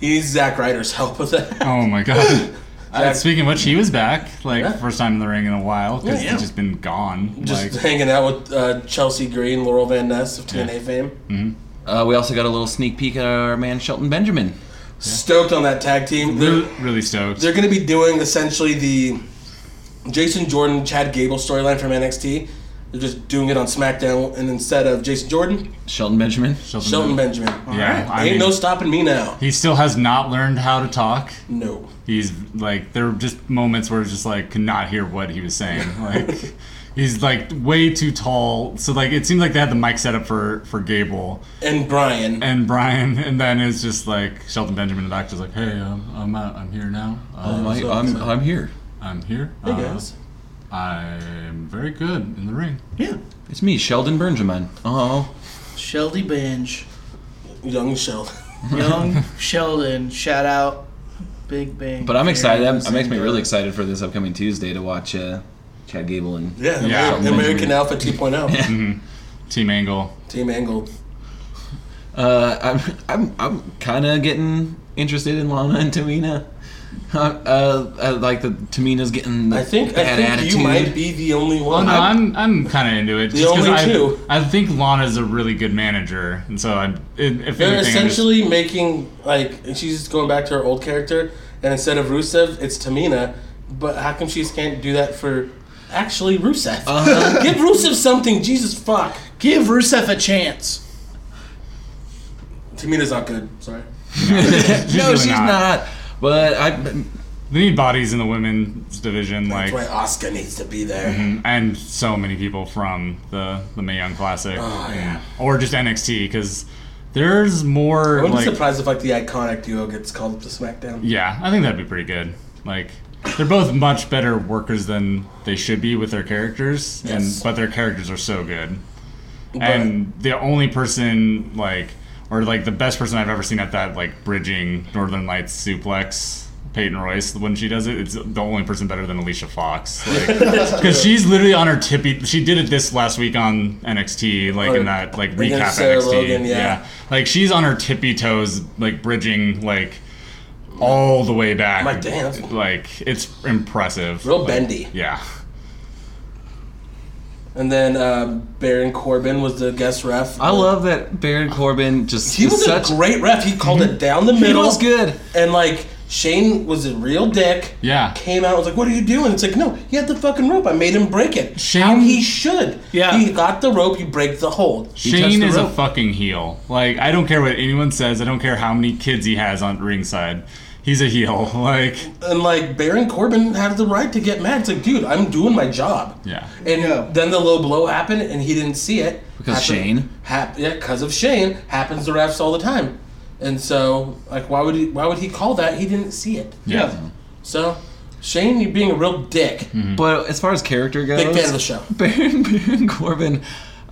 Speaker 4: He needs Zack Ryder's help with that.
Speaker 6: Oh
Speaker 4: *laughs*
Speaker 6: my god. Uh, *laughs*
Speaker 4: Zach-
Speaker 6: speaking of which, he was back, like
Speaker 4: Yeah.
Speaker 6: first time in the ring in a while, because
Speaker 4: Yeah.
Speaker 6: he's just been gone.
Speaker 4: Just *laughs*
Speaker 6: like,
Speaker 4: hanging out with uh, Chelsea Green, Laurel Van Ness of TNA fame.
Speaker 6: Mm-hmm.
Speaker 5: Uh, we also got a little sneak peek at our man Shelton Benjamin.
Speaker 4: Stoked on that tag team. They're,
Speaker 6: really, really stoked.
Speaker 4: they're going to be doing essentially the Jason Jordan, Chad Gable storyline from NXT. They're just doing it on SmackDown, and instead of Jason Jordan,
Speaker 5: Shelton Benjamin.
Speaker 6: Shelton
Speaker 4: Shelton Benjamin.
Speaker 6: Mm-hmm. Yeah, I
Speaker 4: Ain't
Speaker 6: mean-
Speaker 4: no stopping me now.
Speaker 6: He still has not learned how to talk.
Speaker 4: No.
Speaker 6: He's like there were just moments where it's just like could not hear what he was saying.
Speaker 4: *laughs*
Speaker 6: Like he's like way too tall. So like it seemed like they had the mic set up for for Gable
Speaker 4: And Brian.
Speaker 6: and Brian, *laughs* and then it's just like Shelton Benjamin in the back just like, hey, I'm I'm, out, I'm here now.
Speaker 5: I'm,
Speaker 6: Uh,
Speaker 5: like, I'm, I'm here.
Speaker 6: I'm here.
Speaker 4: Hey,
Speaker 6: Uh,
Speaker 4: guys.
Speaker 6: I'm very good in the ring.
Speaker 3: Yeah.
Speaker 5: It's me, Sheldon Benjamin. Oh,
Speaker 3: Sheldy
Speaker 5: *laughs*
Speaker 3: Binge.
Speaker 4: Young Sheldon.
Speaker 3: Young Sheldon. Shout out. Big Bang.
Speaker 5: but I'm excited.
Speaker 3: Theory.
Speaker 5: That that makes me really excited for this upcoming Tuesday to watch uh, Chad Gable and
Speaker 4: Yeah,
Speaker 6: Yeah.
Speaker 4: Amer-
Speaker 5: Sheldon
Speaker 4: American
Speaker 5: Benjamin.
Speaker 4: Alpha 2.0.
Speaker 6: Team Angle.
Speaker 4: Team Angled.
Speaker 5: Uh, I'm I'm I'm kind of getting interested in Lana and Tamina. Uh, uh, uh, like the Tamina's getting the
Speaker 4: I think, I
Speaker 5: bad
Speaker 4: think
Speaker 5: attitude.
Speaker 4: you might be the only one.
Speaker 6: No, I'm I'm kind of into it. just 'cause
Speaker 4: only
Speaker 6: I,
Speaker 4: two.
Speaker 6: I think Lana's a really good manager, and so I'm. If if
Speaker 4: They're
Speaker 6: anything, I'm just-
Speaker 4: essentially making, like, she's going back to her old character, and instead of Rusev, it's Tamina. But how come she can't do that for actually Rusev? *laughs* Give Rusev something, Jesus fuck.
Speaker 3: Give Rusev a chance.
Speaker 4: Tamina's not good, sorry.
Speaker 6: she's
Speaker 5: no,
Speaker 6: really
Speaker 5: she's not. But I
Speaker 6: They need bodies in the women's division, like,
Speaker 4: That's why Asuka needs to be there.
Speaker 6: and so many people from the the Mae Young Classic,
Speaker 4: Oh,
Speaker 6: yeah. or just NXT, because there's more.
Speaker 4: I wouldn't
Speaker 6: like,
Speaker 4: be surprised if, like, the iconic duo gets called up to SmackDown.
Speaker 6: Yeah, I think that'd be pretty good. Like, they're both much better workers than they should be with their characters,
Speaker 4: Yes.
Speaker 6: and but their characters are so good. and the only person like, or like the best person I've ever seen at that like bridging Northern Lights suplex. Peyton Royce, when she does it, it's the only person better than Alicia Fox,
Speaker 4: *laughs*
Speaker 6: because she's literally on her tippy. She did it this last week on NXT, like
Speaker 4: Or
Speaker 6: in that like
Speaker 4: against
Speaker 6: recap
Speaker 4: Sarah
Speaker 6: NXT.
Speaker 4: Logan, yeah.
Speaker 6: like she's on her tippy toes, like bridging like all the way back.
Speaker 4: Like, damn.
Speaker 6: Like it's impressive.
Speaker 4: Real
Speaker 6: Like,
Speaker 4: bendy.
Speaker 6: Yeah.
Speaker 4: And then uh, Baron Corbin was the guest ref.
Speaker 5: I love that Baron Corbin just
Speaker 4: He
Speaker 5: is
Speaker 4: was
Speaker 5: such Mhm.
Speaker 4: a great ref. He called it down the
Speaker 5: he
Speaker 4: middle.
Speaker 5: was good.
Speaker 4: And like Shane was a real dick.
Speaker 6: Yeah.
Speaker 4: Came out and was like, "What are you doing?" It's like, "No, he had the fucking rope. I made him break it.
Speaker 6: Shane-
Speaker 4: How he should.
Speaker 3: Yeah.
Speaker 4: He got the rope. You break the hold.
Speaker 5: touched
Speaker 6: Shane
Speaker 5: the
Speaker 6: is a
Speaker 5: rope.
Speaker 6: fucking heel. Like I don't care what anyone says. I don't care how many kids he has on ringside. He's a heel. *laughs* Like
Speaker 4: And like Baron Corbin had the right to get mad. It's like, dude, I'm doing my job.
Speaker 6: yeah.
Speaker 4: And
Speaker 3: Yeah.
Speaker 4: then the low blow happened, and he didn't see it
Speaker 5: Because Shane.
Speaker 4: Hap- yeah, because of Shane happens to refs all the time. And so, like, why would he? Why would he call that? He didn't see it.
Speaker 6: Yeah.
Speaker 4: So, Shane, you're being a real dick.
Speaker 5: But as far as character goes,
Speaker 4: Big fan of the show.
Speaker 5: Baron *laughs* Baron Corbin,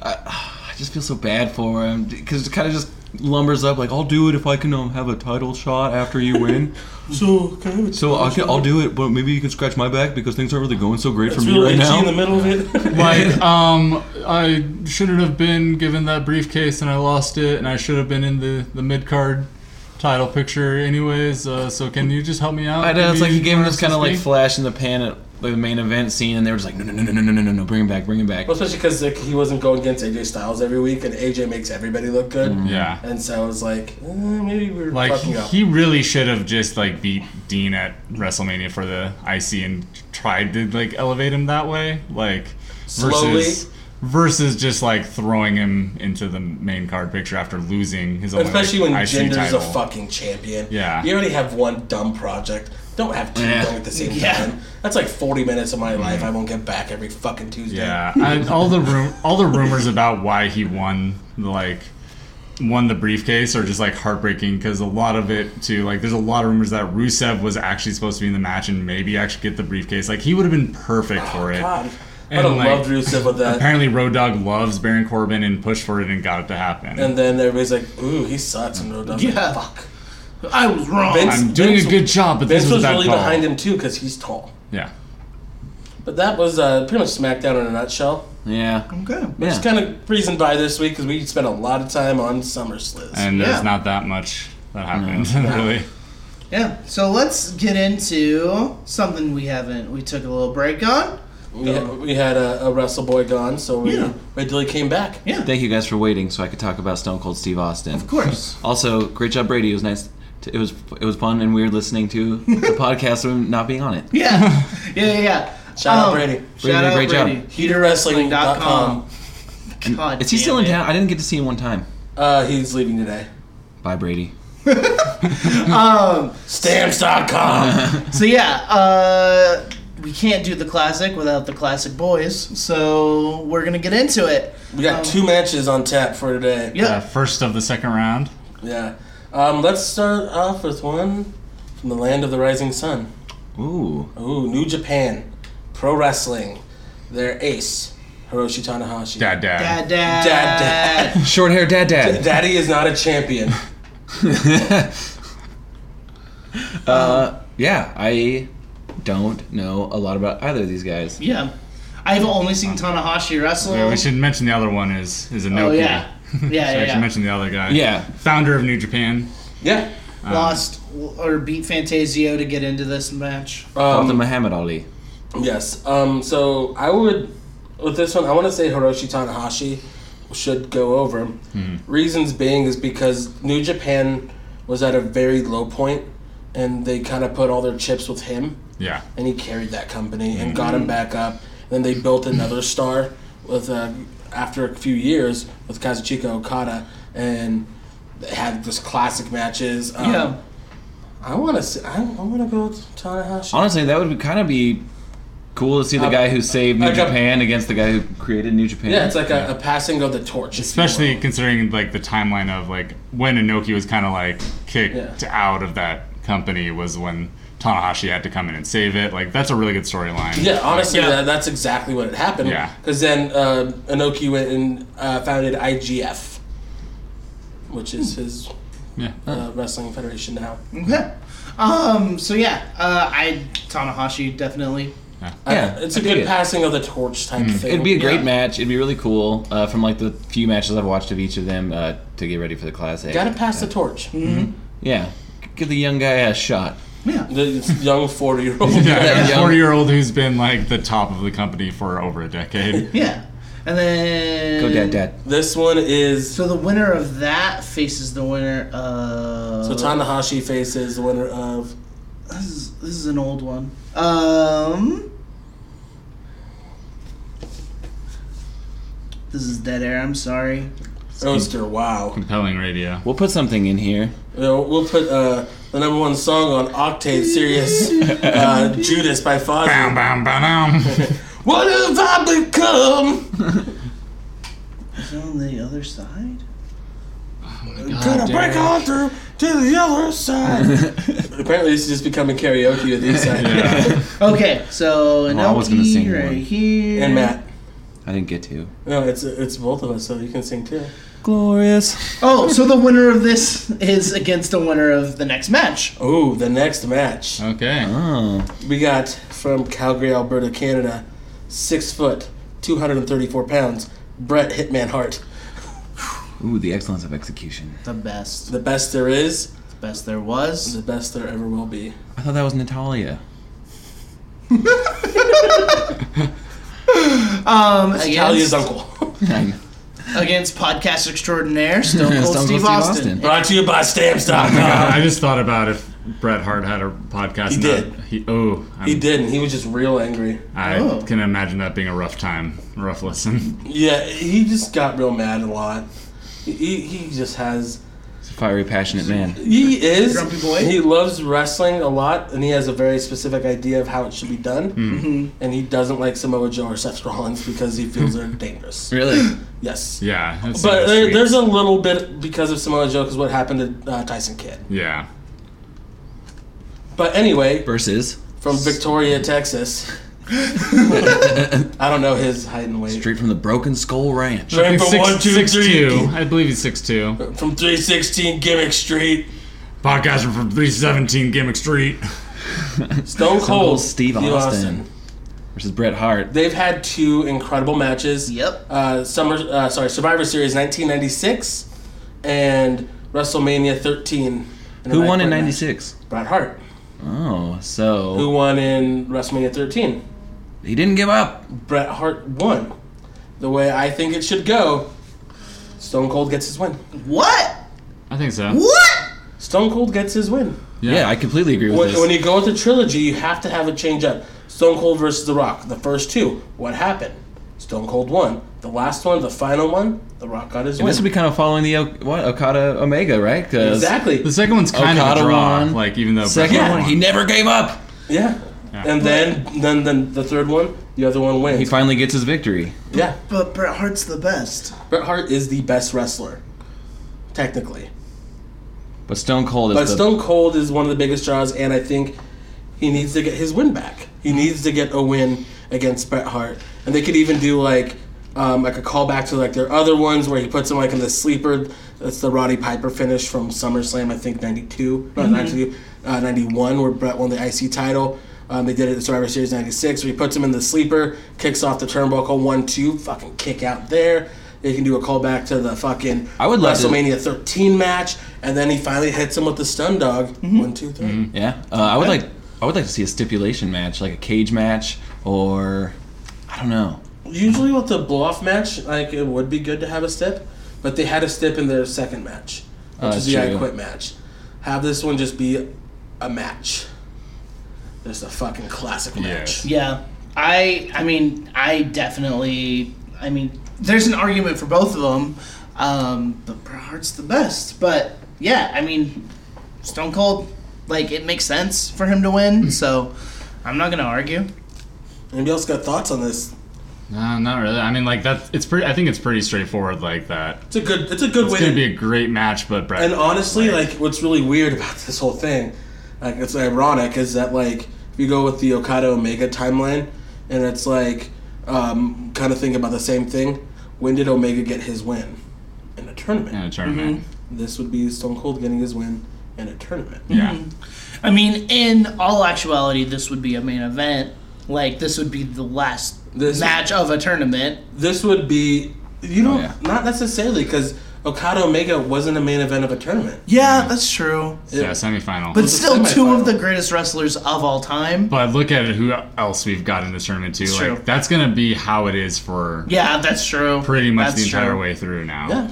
Speaker 5: I, I just feel so bad for him because it kind of just lumbers up like I'll do it if I can um, have a title shot after you win.
Speaker 4: So, can I have a
Speaker 5: so I can, I'll do it, but maybe you can scratch my back because things aren't really going so great for me right
Speaker 4: itchy
Speaker 5: now.
Speaker 4: in the middle of
Speaker 5: *laughs*
Speaker 4: it?
Speaker 6: Like um, I shouldn't have been given that briefcase and I lost it, and I should have been in the the mid card title picture, anyways. Uh, so can you just help me out?
Speaker 5: I know it's
Speaker 6: Maybe
Speaker 5: like he gave him
Speaker 6: for
Speaker 5: this kind of
Speaker 6: us
Speaker 5: like
Speaker 6: to
Speaker 5: flash in the pan at the main event scene, and they were just like, no, no, no, no, no, no, no, no, no, bring him back, bring him back.
Speaker 4: Well, especially because like, he wasn't going against AJ Styles every week, and AJ makes everybody look good.
Speaker 5: Mm-hmm.
Speaker 6: speak? Yeah.
Speaker 4: And so I was like, eh, maybe we're
Speaker 6: Like
Speaker 4: fucking up.
Speaker 6: he really should have just like beat Dean at WrestleMania for the IC and tried to like elevate him that way, like
Speaker 4: Slowly.
Speaker 6: versus versus just like throwing him into the main card picture after losing his own
Speaker 4: Especially
Speaker 6: like,
Speaker 4: when
Speaker 6: IC
Speaker 4: Jinder's
Speaker 6: title.
Speaker 4: a fucking champion.
Speaker 6: Yeah.
Speaker 4: You already have one dumb project. Don't have two
Speaker 5: Yeah.
Speaker 4: going at the
Speaker 6: *laughs*
Speaker 4: same
Speaker 3: Yeah.
Speaker 4: time. That's like 40 minutes of my life I won't get back every fucking Tuesday.
Speaker 6: Mm. Yeah, and all the rum- all the rumors about why he won like won the briefcase are just like heartbreaking because a lot of it too like there's a lot of rumors that Rusev was actually supposed to be in the match and maybe actually get the briefcase like he would have been perfect for it.
Speaker 4: Oh, God.
Speaker 6: And,
Speaker 4: I'd have
Speaker 6: like,
Speaker 4: loved Rusev with that.
Speaker 6: Apparently, Road Dog loves Baron Corbin and pushed for it and got it to happen.
Speaker 4: And then everybody's like, ooh, he sucks. And Rodon's
Speaker 3: Yeah.
Speaker 4: like, fuck.
Speaker 3: I was wrong.
Speaker 4: Vince-
Speaker 6: I'm doing
Speaker 4: Vince-
Speaker 6: a good job, but
Speaker 4: Vince
Speaker 6: this was,
Speaker 4: was
Speaker 6: that
Speaker 4: really
Speaker 6: call.
Speaker 4: behind him, too, because he's tall.
Speaker 6: Yeah,
Speaker 4: But that was uh, pretty much SmackDown in a nutshell.
Speaker 5: Yeah.
Speaker 3: okay.
Speaker 5: Yeah.
Speaker 4: It's kind of reason by this week because we spent a lot of time on Summer Sliz.
Speaker 6: and there's
Speaker 3: Yeah.
Speaker 6: not that much that happened *laughs* really.
Speaker 3: Yeah. So let's get into something we haven't. We took a little break on.
Speaker 4: we, had, we had a, a Wrestle Boy gone, so we
Speaker 3: Yeah.
Speaker 4: waited till he came back.
Speaker 3: Yeah.
Speaker 5: Thank you guys for waiting, so I could talk about Stone Cold Steve Austin.
Speaker 3: Of
Speaker 5: *laughs*
Speaker 3: course.
Speaker 5: Also, great job, Brady. It was nice. To, it was it was fun and weird listening
Speaker 4: *laughs*
Speaker 5: to the podcast and not being on it. *laughs*
Speaker 3: Yeah. Yeah. Yeah. yeah.
Speaker 4: Shout
Speaker 6: Um,
Speaker 4: out Brady.
Speaker 3: Shout
Speaker 5: did a
Speaker 3: out
Speaker 5: great job.
Speaker 3: Brady.
Speaker 4: HeaterWrestling.com.
Speaker 3: God
Speaker 5: Is he
Speaker 3: damn
Speaker 5: still in
Speaker 3: it.
Speaker 5: town? I didn't get to see him one time.
Speaker 4: Uh, he's leaving today.
Speaker 5: Bye, Brady.
Speaker 4: Stamps.com.
Speaker 3: So yeah, uh, we can't do the classic without the classic boys. So we're gonna get into it.
Speaker 4: we got two matches on tap for today.
Speaker 3: Yeah.
Speaker 6: Uh, first of the second round.
Speaker 4: Yeah. Um, let's start off with one from the land of the rising sun.
Speaker 5: Ooh,
Speaker 4: Ooh, New Japan. Pro Wrestling. Their ace, Hiroshi Tanahashi.
Speaker 6: Dad, dad.
Speaker 3: Dad, dad,
Speaker 4: Dad, dad.
Speaker 5: short hair, dad, dad.
Speaker 4: Daddy is not a champion.
Speaker 5: *laughs* uh, yeah, I don't know a lot about either of these guys.
Speaker 3: *laughs* Yeah, I've only seen Tanahashi wrestle.
Speaker 6: Yeah, we should mention the other one is is a no.
Speaker 3: Oh
Speaker 6: *laughs*
Speaker 3: yeah, yeah,
Speaker 6: so
Speaker 3: yeah.
Speaker 6: I should
Speaker 3: yeah.
Speaker 6: mention the other guy.
Speaker 5: Yeah.
Speaker 6: Founder of New Japan.
Speaker 4: Yeah.
Speaker 3: Lost or beat Fantasio to get into this match.
Speaker 5: Called the
Speaker 4: Um,
Speaker 5: Muhammad Ali.
Speaker 4: Yes. Um, so I would, with this one, I want to say Hiroshi Tanahashi should go over. Reasons being is because New Japan was at a very low point, and they kind of put all their chips with him,
Speaker 6: Yeah.
Speaker 4: and he carried that company and got him back up. then they built another star with uh, after a few years with Kazuchika Okada, and they had just classic matches. Um,
Speaker 3: yeah,
Speaker 4: I want to. I, I want to go with Tanahashi.
Speaker 5: Honestly, that would kind of be cool to see the
Speaker 4: Uh,
Speaker 5: guy who saved New
Speaker 4: like a-
Speaker 5: Japan against the guy who created New Japan.
Speaker 4: Yeah, it's like a, a passing of the torch. if you
Speaker 6: Especially
Speaker 4: will.
Speaker 6: considering like the timeline of like when Inoki was kind of like kicked
Speaker 4: Yeah.
Speaker 6: out of that company was when Tanahashi had to come in and save it. Like that's a really good storyline.
Speaker 4: Yeah, honestly,
Speaker 3: Yeah.
Speaker 4: That, that's exactly what had happened.
Speaker 6: Yeah.
Speaker 4: Because then uh, Inoki went and uh, founded IGF, which is his
Speaker 6: Yeah.
Speaker 4: uh, wrestling federation now.
Speaker 3: okay. Um, so yeah, uh, I Tanahashi definitely.
Speaker 5: Yeah,
Speaker 4: Uh, it's
Speaker 5: I
Speaker 4: a
Speaker 5: dig
Speaker 4: good
Speaker 5: it.
Speaker 4: passing of the torch type thing.
Speaker 5: It'd be a great
Speaker 3: Yeah.
Speaker 5: match. It'd be really cool uh, from like the few matches I've watched of each of them uh, to get ready for the classic.
Speaker 4: Gotta pass the torch.
Speaker 5: Yeah, give the young guy a shot.
Speaker 3: Yeah,
Speaker 4: The this young forty-year-old.
Speaker 6: *laughs* Yeah,
Speaker 5: Yeah.
Speaker 6: forty year old who's been like the top of the company for over a decade. *laughs*
Speaker 3: yeah, and then
Speaker 5: Go, dad, dad.
Speaker 4: This one is
Speaker 3: So the winner of that faces the winner of.
Speaker 4: so Tanahashi faces the winner of
Speaker 3: this is this is an old one. Um, this is dead air. I'm sorry.
Speaker 4: Roadster. Wow.
Speaker 6: Compelling radio.
Speaker 5: We'll put something in here.
Speaker 4: We'll we'll put uh, the number one song on Octave Serious uh, Judas by Fozzy.
Speaker 6: Bam bam bam.
Speaker 4: What have I become?
Speaker 3: Is it on the other side?
Speaker 4: Gonna break on through to the other side. *laughs* Apparently, this is just becoming karaoke at these side.
Speaker 6: *laughs* Yeah.
Speaker 3: Okay, so an
Speaker 5: I was gonna sing
Speaker 3: right
Speaker 5: one.
Speaker 3: here.
Speaker 4: And Matt.
Speaker 5: I didn't get to.
Speaker 4: No, it's it's both of us, so you can sing too.
Speaker 5: Glorious.
Speaker 3: Oh, so the winner of this is against the winner of the next match.
Speaker 4: Oh, the next match
Speaker 6: Okay.
Speaker 5: Oh,
Speaker 4: we got from Calgary, Alberta, Canada, six foot, two hundred and thirty-four pounds, Brett Hitman Hart,
Speaker 5: ooh, the excellence of execution.
Speaker 3: The best.
Speaker 4: the best there is.
Speaker 3: Best there was.
Speaker 4: the best there ever will be.
Speaker 5: I thought that was Natalia.
Speaker 3: Um,
Speaker 4: Natalia's
Speaker 3: against,
Speaker 4: uncle. *laughs*
Speaker 3: against podcast
Speaker 5: *laughs*
Speaker 3: extraordinaire, Stone Cold
Speaker 5: Stone Cold
Speaker 3: Steve,
Speaker 5: Steve
Speaker 3: Austin.
Speaker 5: Austin.
Speaker 4: Brought to you by Stamps.com.
Speaker 6: Uh, I just thought about if Bret Hart had a podcast.
Speaker 4: He
Speaker 6: now.
Speaker 4: did.
Speaker 6: He, oh, I'm,
Speaker 4: he didn't. He was just real angry.
Speaker 6: I
Speaker 3: Oh.
Speaker 6: can imagine that being a rough time, a rough listen.
Speaker 4: Yeah, he just got real mad a lot. He, he just has.
Speaker 5: He's a fiery, passionate
Speaker 4: *laughs*
Speaker 5: man.
Speaker 4: He is.
Speaker 3: Grumpy boy.
Speaker 4: He loves wrestling a lot, and he has a very specific idea of how it should be done.
Speaker 6: Hmm.
Speaker 4: Mm-hmm. And he doesn't like Samoa Joe or Seth Rollins because he feels they're
Speaker 6: *laughs*
Speaker 4: dangerous.
Speaker 5: Really?
Speaker 4: Yes.
Speaker 6: *laughs* Yeah, that's
Speaker 4: But
Speaker 6: so
Speaker 4: there,
Speaker 6: sweet.
Speaker 4: there's a little bit because of Samoa Joe, because what happened to uh, Tyson Kidd.
Speaker 6: yeah.
Speaker 4: But anyway,
Speaker 5: Versus
Speaker 4: from Victoria,
Speaker 6: *laughs*
Speaker 4: Texas. I don't know his height and weight.
Speaker 5: straight from the Broken Skull Ranch.
Speaker 4: Right from
Speaker 6: Six-
Speaker 4: one, two,
Speaker 6: six,
Speaker 4: three.
Speaker 6: two. I believe he's six two.
Speaker 4: From 316 Gimmick Street.
Speaker 6: Podcaster from three seventeen Gimmick Street.
Speaker 4: Stone
Speaker 5: Stone Cold
Speaker 4: Cold
Speaker 5: Steve Austin. versus Bret Hart.
Speaker 4: They've had two incredible matches.
Speaker 3: Yep.
Speaker 4: Uh, Summer, uh, sorry, Survivor Series 1996 and WrestleMania 13. a
Speaker 5: Who
Speaker 4: night
Speaker 5: won in
Speaker 4: court match.
Speaker 5: '96?
Speaker 4: Bret Hart.
Speaker 5: Oh,
Speaker 4: Who
Speaker 5: so
Speaker 4: won in WrestleMania 13?
Speaker 5: he didn't give up.
Speaker 4: Bret Hart won. The way I think it should go, Stone Cold gets his win.
Speaker 3: What?
Speaker 6: I think so.
Speaker 3: What?
Speaker 4: Stone Cold gets his win.
Speaker 5: Yeah, I completely agree with
Speaker 4: When,
Speaker 5: this.
Speaker 4: when you go with the trilogy, you have to have a change up. Stone Cold versus The Rock. The first two, what happened? Stone Cold won. The last one, the final one, The Rock got his
Speaker 5: And
Speaker 4: win.
Speaker 5: this would be kind of following the O- what Okada Omega, right? 'Cause
Speaker 4: exactly.
Speaker 6: The second one's kind
Speaker 5: Okada
Speaker 6: of a draw.
Speaker 5: won.
Speaker 6: Like even though Bret
Speaker 5: Second
Speaker 6: Hart
Speaker 5: one,
Speaker 6: won.
Speaker 5: he never gave up.
Speaker 4: Yeah. And then, then, then the third one, the other one wins.
Speaker 5: He finally gets his victory.
Speaker 4: yeah.
Speaker 3: But Bret Hart's the best.
Speaker 4: Bret Hart is the best wrestler, technically.
Speaker 5: But Stone Cold is
Speaker 4: But
Speaker 5: the
Speaker 4: Stone Cold is one of the biggest draws, and I think he needs to get his win back. He needs to get a win against Bret Hart, and they could even do like um, like a callback to like their other ones where he puts him like in the sleeper. That's the Roddy Piper finish from SummerSlam, I think '92,
Speaker 5: Mm-hmm.
Speaker 4: not '92, uh, '91, where Bret won the IC title. Um, they did it at Survivor Series '96, where he puts him in the sleeper, kicks off the turnbuckle, one, two, fucking kick out there. They can do a callback to the fucking
Speaker 5: I would love to-
Speaker 4: WrestleMania 13 match, and then he finally hits him with the stun dog.
Speaker 5: Mm-hmm.
Speaker 4: One, two, three.
Speaker 5: Yeah, uh, I would like I would like to see a stipulation match, like a cage match, or I don't know.
Speaker 4: Usually with the blow off match, like it would be good to have a stip, but they had a stip in their second match, which
Speaker 6: Ah,
Speaker 5: Uh,
Speaker 4: is the I
Speaker 5: true.
Speaker 4: Quit match. Have this one just be a match. Just a fucking classic match.
Speaker 6: Yes.
Speaker 3: Yeah. I I mean I definitely I mean there's an argument for both of them. Um, but Bret Hart's the best. But yeah, I mean Stone Cold like it makes sense for him to win, so I'm not gonna argue.
Speaker 4: Anybody else got thoughts on this?
Speaker 6: No, not really. I mean, like that's it's pretty. I think it's pretty straightforward like that.
Speaker 4: It's a good. It's a good way
Speaker 6: It's gonna
Speaker 4: to
Speaker 6: be a great match, but Bret.
Speaker 4: And honestly, like, what's really weird about this whole thing, like it's ironic, is that like if you go with the Okada Omega timeline, and it's like um, kind of think about the same thing. When did Omega get his win in a tournament?
Speaker 6: in a tournament.
Speaker 4: This would be Stone Cold getting his win in a tournament.
Speaker 6: Yeah.
Speaker 3: I mean, in all actuality, this would be a main event. Like this would be the last
Speaker 4: This-
Speaker 3: match of a tournament.
Speaker 4: This would be you know
Speaker 5: yeah.
Speaker 4: not necessarily because Okada Omega wasn't a main event of a tournament.
Speaker 3: Yeah, that's true.
Speaker 6: Yeah, semifinal.
Speaker 3: But
Speaker 6: But,
Speaker 4: a
Speaker 3: still, two
Speaker 4: semifinal.
Speaker 3: of the greatest wrestlers of all time.
Speaker 6: look at who else we've got in this tournament too. like
Speaker 3: true.
Speaker 6: that's gonna be how it is for
Speaker 3: Yeah, that's true.
Speaker 6: pretty much
Speaker 3: That's
Speaker 6: the entire
Speaker 3: true.
Speaker 6: way through now.
Speaker 4: Yeah,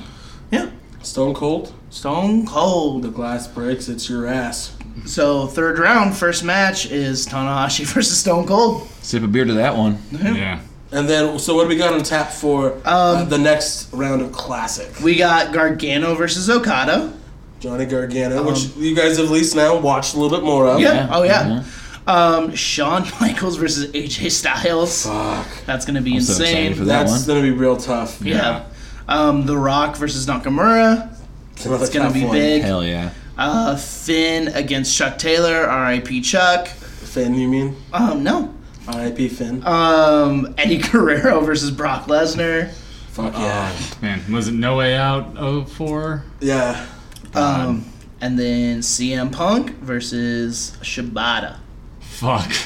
Speaker 3: Yeah,
Speaker 4: Stone Cold,
Speaker 3: Stone
Speaker 4: the
Speaker 3: Cold.
Speaker 4: glass breaks, it's your ass.
Speaker 3: So third round, first match is Tanahashi *laughs* versus Stone Cold.
Speaker 5: Sip a beer to that one.
Speaker 6: Yeah.
Speaker 4: And then, so what do we got on tap for uh,
Speaker 3: Um,
Speaker 4: the next round of classic?
Speaker 3: We got Gargano versus Okada.
Speaker 4: Johnny Gargano,
Speaker 3: Um,
Speaker 4: which you guys have at least now watched a little bit more of.
Speaker 3: Yeah.
Speaker 5: Yeah. Mm-hmm.
Speaker 3: Oh yeah. Um, Shawn *laughs* Michaels versus AJ Styles.
Speaker 4: Fuck.
Speaker 3: That's gonna be
Speaker 5: so
Speaker 3: insane.
Speaker 5: excited for that
Speaker 4: That's
Speaker 5: one.
Speaker 4: gonna be real tough.
Speaker 3: Yeah. Um, the Rock versus Nakamura. It's gonna be big.
Speaker 5: Hell yeah.
Speaker 3: Uh, Finn against Chuck Taylor. R.I.P. Chuck.
Speaker 4: Finn, you mean?
Speaker 3: Um, no.
Speaker 4: R.I.P. Finn.
Speaker 3: Um, *laughs* Eddie Guerrero versus Brock Lesnar.
Speaker 4: Fuck yeah.
Speaker 6: Man, was it No Way Out 04?
Speaker 4: yeah.
Speaker 3: Um, and then CM Punk versus Shibata.
Speaker 6: Fuck.
Speaker 4: *laughs*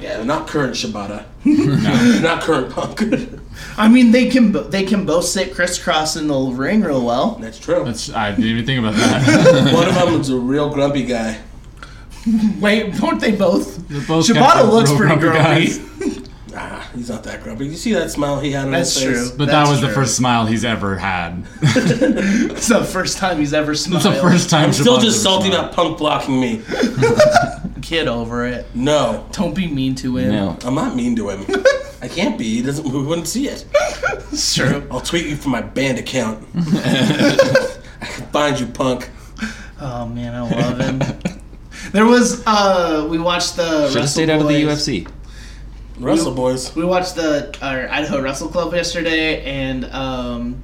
Speaker 4: Yeah. Not current Shibata. Not current Punk. *laughs*
Speaker 3: I mean, they can bo- they can both sit crisscross in the ring real well.
Speaker 4: That's true.
Speaker 6: That's, I didn't even think about that.
Speaker 4: One of them is a real grumpy guy.
Speaker 3: Wait, weren't they *laughs* both?
Speaker 6: They're both kind
Speaker 3: Shibata
Speaker 6: of
Speaker 3: looks
Speaker 6: real
Speaker 3: pretty
Speaker 6: grumpy
Speaker 3: grumpy.
Speaker 6: guys.
Speaker 4: Ah, he's not that grumpy. You see that smile he had on
Speaker 3: That's
Speaker 4: his face?
Speaker 3: true.
Speaker 6: But
Speaker 3: That's
Speaker 6: that was
Speaker 3: true.
Speaker 6: the first smile he's ever had. *laughs*
Speaker 3: It's the first time he's ever smiled.
Speaker 6: It's the first time.
Speaker 4: I'm still
Speaker 6: Shibata's
Speaker 4: just
Speaker 6: ever
Speaker 4: salty
Speaker 6: smiled.
Speaker 4: about punk blocking me.
Speaker 3: kid over it.
Speaker 4: No,
Speaker 3: Don't be mean to him.
Speaker 5: No.
Speaker 4: I'm not mean to
Speaker 5: *laughs*
Speaker 4: him. I can't be. He doesn't. We wouldn't see it.
Speaker 3: It's true.
Speaker 4: I'll tweet you from my band account. I can find you, punk.
Speaker 3: Oh man, I love him.
Speaker 6: *laughs*
Speaker 3: there was uh, we watched the
Speaker 5: Should have stayed out of the UFC.
Speaker 4: Russell boys.
Speaker 3: We watched the our Idaho Wrestle Club yesterday, and um,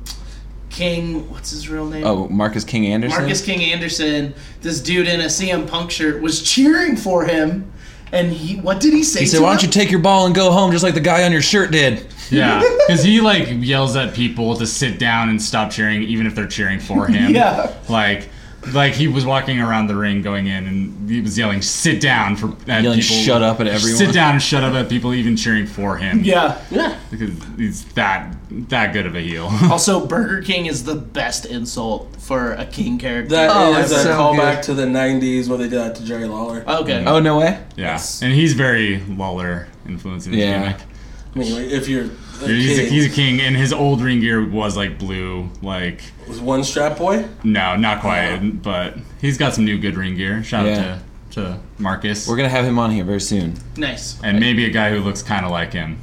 Speaker 3: King, what's his real name?
Speaker 5: Oh, Marcus King Anderson.
Speaker 3: Marcus King Anderson. This dude in a CM Punk shirt was cheering for him, and he, what did he say?
Speaker 5: He said,
Speaker 3: to
Speaker 5: "Why don't you
Speaker 3: him?
Speaker 5: take your ball and go home, just like the guy on your shirt did?"
Speaker 6: Yeah,
Speaker 3: *laughs*
Speaker 6: because he like yells at people to sit down and stop cheering, even if they're cheering for him.
Speaker 3: *laughs* Yeah.
Speaker 6: like like he was walking around the ring going in, and he was yelling "sit down" for at
Speaker 5: Yelling,
Speaker 6: people.
Speaker 5: "Shut up" at everyone.
Speaker 6: Sit down and shut up at people, even cheering for him.
Speaker 3: Yeah.
Speaker 4: Yeah.
Speaker 6: because he's that that good of
Speaker 3: *laughs*
Speaker 6: a heel.
Speaker 3: Also, Burger King is the best insult for a King character.
Speaker 4: That
Speaker 5: Oh,
Speaker 4: is
Speaker 5: that's
Speaker 4: a
Speaker 5: so
Speaker 4: callback
Speaker 5: good.
Speaker 4: to the '90s where they did that to Jerry Lawler.
Speaker 3: okay.
Speaker 5: Oh no way!
Speaker 6: yeah, and he's very Lawler influenced. in his
Speaker 5: Yeah.
Speaker 6: gimmick.
Speaker 4: I mean, if you're a
Speaker 6: He's a,
Speaker 4: kid,
Speaker 6: he's a king, and his old ring gear was like blue. Like,
Speaker 4: with one strap boy,
Speaker 6: no, not quite, but he's got some new good ring gear. Shout
Speaker 5: Yeah.
Speaker 6: out to, to Marcus.
Speaker 5: We're gonna have him on here very soon.
Speaker 3: Nice.
Speaker 6: and maybe a guy who looks kind of like him,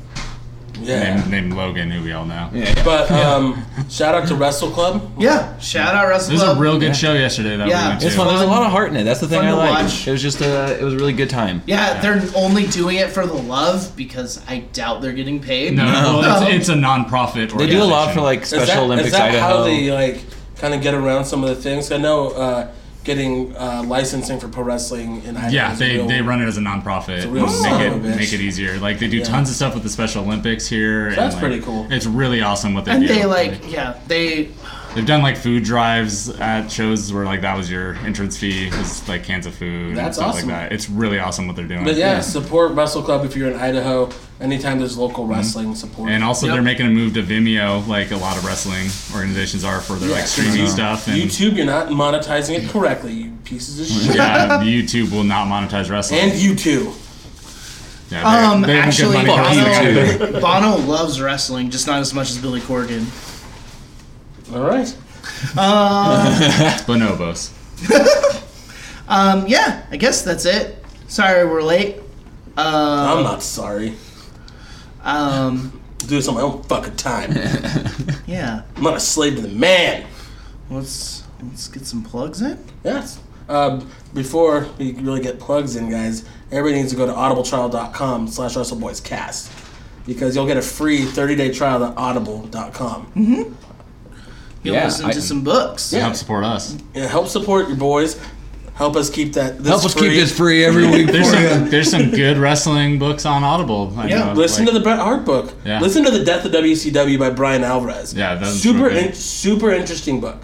Speaker 4: yeah.
Speaker 6: named, named Logan, who we all know.
Speaker 4: But um, shout out to Wrestle Club.
Speaker 3: Yeah. Shout out Wrestle
Speaker 6: This was
Speaker 3: Club.
Speaker 6: a real good show yesterday. That
Speaker 3: Yeah.
Speaker 6: we went
Speaker 5: It's
Speaker 6: to.
Speaker 5: fun. There's a lot of heart in it. That's the thing
Speaker 3: Fun
Speaker 5: I
Speaker 3: to
Speaker 5: like.
Speaker 3: watch.
Speaker 5: It was just a. It was a really good time.
Speaker 3: Yeah, they're only doing it for the love because I doubt they're getting paid.
Speaker 6: No, well,
Speaker 3: Um,
Speaker 6: it's, it's a non-profit.
Speaker 5: They do a lot for like
Speaker 4: Is
Speaker 5: Special
Speaker 4: that-
Speaker 5: Olympics
Speaker 4: Is that
Speaker 5: Idaho.
Speaker 4: how uh, they like kind of get around some of the things? I know uh, getting uh, licensing for pro wrestling in Idaho.
Speaker 6: Yeah,
Speaker 4: is
Speaker 6: they,
Speaker 4: real-
Speaker 6: they run it as a nonprofit.
Speaker 4: real son
Speaker 6: make
Speaker 4: of a
Speaker 6: it
Speaker 4: bitch.
Speaker 6: make it easier. Like they do tons of stuff with the Special Olympics here. and,
Speaker 4: that's
Speaker 6: like,
Speaker 4: pretty cool.
Speaker 6: It's really awesome what they
Speaker 3: and
Speaker 6: do.
Speaker 3: they like, yeah, they
Speaker 6: They've done like food drives at shows where like that was your entrance fee was like cans of food and
Speaker 4: That's
Speaker 6: stuff
Speaker 4: awesome.
Speaker 6: like that. It's really awesome what they're doing.
Speaker 4: But yeah, support Wrestle Club if you're in Idaho. Anytime there's local wrestling, support.
Speaker 6: Mm-hmm. And also
Speaker 3: Yep.
Speaker 6: they're making a move to Vimeo, like a lot of wrestling organizations are for their
Speaker 4: Yeah.
Speaker 6: like streaming
Speaker 5: Mm-hmm.
Speaker 4: Mhm.
Speaker 6: stuff and
Speaker 4: YouTube, you're not monetizing it correctly, you pieces of
Speaker 3: *laughs*
Speaker 4: shit.
Speaker 6: yeah, YouTube will not monetize wrestling.
Speaker 4: And you too.
Speaker 6: yeah, they-
Speaker 3: um
Speaker 6: they don't get
Speaker 3: actually
Speaker 6: money from wrestling.
Speaker 3: *laughs* Bono, Bono loves wrestling, just not as much as Billy Corgan.
Speaker 4: All right.
Speaker 6: bonobos.
Speaker 3: Um, yeah, I guess that's it. Sorry we're late. Uh,
Speaker 4: I'm not sorry.
Speaker 3: um,
Speaker 4: Do this on my own fucking
Speaker 5: *laughs*
Speaker 4: time.
Speaker 3: yeah,
Speaker 4: I'm not a slave to the man.
Speaker 3: let's let's get some plugs in.
Speaker 4: Yes. Um, before we really get plugs in, guys, everybody needs to go to audibletrial.com slash WrestleBoysCast because you'll get a free 30-day trial at
Speaker 5: Mm-hmm.
Speaker 4: audible.com.
Speaker 3: You
Speaker 5: Yeah,
Speaker 3: listen
Speaker 5: I-
Speaker 3: to some books.
Speaker 6: Help support us.
Speaker 4: It helps support your boys. Help us keep that this
Speaker 5: Help us
Speaker 4: free.
Speaker 5: keep this free
Speaker 4: *laughs*
Speaker 5: every week.
Speaker 6: There's
Speaker 5: for ya.
Speaker 6: some, there's some good wrestling books on Audible. I
Speaker 3: Yeah,
Speaker 6: know,
Speaker 4: Listen
Speaker 6: like-
Speaker 4: to the Bret Hart book.
Speaker 6: Yeah.
Speaker 4: Listen to the Death of WCW by Brian Alvarez.
Speaker 6: Yeah, that's
Speaker 4: super
Speaker 6: real good.
Speaker 4: in, super interesting book.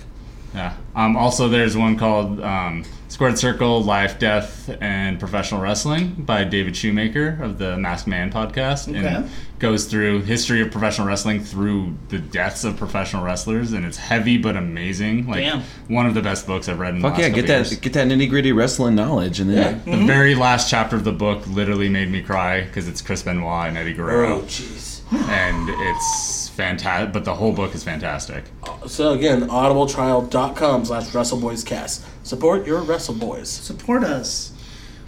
Speaker 6: Yeah. Um, also, there's one called um, Squared Circle Life, Death, and Professional Wrestling by David Shoemaker of the Masked Man podcast.
Speaker 3: Okay.
Speaker 6: And goes through history of professional wrestling through the deaths of professional wrestlers. And it's heavy but amazing. Like
Speaker 3: Damn.
Speaker 6: one of the best books I've read in
Speaker 5: Fuck
Speaker 6: the
Speaker 5: yeah!
Speaker 6: last
Speaker 5: Get
Speaker 6: couple
Speaker 5: that.
Speaker 6: years.
Speaker 5: Get that nitty gritty wrestling knowledge, and then
Speaker 6: The very last chapter of the book literally made me cry because it's Chris Benoit and Eddie
Speaker 4: Oh,
Speaker 6: Guerrero.
Speaker 4: jeez.
Speaker 6: And it's fantastic. But the whole book is fantastic.
Speaker 4: So again, audibletrial.com slash WrestleBoysCast. Support your WrestleBoys.
Speaker 3: Support us.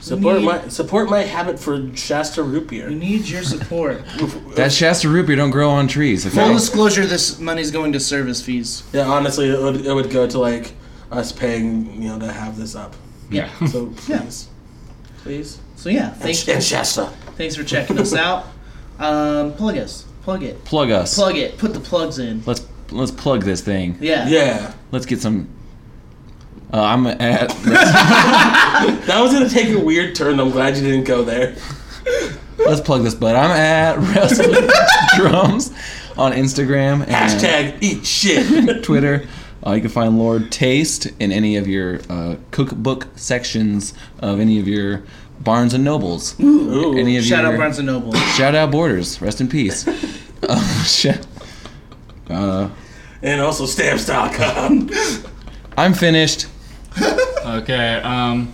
Speaker 4: Support
Speaker 3: need-
Speaker 4: my support my habit for Shasta root beer.
Speaker 3: We need your
Speaker 5: *laughs*
Speaker 3: support.
Speaker 5: that Shasta root beer don't grow on trees. okay?
Speaker 3: Full disclosure: this money's going to service fees.
Speaker 4: Yeah, honestly, it would, it would go to like us paying, you know, to have this up.
Speaker 3: Yeah.
Speaker 4: So please, please.
Speaker 3: So yeah, thanks
Speaker 4: And Shasta.
Speaker 3: thanks for checking us out. Um, plug us. Plug it.
Speaker 5: plug us.
Speaker 3: Plug it. Put the plugs in.
Speaker 5: Let's let's plug this thing.
Speaker 3: Yeah.
Speaker 4: Yeah,
Speaker 5: Let's get some. Uh, I'm at.
Speaker 4: that was gonna take a weird turn. I'm glad you didn't go there.
Speaker 5: Let's plug this, but I'm at *laughs* Wrestling Drums on Instagram and
Speaker 4: Hashtag eat shit.
Speaker 5: *laughs* Twitter. Uh, you can find Lord Taste in any of your uh, cookbook sections of any of your Barnes and Nobles.
Speaker 4: Ooh.
Speaker 5: any of
Speaker 3: Shout
Speaker 5: your
Speaker 3: out Barnes and Noble. *laughs*
Speaker 5: shout out Borders. Rest in peace. Uh, *laughs* sh- Uh,
Speaker 4: and also stamps.com.
Speaker 5: I'm finished.
Speaker 6: Okay, um,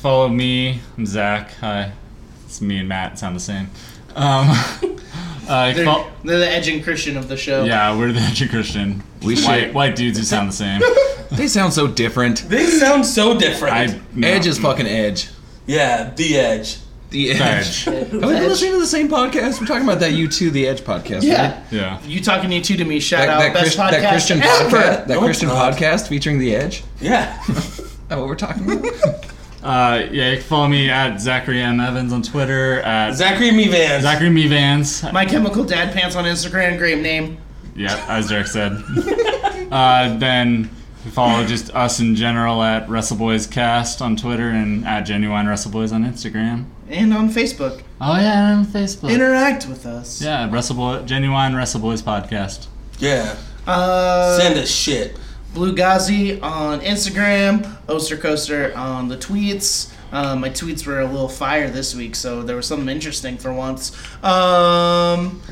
Speaker 6: follow me. I'm Zach. Hi. It's me and Matt. Sound the same. Um, *laughs* uh,
Speaker 3: They're,
Speaker 6: fo-
Speaker 3: they're the edge and Christian of the show.
Speaker 6: yeah, we're the edgy Christian.
Speaker 5: We
Speaker 6: white,
Speaker 5: should.
Speaker 6: white dudes who sound
Speaker 5: *laughs*
Speaker 6: the same.
Speaker 5: They sound so different.
Speaker 4: they sound so different.
Speaker 6: I, no.
Speaker 5: Edge is fucking Edge.
Speaker 4: yeah, the edge.
Speaker 5: The Edge.
Speaker 6: Edge.
Speaker 5: Have we been listening to the same podcast? We're talking about that U2 The Edge podcast, right?
Speaker 3: Yeah.
Speaker 6: Yeah.
Speaker 3: You talking you two to me? Shout
Speaker 5: That,
Speaker 3: out
Speaker 5: that,
Speaker 3: best
Speaker 5: Christ-
Speaker 3: podcast
Speaker 5: that Christian
Speaker 3: ever. Oh,
Speaker 5: podcast, that
Speaker 4: No,
Speaker 5: Christian
Speaker 4: it's not.
Speaker 5: podcast featuring The Edge. Is
Speaker 4: Yeah.
Speaker 5: that what we're talking about?
Speaker 6: Uh, yeah, you can follow me at Zachary M. Evans on Twitter, at
Speaker 4: Zachary Mevan.
Speaker 6: Zachary Me Vance.
Speaker 3: My Chemical Dad Pants on Instagram. Great name.
Speaker 6: Yeah, as Derek said. *laughs* uh, then follow just us in general at WrestleBoys Cast on Twitter and at Genuine WrestleBoys on Instagram.
Speaker 3: And on Facebook.
Speaker 6: Oh yeah, and on Facebook.
Speaker 3: Interact with us.
Speaker 6: yeah, WrestleBoy Genuine WrestleBoys Podcast.
Speaker 4: Yeah.
Speaker 3: Uh,
Speaker 4: Send us shit.
Speaker 3: Blue Ghazi on Instagram, Oster Coaster on the tweets. Uh, my tweets were a little fire this week, so there was something interesting for once. Um,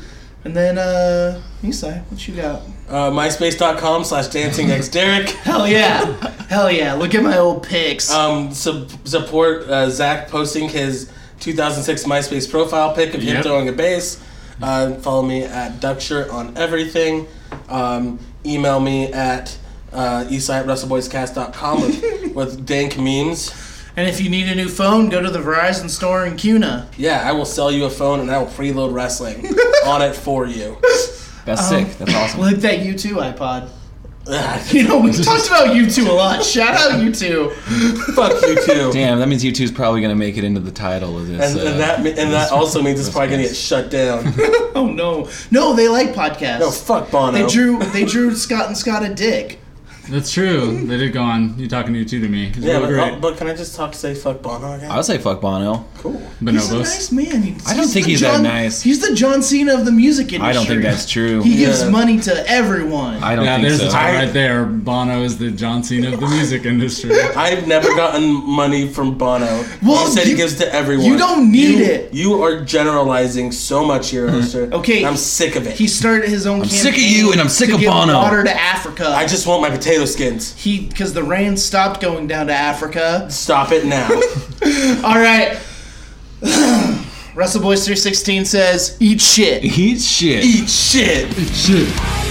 Speaker 3: and then, uh, Nisai, what you got?
Speaker 4: Uh, MySpace.com slash dancing X Derek.
Speaker 3: Hell yeah! *laughs* Hell yeah! Look at my old pics.
Speaker 4: Um, sub- support uh, Zach posting his 2006 MySpace profile pic of him
Speaker 6: Yep.
Speaker 4: throwing a base. Uh, follow me at Duckshirt on everything. Um, email me at uh, eastside@wrestleboyscast.com with, with dank memes.
Speaker 3: and if you need a new phone, go to the Verizon store in Cuna.
Speaker 4: Yeah, I will sell you a phone and I will preload wrestling on it for you.
Speaker 5: *laughs* That's sick. That's awesome.
Speaker 3: Like that U2 iPod. *laughs*
Speaker 4: Ugh,
Speaker 3: You know, we've talked about U2 a lot. Shout out U2.
Speaker 4: Fuck you too.
Speaker 5: Damn, that means U2 is probably going to make it into the title of this.
Speaker 4: And,
Speaker 5: uh,
Speaker 4: and that me- and that also means it's probably gonna get shut down.
Speaker 3: Oh no. No, they like podcasts.
Speaker 4: No, fuck Bono.
Speaker 3: they drew they drew Scott and Scott a dick.
Speaker 6: That's true. they did go on. You talking to you two to me? It's
Speaker 4: Yeah,
Speaker 6: really
Speaker 4: but,
Speaker 6: great.
Speaker 4: oh, but can I just talk say fuck Bono again?
Speaker 5: I would say fuck Bono.
Speaker 4: cool.
Speaker 3: He's a
Speaker 6: Bonobos.
Speaker 3: nice man. He's,
Speaker 5: I don't think
Speaker 3: the
Speaker 5: he's that
Speaker 3: John-
Speaker 5: nice.
Speaker 3: He's the John Cena of the music industry.
Speaker 5: I don't think that's true.
Speaker 3: He gives
Speaker 4: Yeah.
Speaker 3: money to everyone.
Speaker 5: I don't
Speaker 6: yeah,
Speaker 5: think
Speaker 6: there's
Speaker 5: so.
Speaker 6: the tie right there. Bono is the John Cena of the music industry.
Speaker 4: I've never gotten money from Bono.
Speaker 3: Well,
Speaker 4: he said he
Speaker 3: you-
Speaker 4: gives to everyone.
Speaker 3: you don't need
Speaker 4: You-
Speaker 3: it. Mm-hmm.
Speaker 4: You are generalizing so much here, Oster.
Speaker 3: Okay.
Speaker 4: I'm sick of it.
Speaker 3: He started his own. I'm
Speaker 5: sick of you and I'm sick
Speaker 3: to
Speaker 5: of
Speaker 3: give
Speaker 5: Bono.
Speaker 3: Water to Africa.
Speaker 4: I just want my potato skins.
Speaker 3: he because the rain stopped going down to Africa.
Speaker 4: Stop it
Speaker 3: *laughs*
Speaker 4: now.
Speaker 3: All right. *sighs* Russell Boys 316 says, "Eat shit."
Speaker 5: Eat shit.
Speaker 4: Eat shit.
Speaker 5: shit.
Speaker 7: Thank